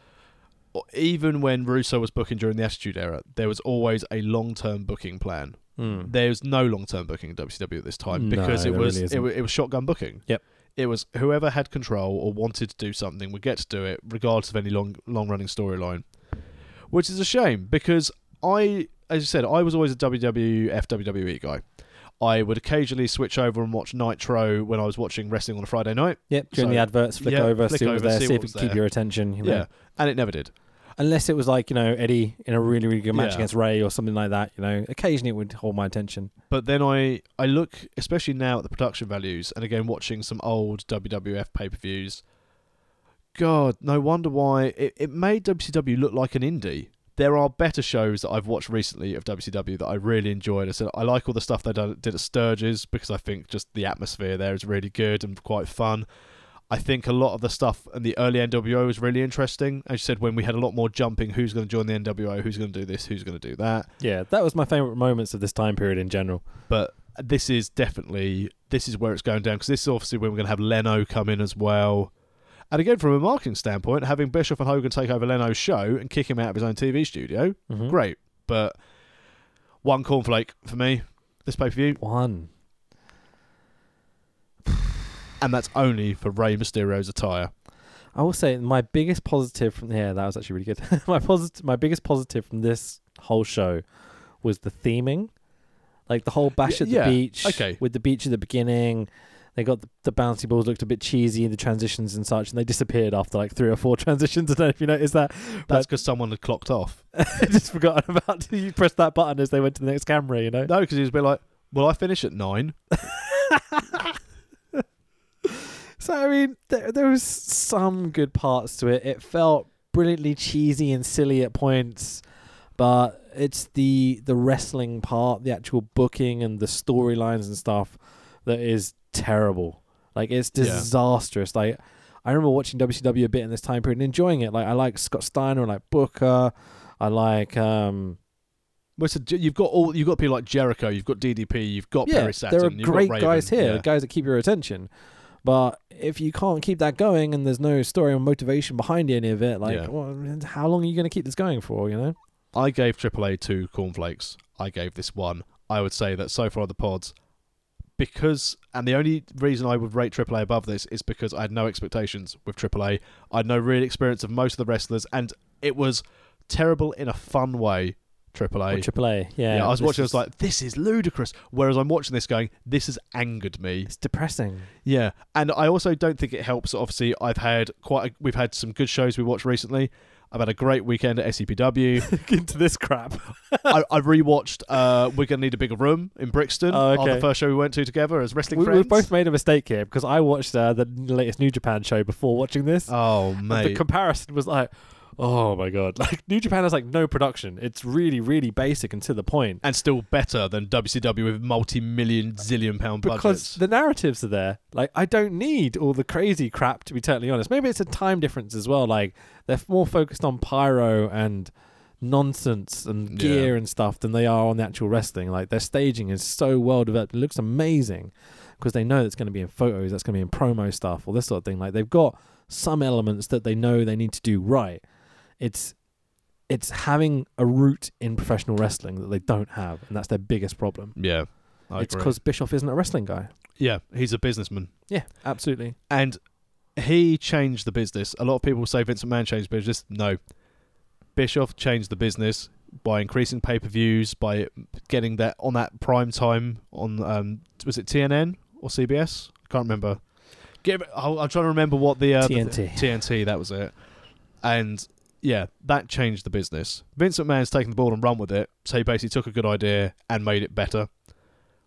B: even when Russo was booking during the Attitude Era, there was always a long-term booking plan. There's no long-term booking in WCW at this time
A: Hmm. No,
B: because it
A: there
B: was
A: really
B: it,
A: isn't.
B: wa- it was shotgun booking.
A: Yep.
B: It was whoever had control or wanted to do something would get to do it, regardless of any long long-running storyline. Which is a shame because I, as you said, I was always a WWF WWE E guy. I would occasionally switch over and watch Nitro when I was watching wrestling on a Friday night.
A: Yep, during
B: So-
A: the adverts, flick
B: yeah,
A: over,
B: flick
A: see what's
B: over,
A: there,
B: see
A: see,
B: what
A: if it
B: was
A: can keep
B: there.
A: your attention. you know.
B: Yeah, and it never did.
A: Unless it was like, you know, Eddie in a really, really good match
B: Yeah.
A: against Ray or something like that, you know, occasionally it would hold my attention.
B: but then I I look especially now at the production values and again watching some old WWF pay per views. God, no wonder why it, it made WCW look like an indie. There are better shows that I've watched recently of WCW that I really enjoyed. I said I like all the stuff they done, did at Sturges because I think just the atmosphere there is really good and quite fun. I think a lot of the stuff in the early NWO was really interesting. As you said, when we had a lot more jumping, who's going to join the NWO, who's going to do this, who's going to do that
A: Yeah, that was my favourite moments of this time period in general.
B: but this is definitely this is where it's going down because this is obviously when we're going to have Leno come in as well. And again, from a marketing standpoint, having Bischoff and Hogan take over Leno's show and kick him out of his own TV studio,
A: Mhm.
B: great. But one cornflake for me, this pay per view,
A: One.
B: and that's only for Rey Mysterio's attire.
A: I will say my biggest positive from yeah, that was actually really good. *laughs* my positive, my biggest positive from this whole show was the theming, like the whole bash
B: Y-
A: at the
B: yeah,
A: beach.
B: okay.
A: with the beach at the beginning, they got the, the bouncy balls looked a bit cheesy, the transitions and such, and they disappeared after like three or four *laughs* transitions. I don't know if you noticed that. *laughs*
B: That's because someone had clocked off.
A: I just forgot *laughs* about you pressed that button as they went to the next camera. You know,
B: No, because he was a bit like, "Well, I finish at nine.
A: *laughs* So I mean, there, there was some good parts to it. It felt brilliantly cheesy and silly at points, but it's the the wrestling part, the actual booking and the storylines and stuff that is terrible. Like it's
B: Yeah.
A: disastrous. Like I remember watching WCW a bit in this time period and enjoying it. Like I like Scott Steiner, I like Booker, I like um
B: Well, so you've got all you've got people like Jericho, you've got DDP, you've got
A: yeah,
B: Perry Saturn.
A: there are
B: you've got
A: great
B: Raven.
A: guys here,
B: Yeah.
A: guys that keep your attention. But if you can't keep that going and there's no story or motivation behind any of it, like,
B: Yeah.
A: well, how long are you going to keep this going for? You know?
B: I gave AAA two cornflakes. I gave this one. I would say that so far the pods, because and the only reason I would rate AAA above this is because I had no expectations with AAA. I had no real experience of most of the wrestlers, and it was terrible in a fun way.
A: Or
B: AAA.
A: triple A, yeah.
B: yeah, I was
A: this
B: watching. I was
A: is-
B: like, "This is ludicrous." Whereas I'm watching this, going, "This has angered me."
A: it's
B: *laughs*
A: depressing.
B: Yeah, and I also don't think it helps. Obviously, I've had quite. A, we've had some good shows we watched recently. I've had a great weekend at SCPW.
A: into this crap.
B: I, I rewatched uh, We're Gonna Need a Bigger Room in Brixton
A: Oh,
B: on the
A: okay.
B: first show we went to together as wrestling
A: We,
B: friends.
A: we've both made a mistake here because I watched uh, the latest New Japan show before watching this.
B: Oh
A: But
B: mate.
A: The comparison was like, oh my god! *laughs* Like New Japan has like no production. It's really, really basic and to the point
B: and still better than WCW with multi-million zillion pound
A: because
B: budgets.
A: the narratives are there. Like I don't need all the crazy crap to be totally honest. Maybe it's a time difference as well. Like they're f- more focused on pyro and nonsense and gear and stuff than they are on the actual wrestling. Like their staging is so well developed. It looks amazing because they know it's going to be in photos, that's going to be in promo stuff, or this sort of thing. Like they've got some elements that they know they need to do right. It's it's having a root in professional wrestling that they don't have, and that's their biggest problem.
B: yeah, I
A: it's
B: agree.
A: because Bischoff isn't a wrestling guy.
B: yeah, he's a businessman,
A: Yeah, absolutely.
B: and he changed the business. A lot of people say Vince McMahon changed the business. No, Bischoff changed the business by increasing pay-per-views, by getting that on that prime time on um, was it TNN or CBS? I can't remember. Get, I'll, I'm trying to remember what the uh, the-
A: TNT.
B: TNT, that was it. And yeah, that changed the business. Vince McMahon's taken the ball and run with it. So he basically took a good idea and made it better.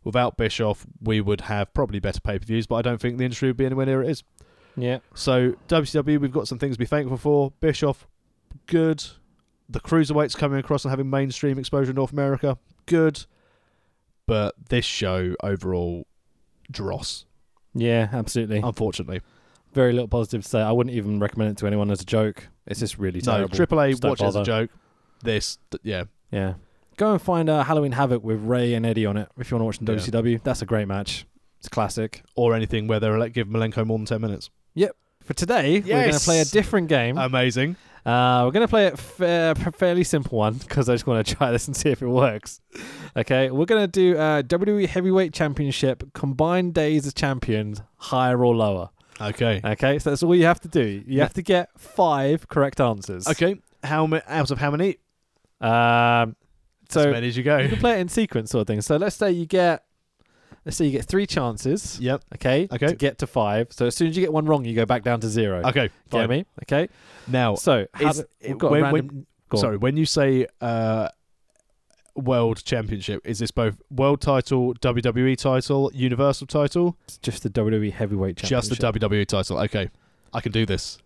B: Without Bischoff, we would have probably better pay per views, but I don't think the industry would be anywhere near it is.
A: Yeah.
B: So WCW, we've got some things to be thankful for. Bischoff, good. The cruiserweights coming across and having mainstream exposure in North America, good. But this show overall, dross,
A: Yeah, absolutely.
B: unfortunately.
A: Very little positive to say. I wouldn't even recommend it to anyone as a joke. It's just really
B: No,
A: terrible.
B: AAA,
A: Just don't
B: watch it as a
A: bother.
B: joke. This, th- yeah,
A: Yeah. Go and find uh, Halloween Havoc with Ray and Eddie on it if you want to
B: Yeah.
A: watch the WCW. That's a great match. It's classic.
B: or anything where they're like give Malenko more than ten minutes.
A: For today, we're going to
B: Yes.
A: play a different game.
B: Amazing.
A: Uh, we're going to play a fa- fairly simple one because I just want to *laughs* try this and see if it works. Okay, we're going to do uh, WWE Heavyweight Championship combined days as champions, higher or lower.
B: Okay.
A: Okay, so that's all you have to do. You have to get five correct answers.
B: Okay. How ma- out of how many?
A: Um,
B: as
A: so
B: many as you go.
A: you can play it in sequence, sort of thing. So let's say you get, let's say you get three chances.
B: yep.
A: Okay.
B: Okay.
A: To get to five. So as soon as you get one wrong, you go back down to zero.
B: Okay.
A: Get
B: Fine.
A: me? Okay.
B: Now,
A: So how
B: is-
A: do- we've got a
B: when- when-
A: random. go on.
B: sorry. When you say uh, world championship, is this both world title, WWE title, universal title,
A: It's just the WWE Heavyweight Championship.
B: just the WWE title? Okay. I can do this.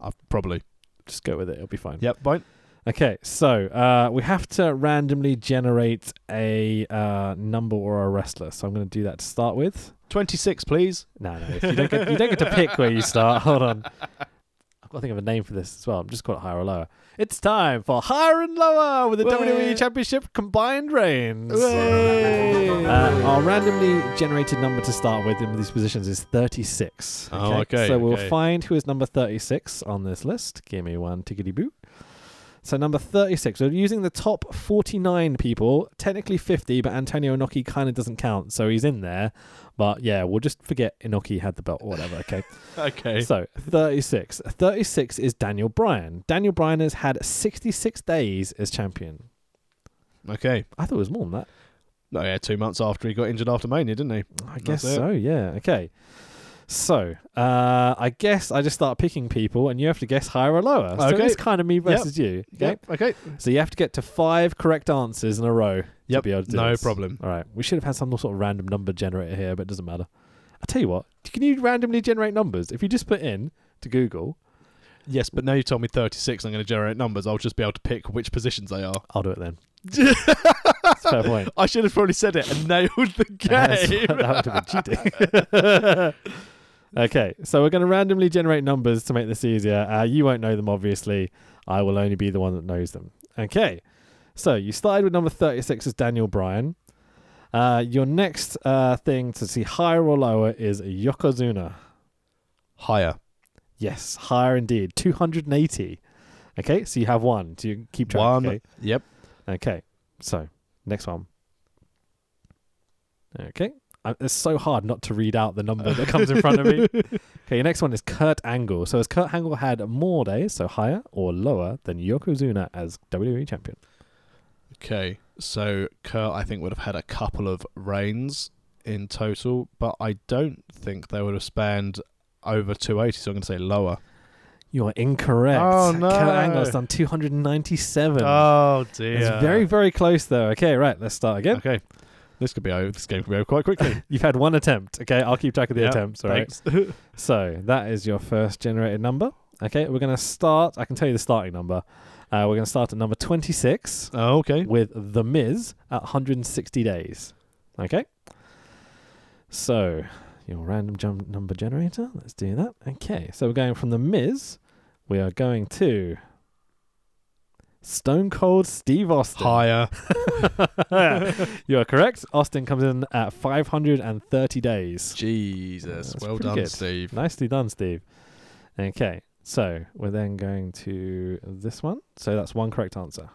B: I probably.
A: Just go with it. It'll be fine.
B: Yep. Fine.
A: Okay. So uh, we have to randomly generate a uh, number or a wrestler. So I'm going to do that to start with.
B: Twenty-six, please.
A: No, no. If you, don't get, you don't get to pick where you start. Hold on. I've got to think of a name for this as well. I'm just call it higher or lower. It's time for higher and lower with the
B: Way.
A: WWE Championship combined reigns. Uh,
B: Way.
A: our randomly generated number to start with in these positions is 36.
B: Oh, okay,
A: So we'll
B: okay.
A: find who is number 36 on this list. Give me one tickety boot. So number 36. We're using the top 49 people, technically 50, but Antonio Inoki kind of doesn't count, so he's in there. But yeah, we'll just forget Inoki had the belt or whatever, okay?
B: *laughs* okay.
A: So 36. 36 is Daniel Bryan. Daniel Bryan has had 66 days as champion.
B: Okay.
A: I thought it was more than that.
B: No, yeah, two months after he got injured after Mania, didn't he?
A: I
B: That's
A: guess
B: it.
A: so. Yeah. Okay. So uh, I guess I just start picking people, and you have to guess higher or lower. So
B: Okay.
A: it's kind of me versus you. Okay.
B: Yep. Okay.
A: So you have to get to five correct answers in a row to
B: Yep.
A: be able to do
B: No
A: this.
B: problem.
A: All right. We should have had some sort of random number generator here, but it doesn't matter. I tell you what. Can you randomly generate numbers? If you just put in to Google,
B: Yes, but now you told me 36, I'm going to generate numbers. I'll just be able to pick which positions they are.
A: I'll do it
B: *laughs*
A: then. That's a fair point.
B: I should have probably said it and *laughs* nailed the
A: That's- *laughs*
B: game.
A: that would have been cheating. *laughs* okay, so we're going to randomly generate numbers to make this easier. Uh, you won't know them, obviously. I will only be the one that knows them. Okay, so you started with number 36 as Daniel Bryan. Uh, your next uh, thing to see higher or lower is Yokozuna.
B: Higher.
A: Yes, higher indeed. 280. Okay, so you have one. Do you keep track?
B: One.
A: Okay.
B: Yep.
A: okay, so next one. Okay. I, it's so hard not to read out the number that comes in front of *laughs* me.
B: *laughs*
A: Okay, your next one is Kurt Angle. So has Kurt Angle had more days, so higher or lower than Yokozuna as WWE champion?
B: Okay. So Kurt, I think, would have had a couple of reigns in total, but I don't think they would have spanned over 280, so I'm going to say lower.
A: You are incorrect.
B: Oh,
A: Kurt
B: no.
A: Angle has done 297.
B: Oh, dear.
A: It's very, very close though. Okay, right, let's start
B: *laughs*
A: again.
B: Okay. This could be over. This game could be over
A: *laughs*
B: quite quickly.
A: You've had one attempt. Okay, I'll keep track of the
B: Yeah,
A: attempts. All right.
B: Thanks.
A: So that is your first generated number. Okay, we're going to start. I can tell you the starting number. Uh, we're going to start at number 26 *laughs*
B: oh, okay.
A: with The Miz at 160 days. Okay. So your random jump number generator. Let's do that. Okay, so we're going from The Miz. We are going to Stone Cold Steve Austin. *laughs*
B: Higher.
A: you are correct. Austin comes in at 530 days.
B: Jesus.
A: That's
B: well
A: pretty
B: done,
A: good.
B: Steve.
A: Nicely done, Steve. Okay, so we're then going to this one. So that's one correct answer.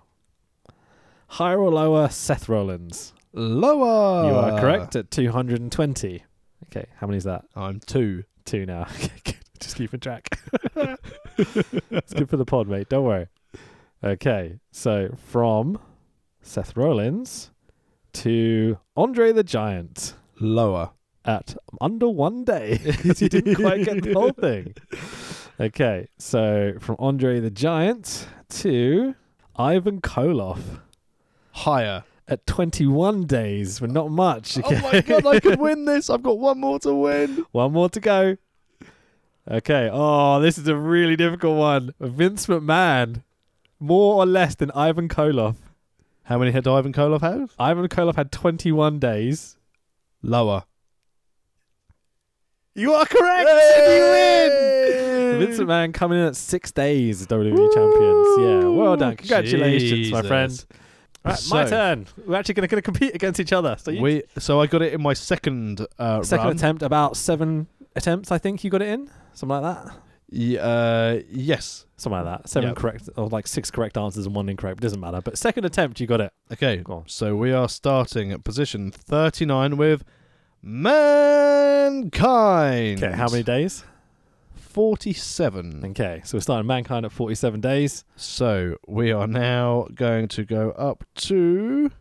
A: Higher or lower, Seth Rollins.
B: Lower.
A: you are correct at 220. Okay, how many is that?
B: I'm two.
A: Two now. *laughs* Okay, good. Just keeping track. *laughs* it's good for the pod, mate. Don't worry. Okay, so from Seth Rollins to Andre the Giant.
B: Lower.
A: at under one day *laughs* because he didn't quite get the whole thing. Okay, so from Andre the Giant to Ivan Koloff *laughs*
B: Higher.
A: at 21 days, but not much. Okay,
B: Oh my god, I could win this. I've got one more to win.
A: one more to go. Okay, oh, this is a really difficult one. Vince McMahon, more or less than Ivan Koloff.
B: How many had Ivan Koloff have?
A: Ivan Koloff had 21 days.
B: Lower.
A: You are correct! and you win! Vincent Man coming in at six days as WWE champions. Yeah, well done. Congratulations, my friend.
B: Jesus.
A: Right, my
B: So-
A: turn. We're actually going to compete against each other. So you
B: We, so I got it in my second uh,
A: second
B: run.
A: attempt, about seven attempts, I think you got it in, something like that.
B: Y- uh, yes.
A: Something like that. Seven
B: Yep.
A: correct, or like six correct answers and one incorrect. Doesn't matter. But second attempt, you got it.
B: Okay.
A: Go on.
B: So we are starting at position 39 with Mankind.
A: Okay, how many days?
B: 47.
A: Okay, so we're starting mankind at forty-seven days.
B: So we are now going to go up to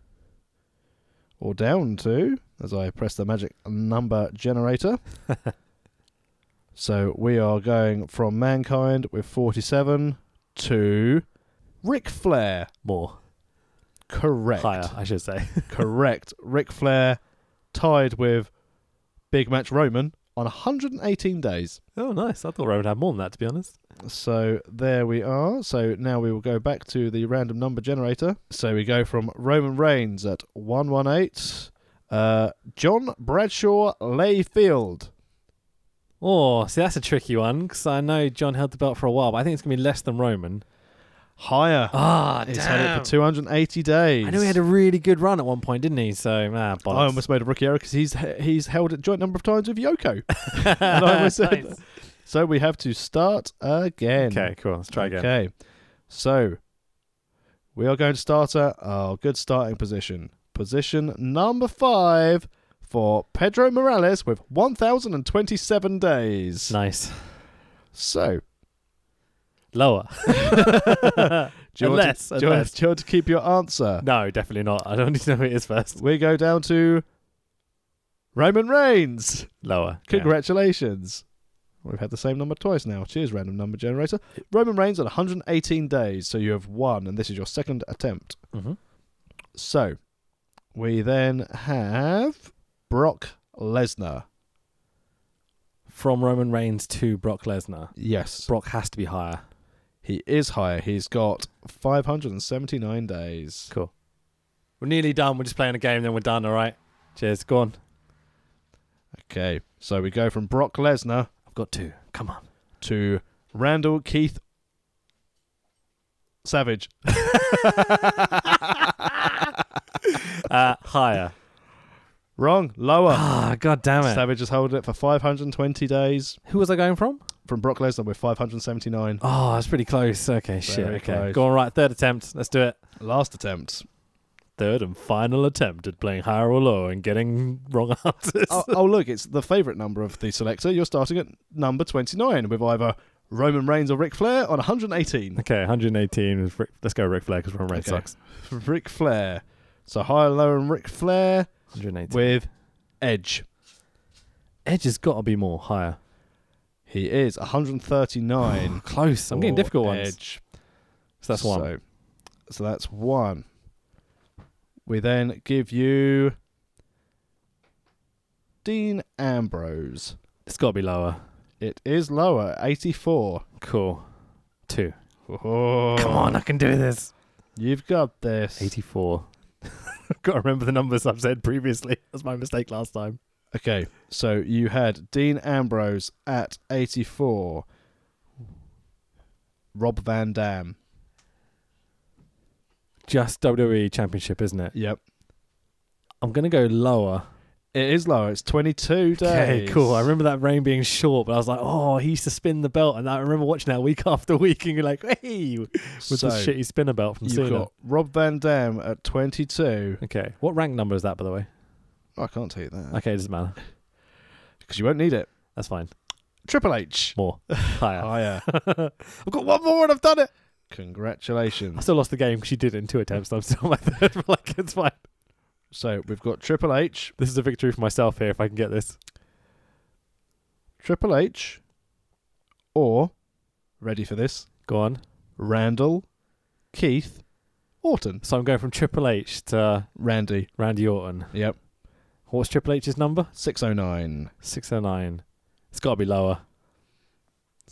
B: or down to as I press the magic number generator. so we are going from mankind with 47 to Ric Flair.
A: More
B: Correct.
A: higher, I should say.
B: *laughs*
A: *laughs*
B: Correct. Ric Flair tied with Big Match Roman on 118 days.
A: oh, nice. I thought Roman had more than that, to be honest.
B: So there we are. So now we will go back to the random number generator. So we go from Roman Reigns at 118, uh, John Bradshaw Layfield.
A: Oh, see, that's a tricky one because I know John held the belt for a while, but I think it's going to be less than Roman.
B: Higher.
A: Ah,
B: He's had it for 280 days.
A: I know he had a really good run at one point, didn't he? So, ah, bollocks. *laughs*
B: I almost made a rookie error because he's he's held it joint number of times with Yoko. and I almost said-
A: Nice.
B: So we have to start again.
A: Okay, cool. Let's try again.
B: Okay. So we are going to start at our good starting position. Position number five for Pedro Morales with 1,027 days.
A: Nice.
B: So, *laughs*
A: Lower.
B: do you,
A: Unless-
B: want to, do, you want,
A: unless.
B: do you want to keep your answer?
A: No, definitely not. I don't need to know who it is first.
B: We go down to Roman Reigns.
A: Lower. Yeah.
B: Congratulations. We've had the same number twice now. Cheers, random number generator. Roman Reigns at 118 days, so you have won, and this is your second attempt.
A: Mhm.
B: So, we then have Brock Lesnar.
A: From Roman Reigns to Brock Lesnar.
B: Yes.
A: Brock has to be higher.
B: He is higher. He's got 579 days.
A: Cool. We're nearly done. We're just playing a game, then we're done, all right? Cheers. Go on.
B: Okay. So, we go from Brock Lesnar
A: I've got two. Come
B: *laughs*
A: on. *laughs*
B: to Randall Keith Savage.
A: Uh, higher.
B: Wrong. Lower.
C: Ah, god damn it.
B: Savage has held it for 520 days.
C: Who was I going from?
B: From Brock Lesnar with 579.
C: Oh, that's pretty close. Okay, shit.
B: Very
C: Okay.
B: close.
C: Go on, right. Third attempt. Let's do it.
B: Last attempt.
A: Third and final attempt at playing higher or lower and getting wrong *laughs* answers.
B: *laughs* oh, oh, look, it's the favourite number of the selector. You're starting at number 29 with either Roman Reigns or Ric Flair on 118.
A: Okay, 118. Is Ric- Let's go Ric Flair because Roman Reigns
B: Okay.
A: sucks.
B: Ric Flair. So high and low and Ric Flair
C: 180.
B: with Edge.
A: Edge has got to be more higher.
B: He is 139.
C: Close. I'm getting
B: for
C: difficult ones.
B: Edge.
C: So that's one.
B: So, so that's one. We then give you Dean Ambrose.
A: It's got to be lower.
B: It is lower, 84.
A: Cool. Two.
C: Come on, I can do this.
B: You've got
A: *laughs*
B: this.
A: 84. I've got to remember the numbers I've said previously. That's my mistake last time.
B: Okay, so you had Dean Ambrose at 84, Rob Van Dam.
A: Just
C: E
A: WWE Championship, isn't it?
B: Yep.
A: I'm going to go lower.
B: It is lower. It's 22 days.
A: Okay, cool. I remember that reign being short, but I was like, oh, he used to spin the belt. And I remember watching that week *laughs* after week and you're like, hey, with
B: so
A: the shitty spinner belt from
B: You've
A: Cena.
B: got Rob Van Dam at 22.
A: Okay. What rank number is that, by the way?
B: I can't tell you that
A: Okay, it doesn't matter.
B: because you won't need it.
A: That's fine.
B: Triple H. *laughs* Oh,
A: More. Higher. *laughs*
B: Higher.
A: I've got one more and I've done it. I
B: Congratulations.
A: still lost the game because she did it in two attempts. and I'm still on my *laughs* third. but, like, it's fine.
B: So we've got Triple H,
A: This is a victory for myself here if I can get this.
B: Triple H, or, ready for this,
A: Go on.
B: Randall, Keith, Orton.
A: So I'm going from Triple H to
B: Randy.
A: Randy Orton.
B: Yep.
A: What's Triple H's number?
B: 609.
A: 609. It's got to be lower.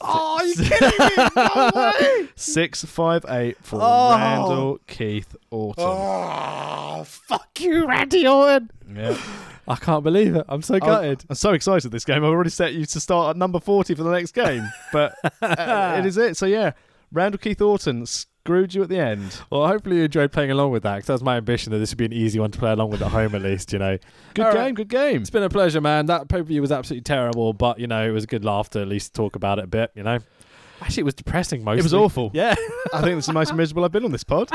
B: Oh, are you kidding me? No way! Six five eight for Randall Keith Orton.
A: Oh, fuck you, Randy Orton. Oh,
B: Yeah.
A: I can't believe it. I'm so gutted.
B: I'm so excited this game. I've already set you to start at number forty for the next game,
A: *laughs*
B: but uh, it is it. So yeah, Randall Keith Orton screwed you at the end.
A: Well, hopefully you enjoyed playing along with that because that was my ambition that this would be an easy one to play along with at home, at least, you know.
B: Good
A: All
B: game.
A: right.
B: Good game.
A: It's been a pleasure, man. That pay per view was absolutely terrible, but, you know, it was a good laugh to at least talk about it a bit, you know. Actually, it was depressing mostly.
B: It was awful.
A: *laughs* Yeah.
B: I think this is the most miserable I've been on this pod.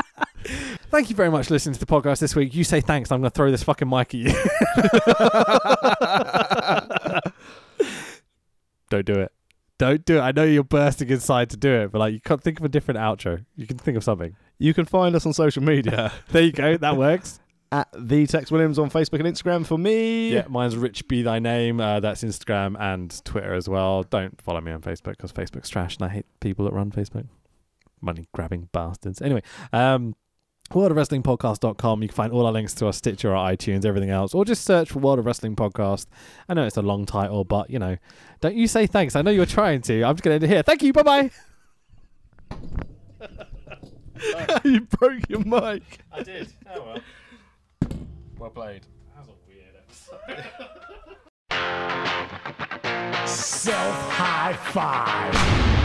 A: Thank you very much for listening to the podcast this week. You say thanks, I'm going to throw this fucking mic at you. *laughs* Don't do it. Don't do it. I know you're bursting inside to do it, but like you can't think of a different outro. You can think of something.
B: You can find us on social
A: *laughs*
B: media
A: There you go. That works.
B: at the Tex Williams on Facebook and Instagram for me.
A: yeah, mine's Rich Be Thy Name. Uh, that's Instagram and Twitter as well. Don't follow me on Facebook because Facebook's trash and I hate people that run Facebook. Money grabbing bastards. Anyway, um, World of Wrestling Podcast.com. You can find all our links to our Stitcher, our iTunes, everything else, or just search for World of Wrestling Podcast. I know it's a long title, but you know, don't you say thanks. I know you're trying to. I'm just going to end it here. Thank you. Bye bye.
B: *laughs* you broke your mic.
A: I did. Oh well.
B: Well played.
A: That was a weird episode.
B: *laughs*
D: Self high five.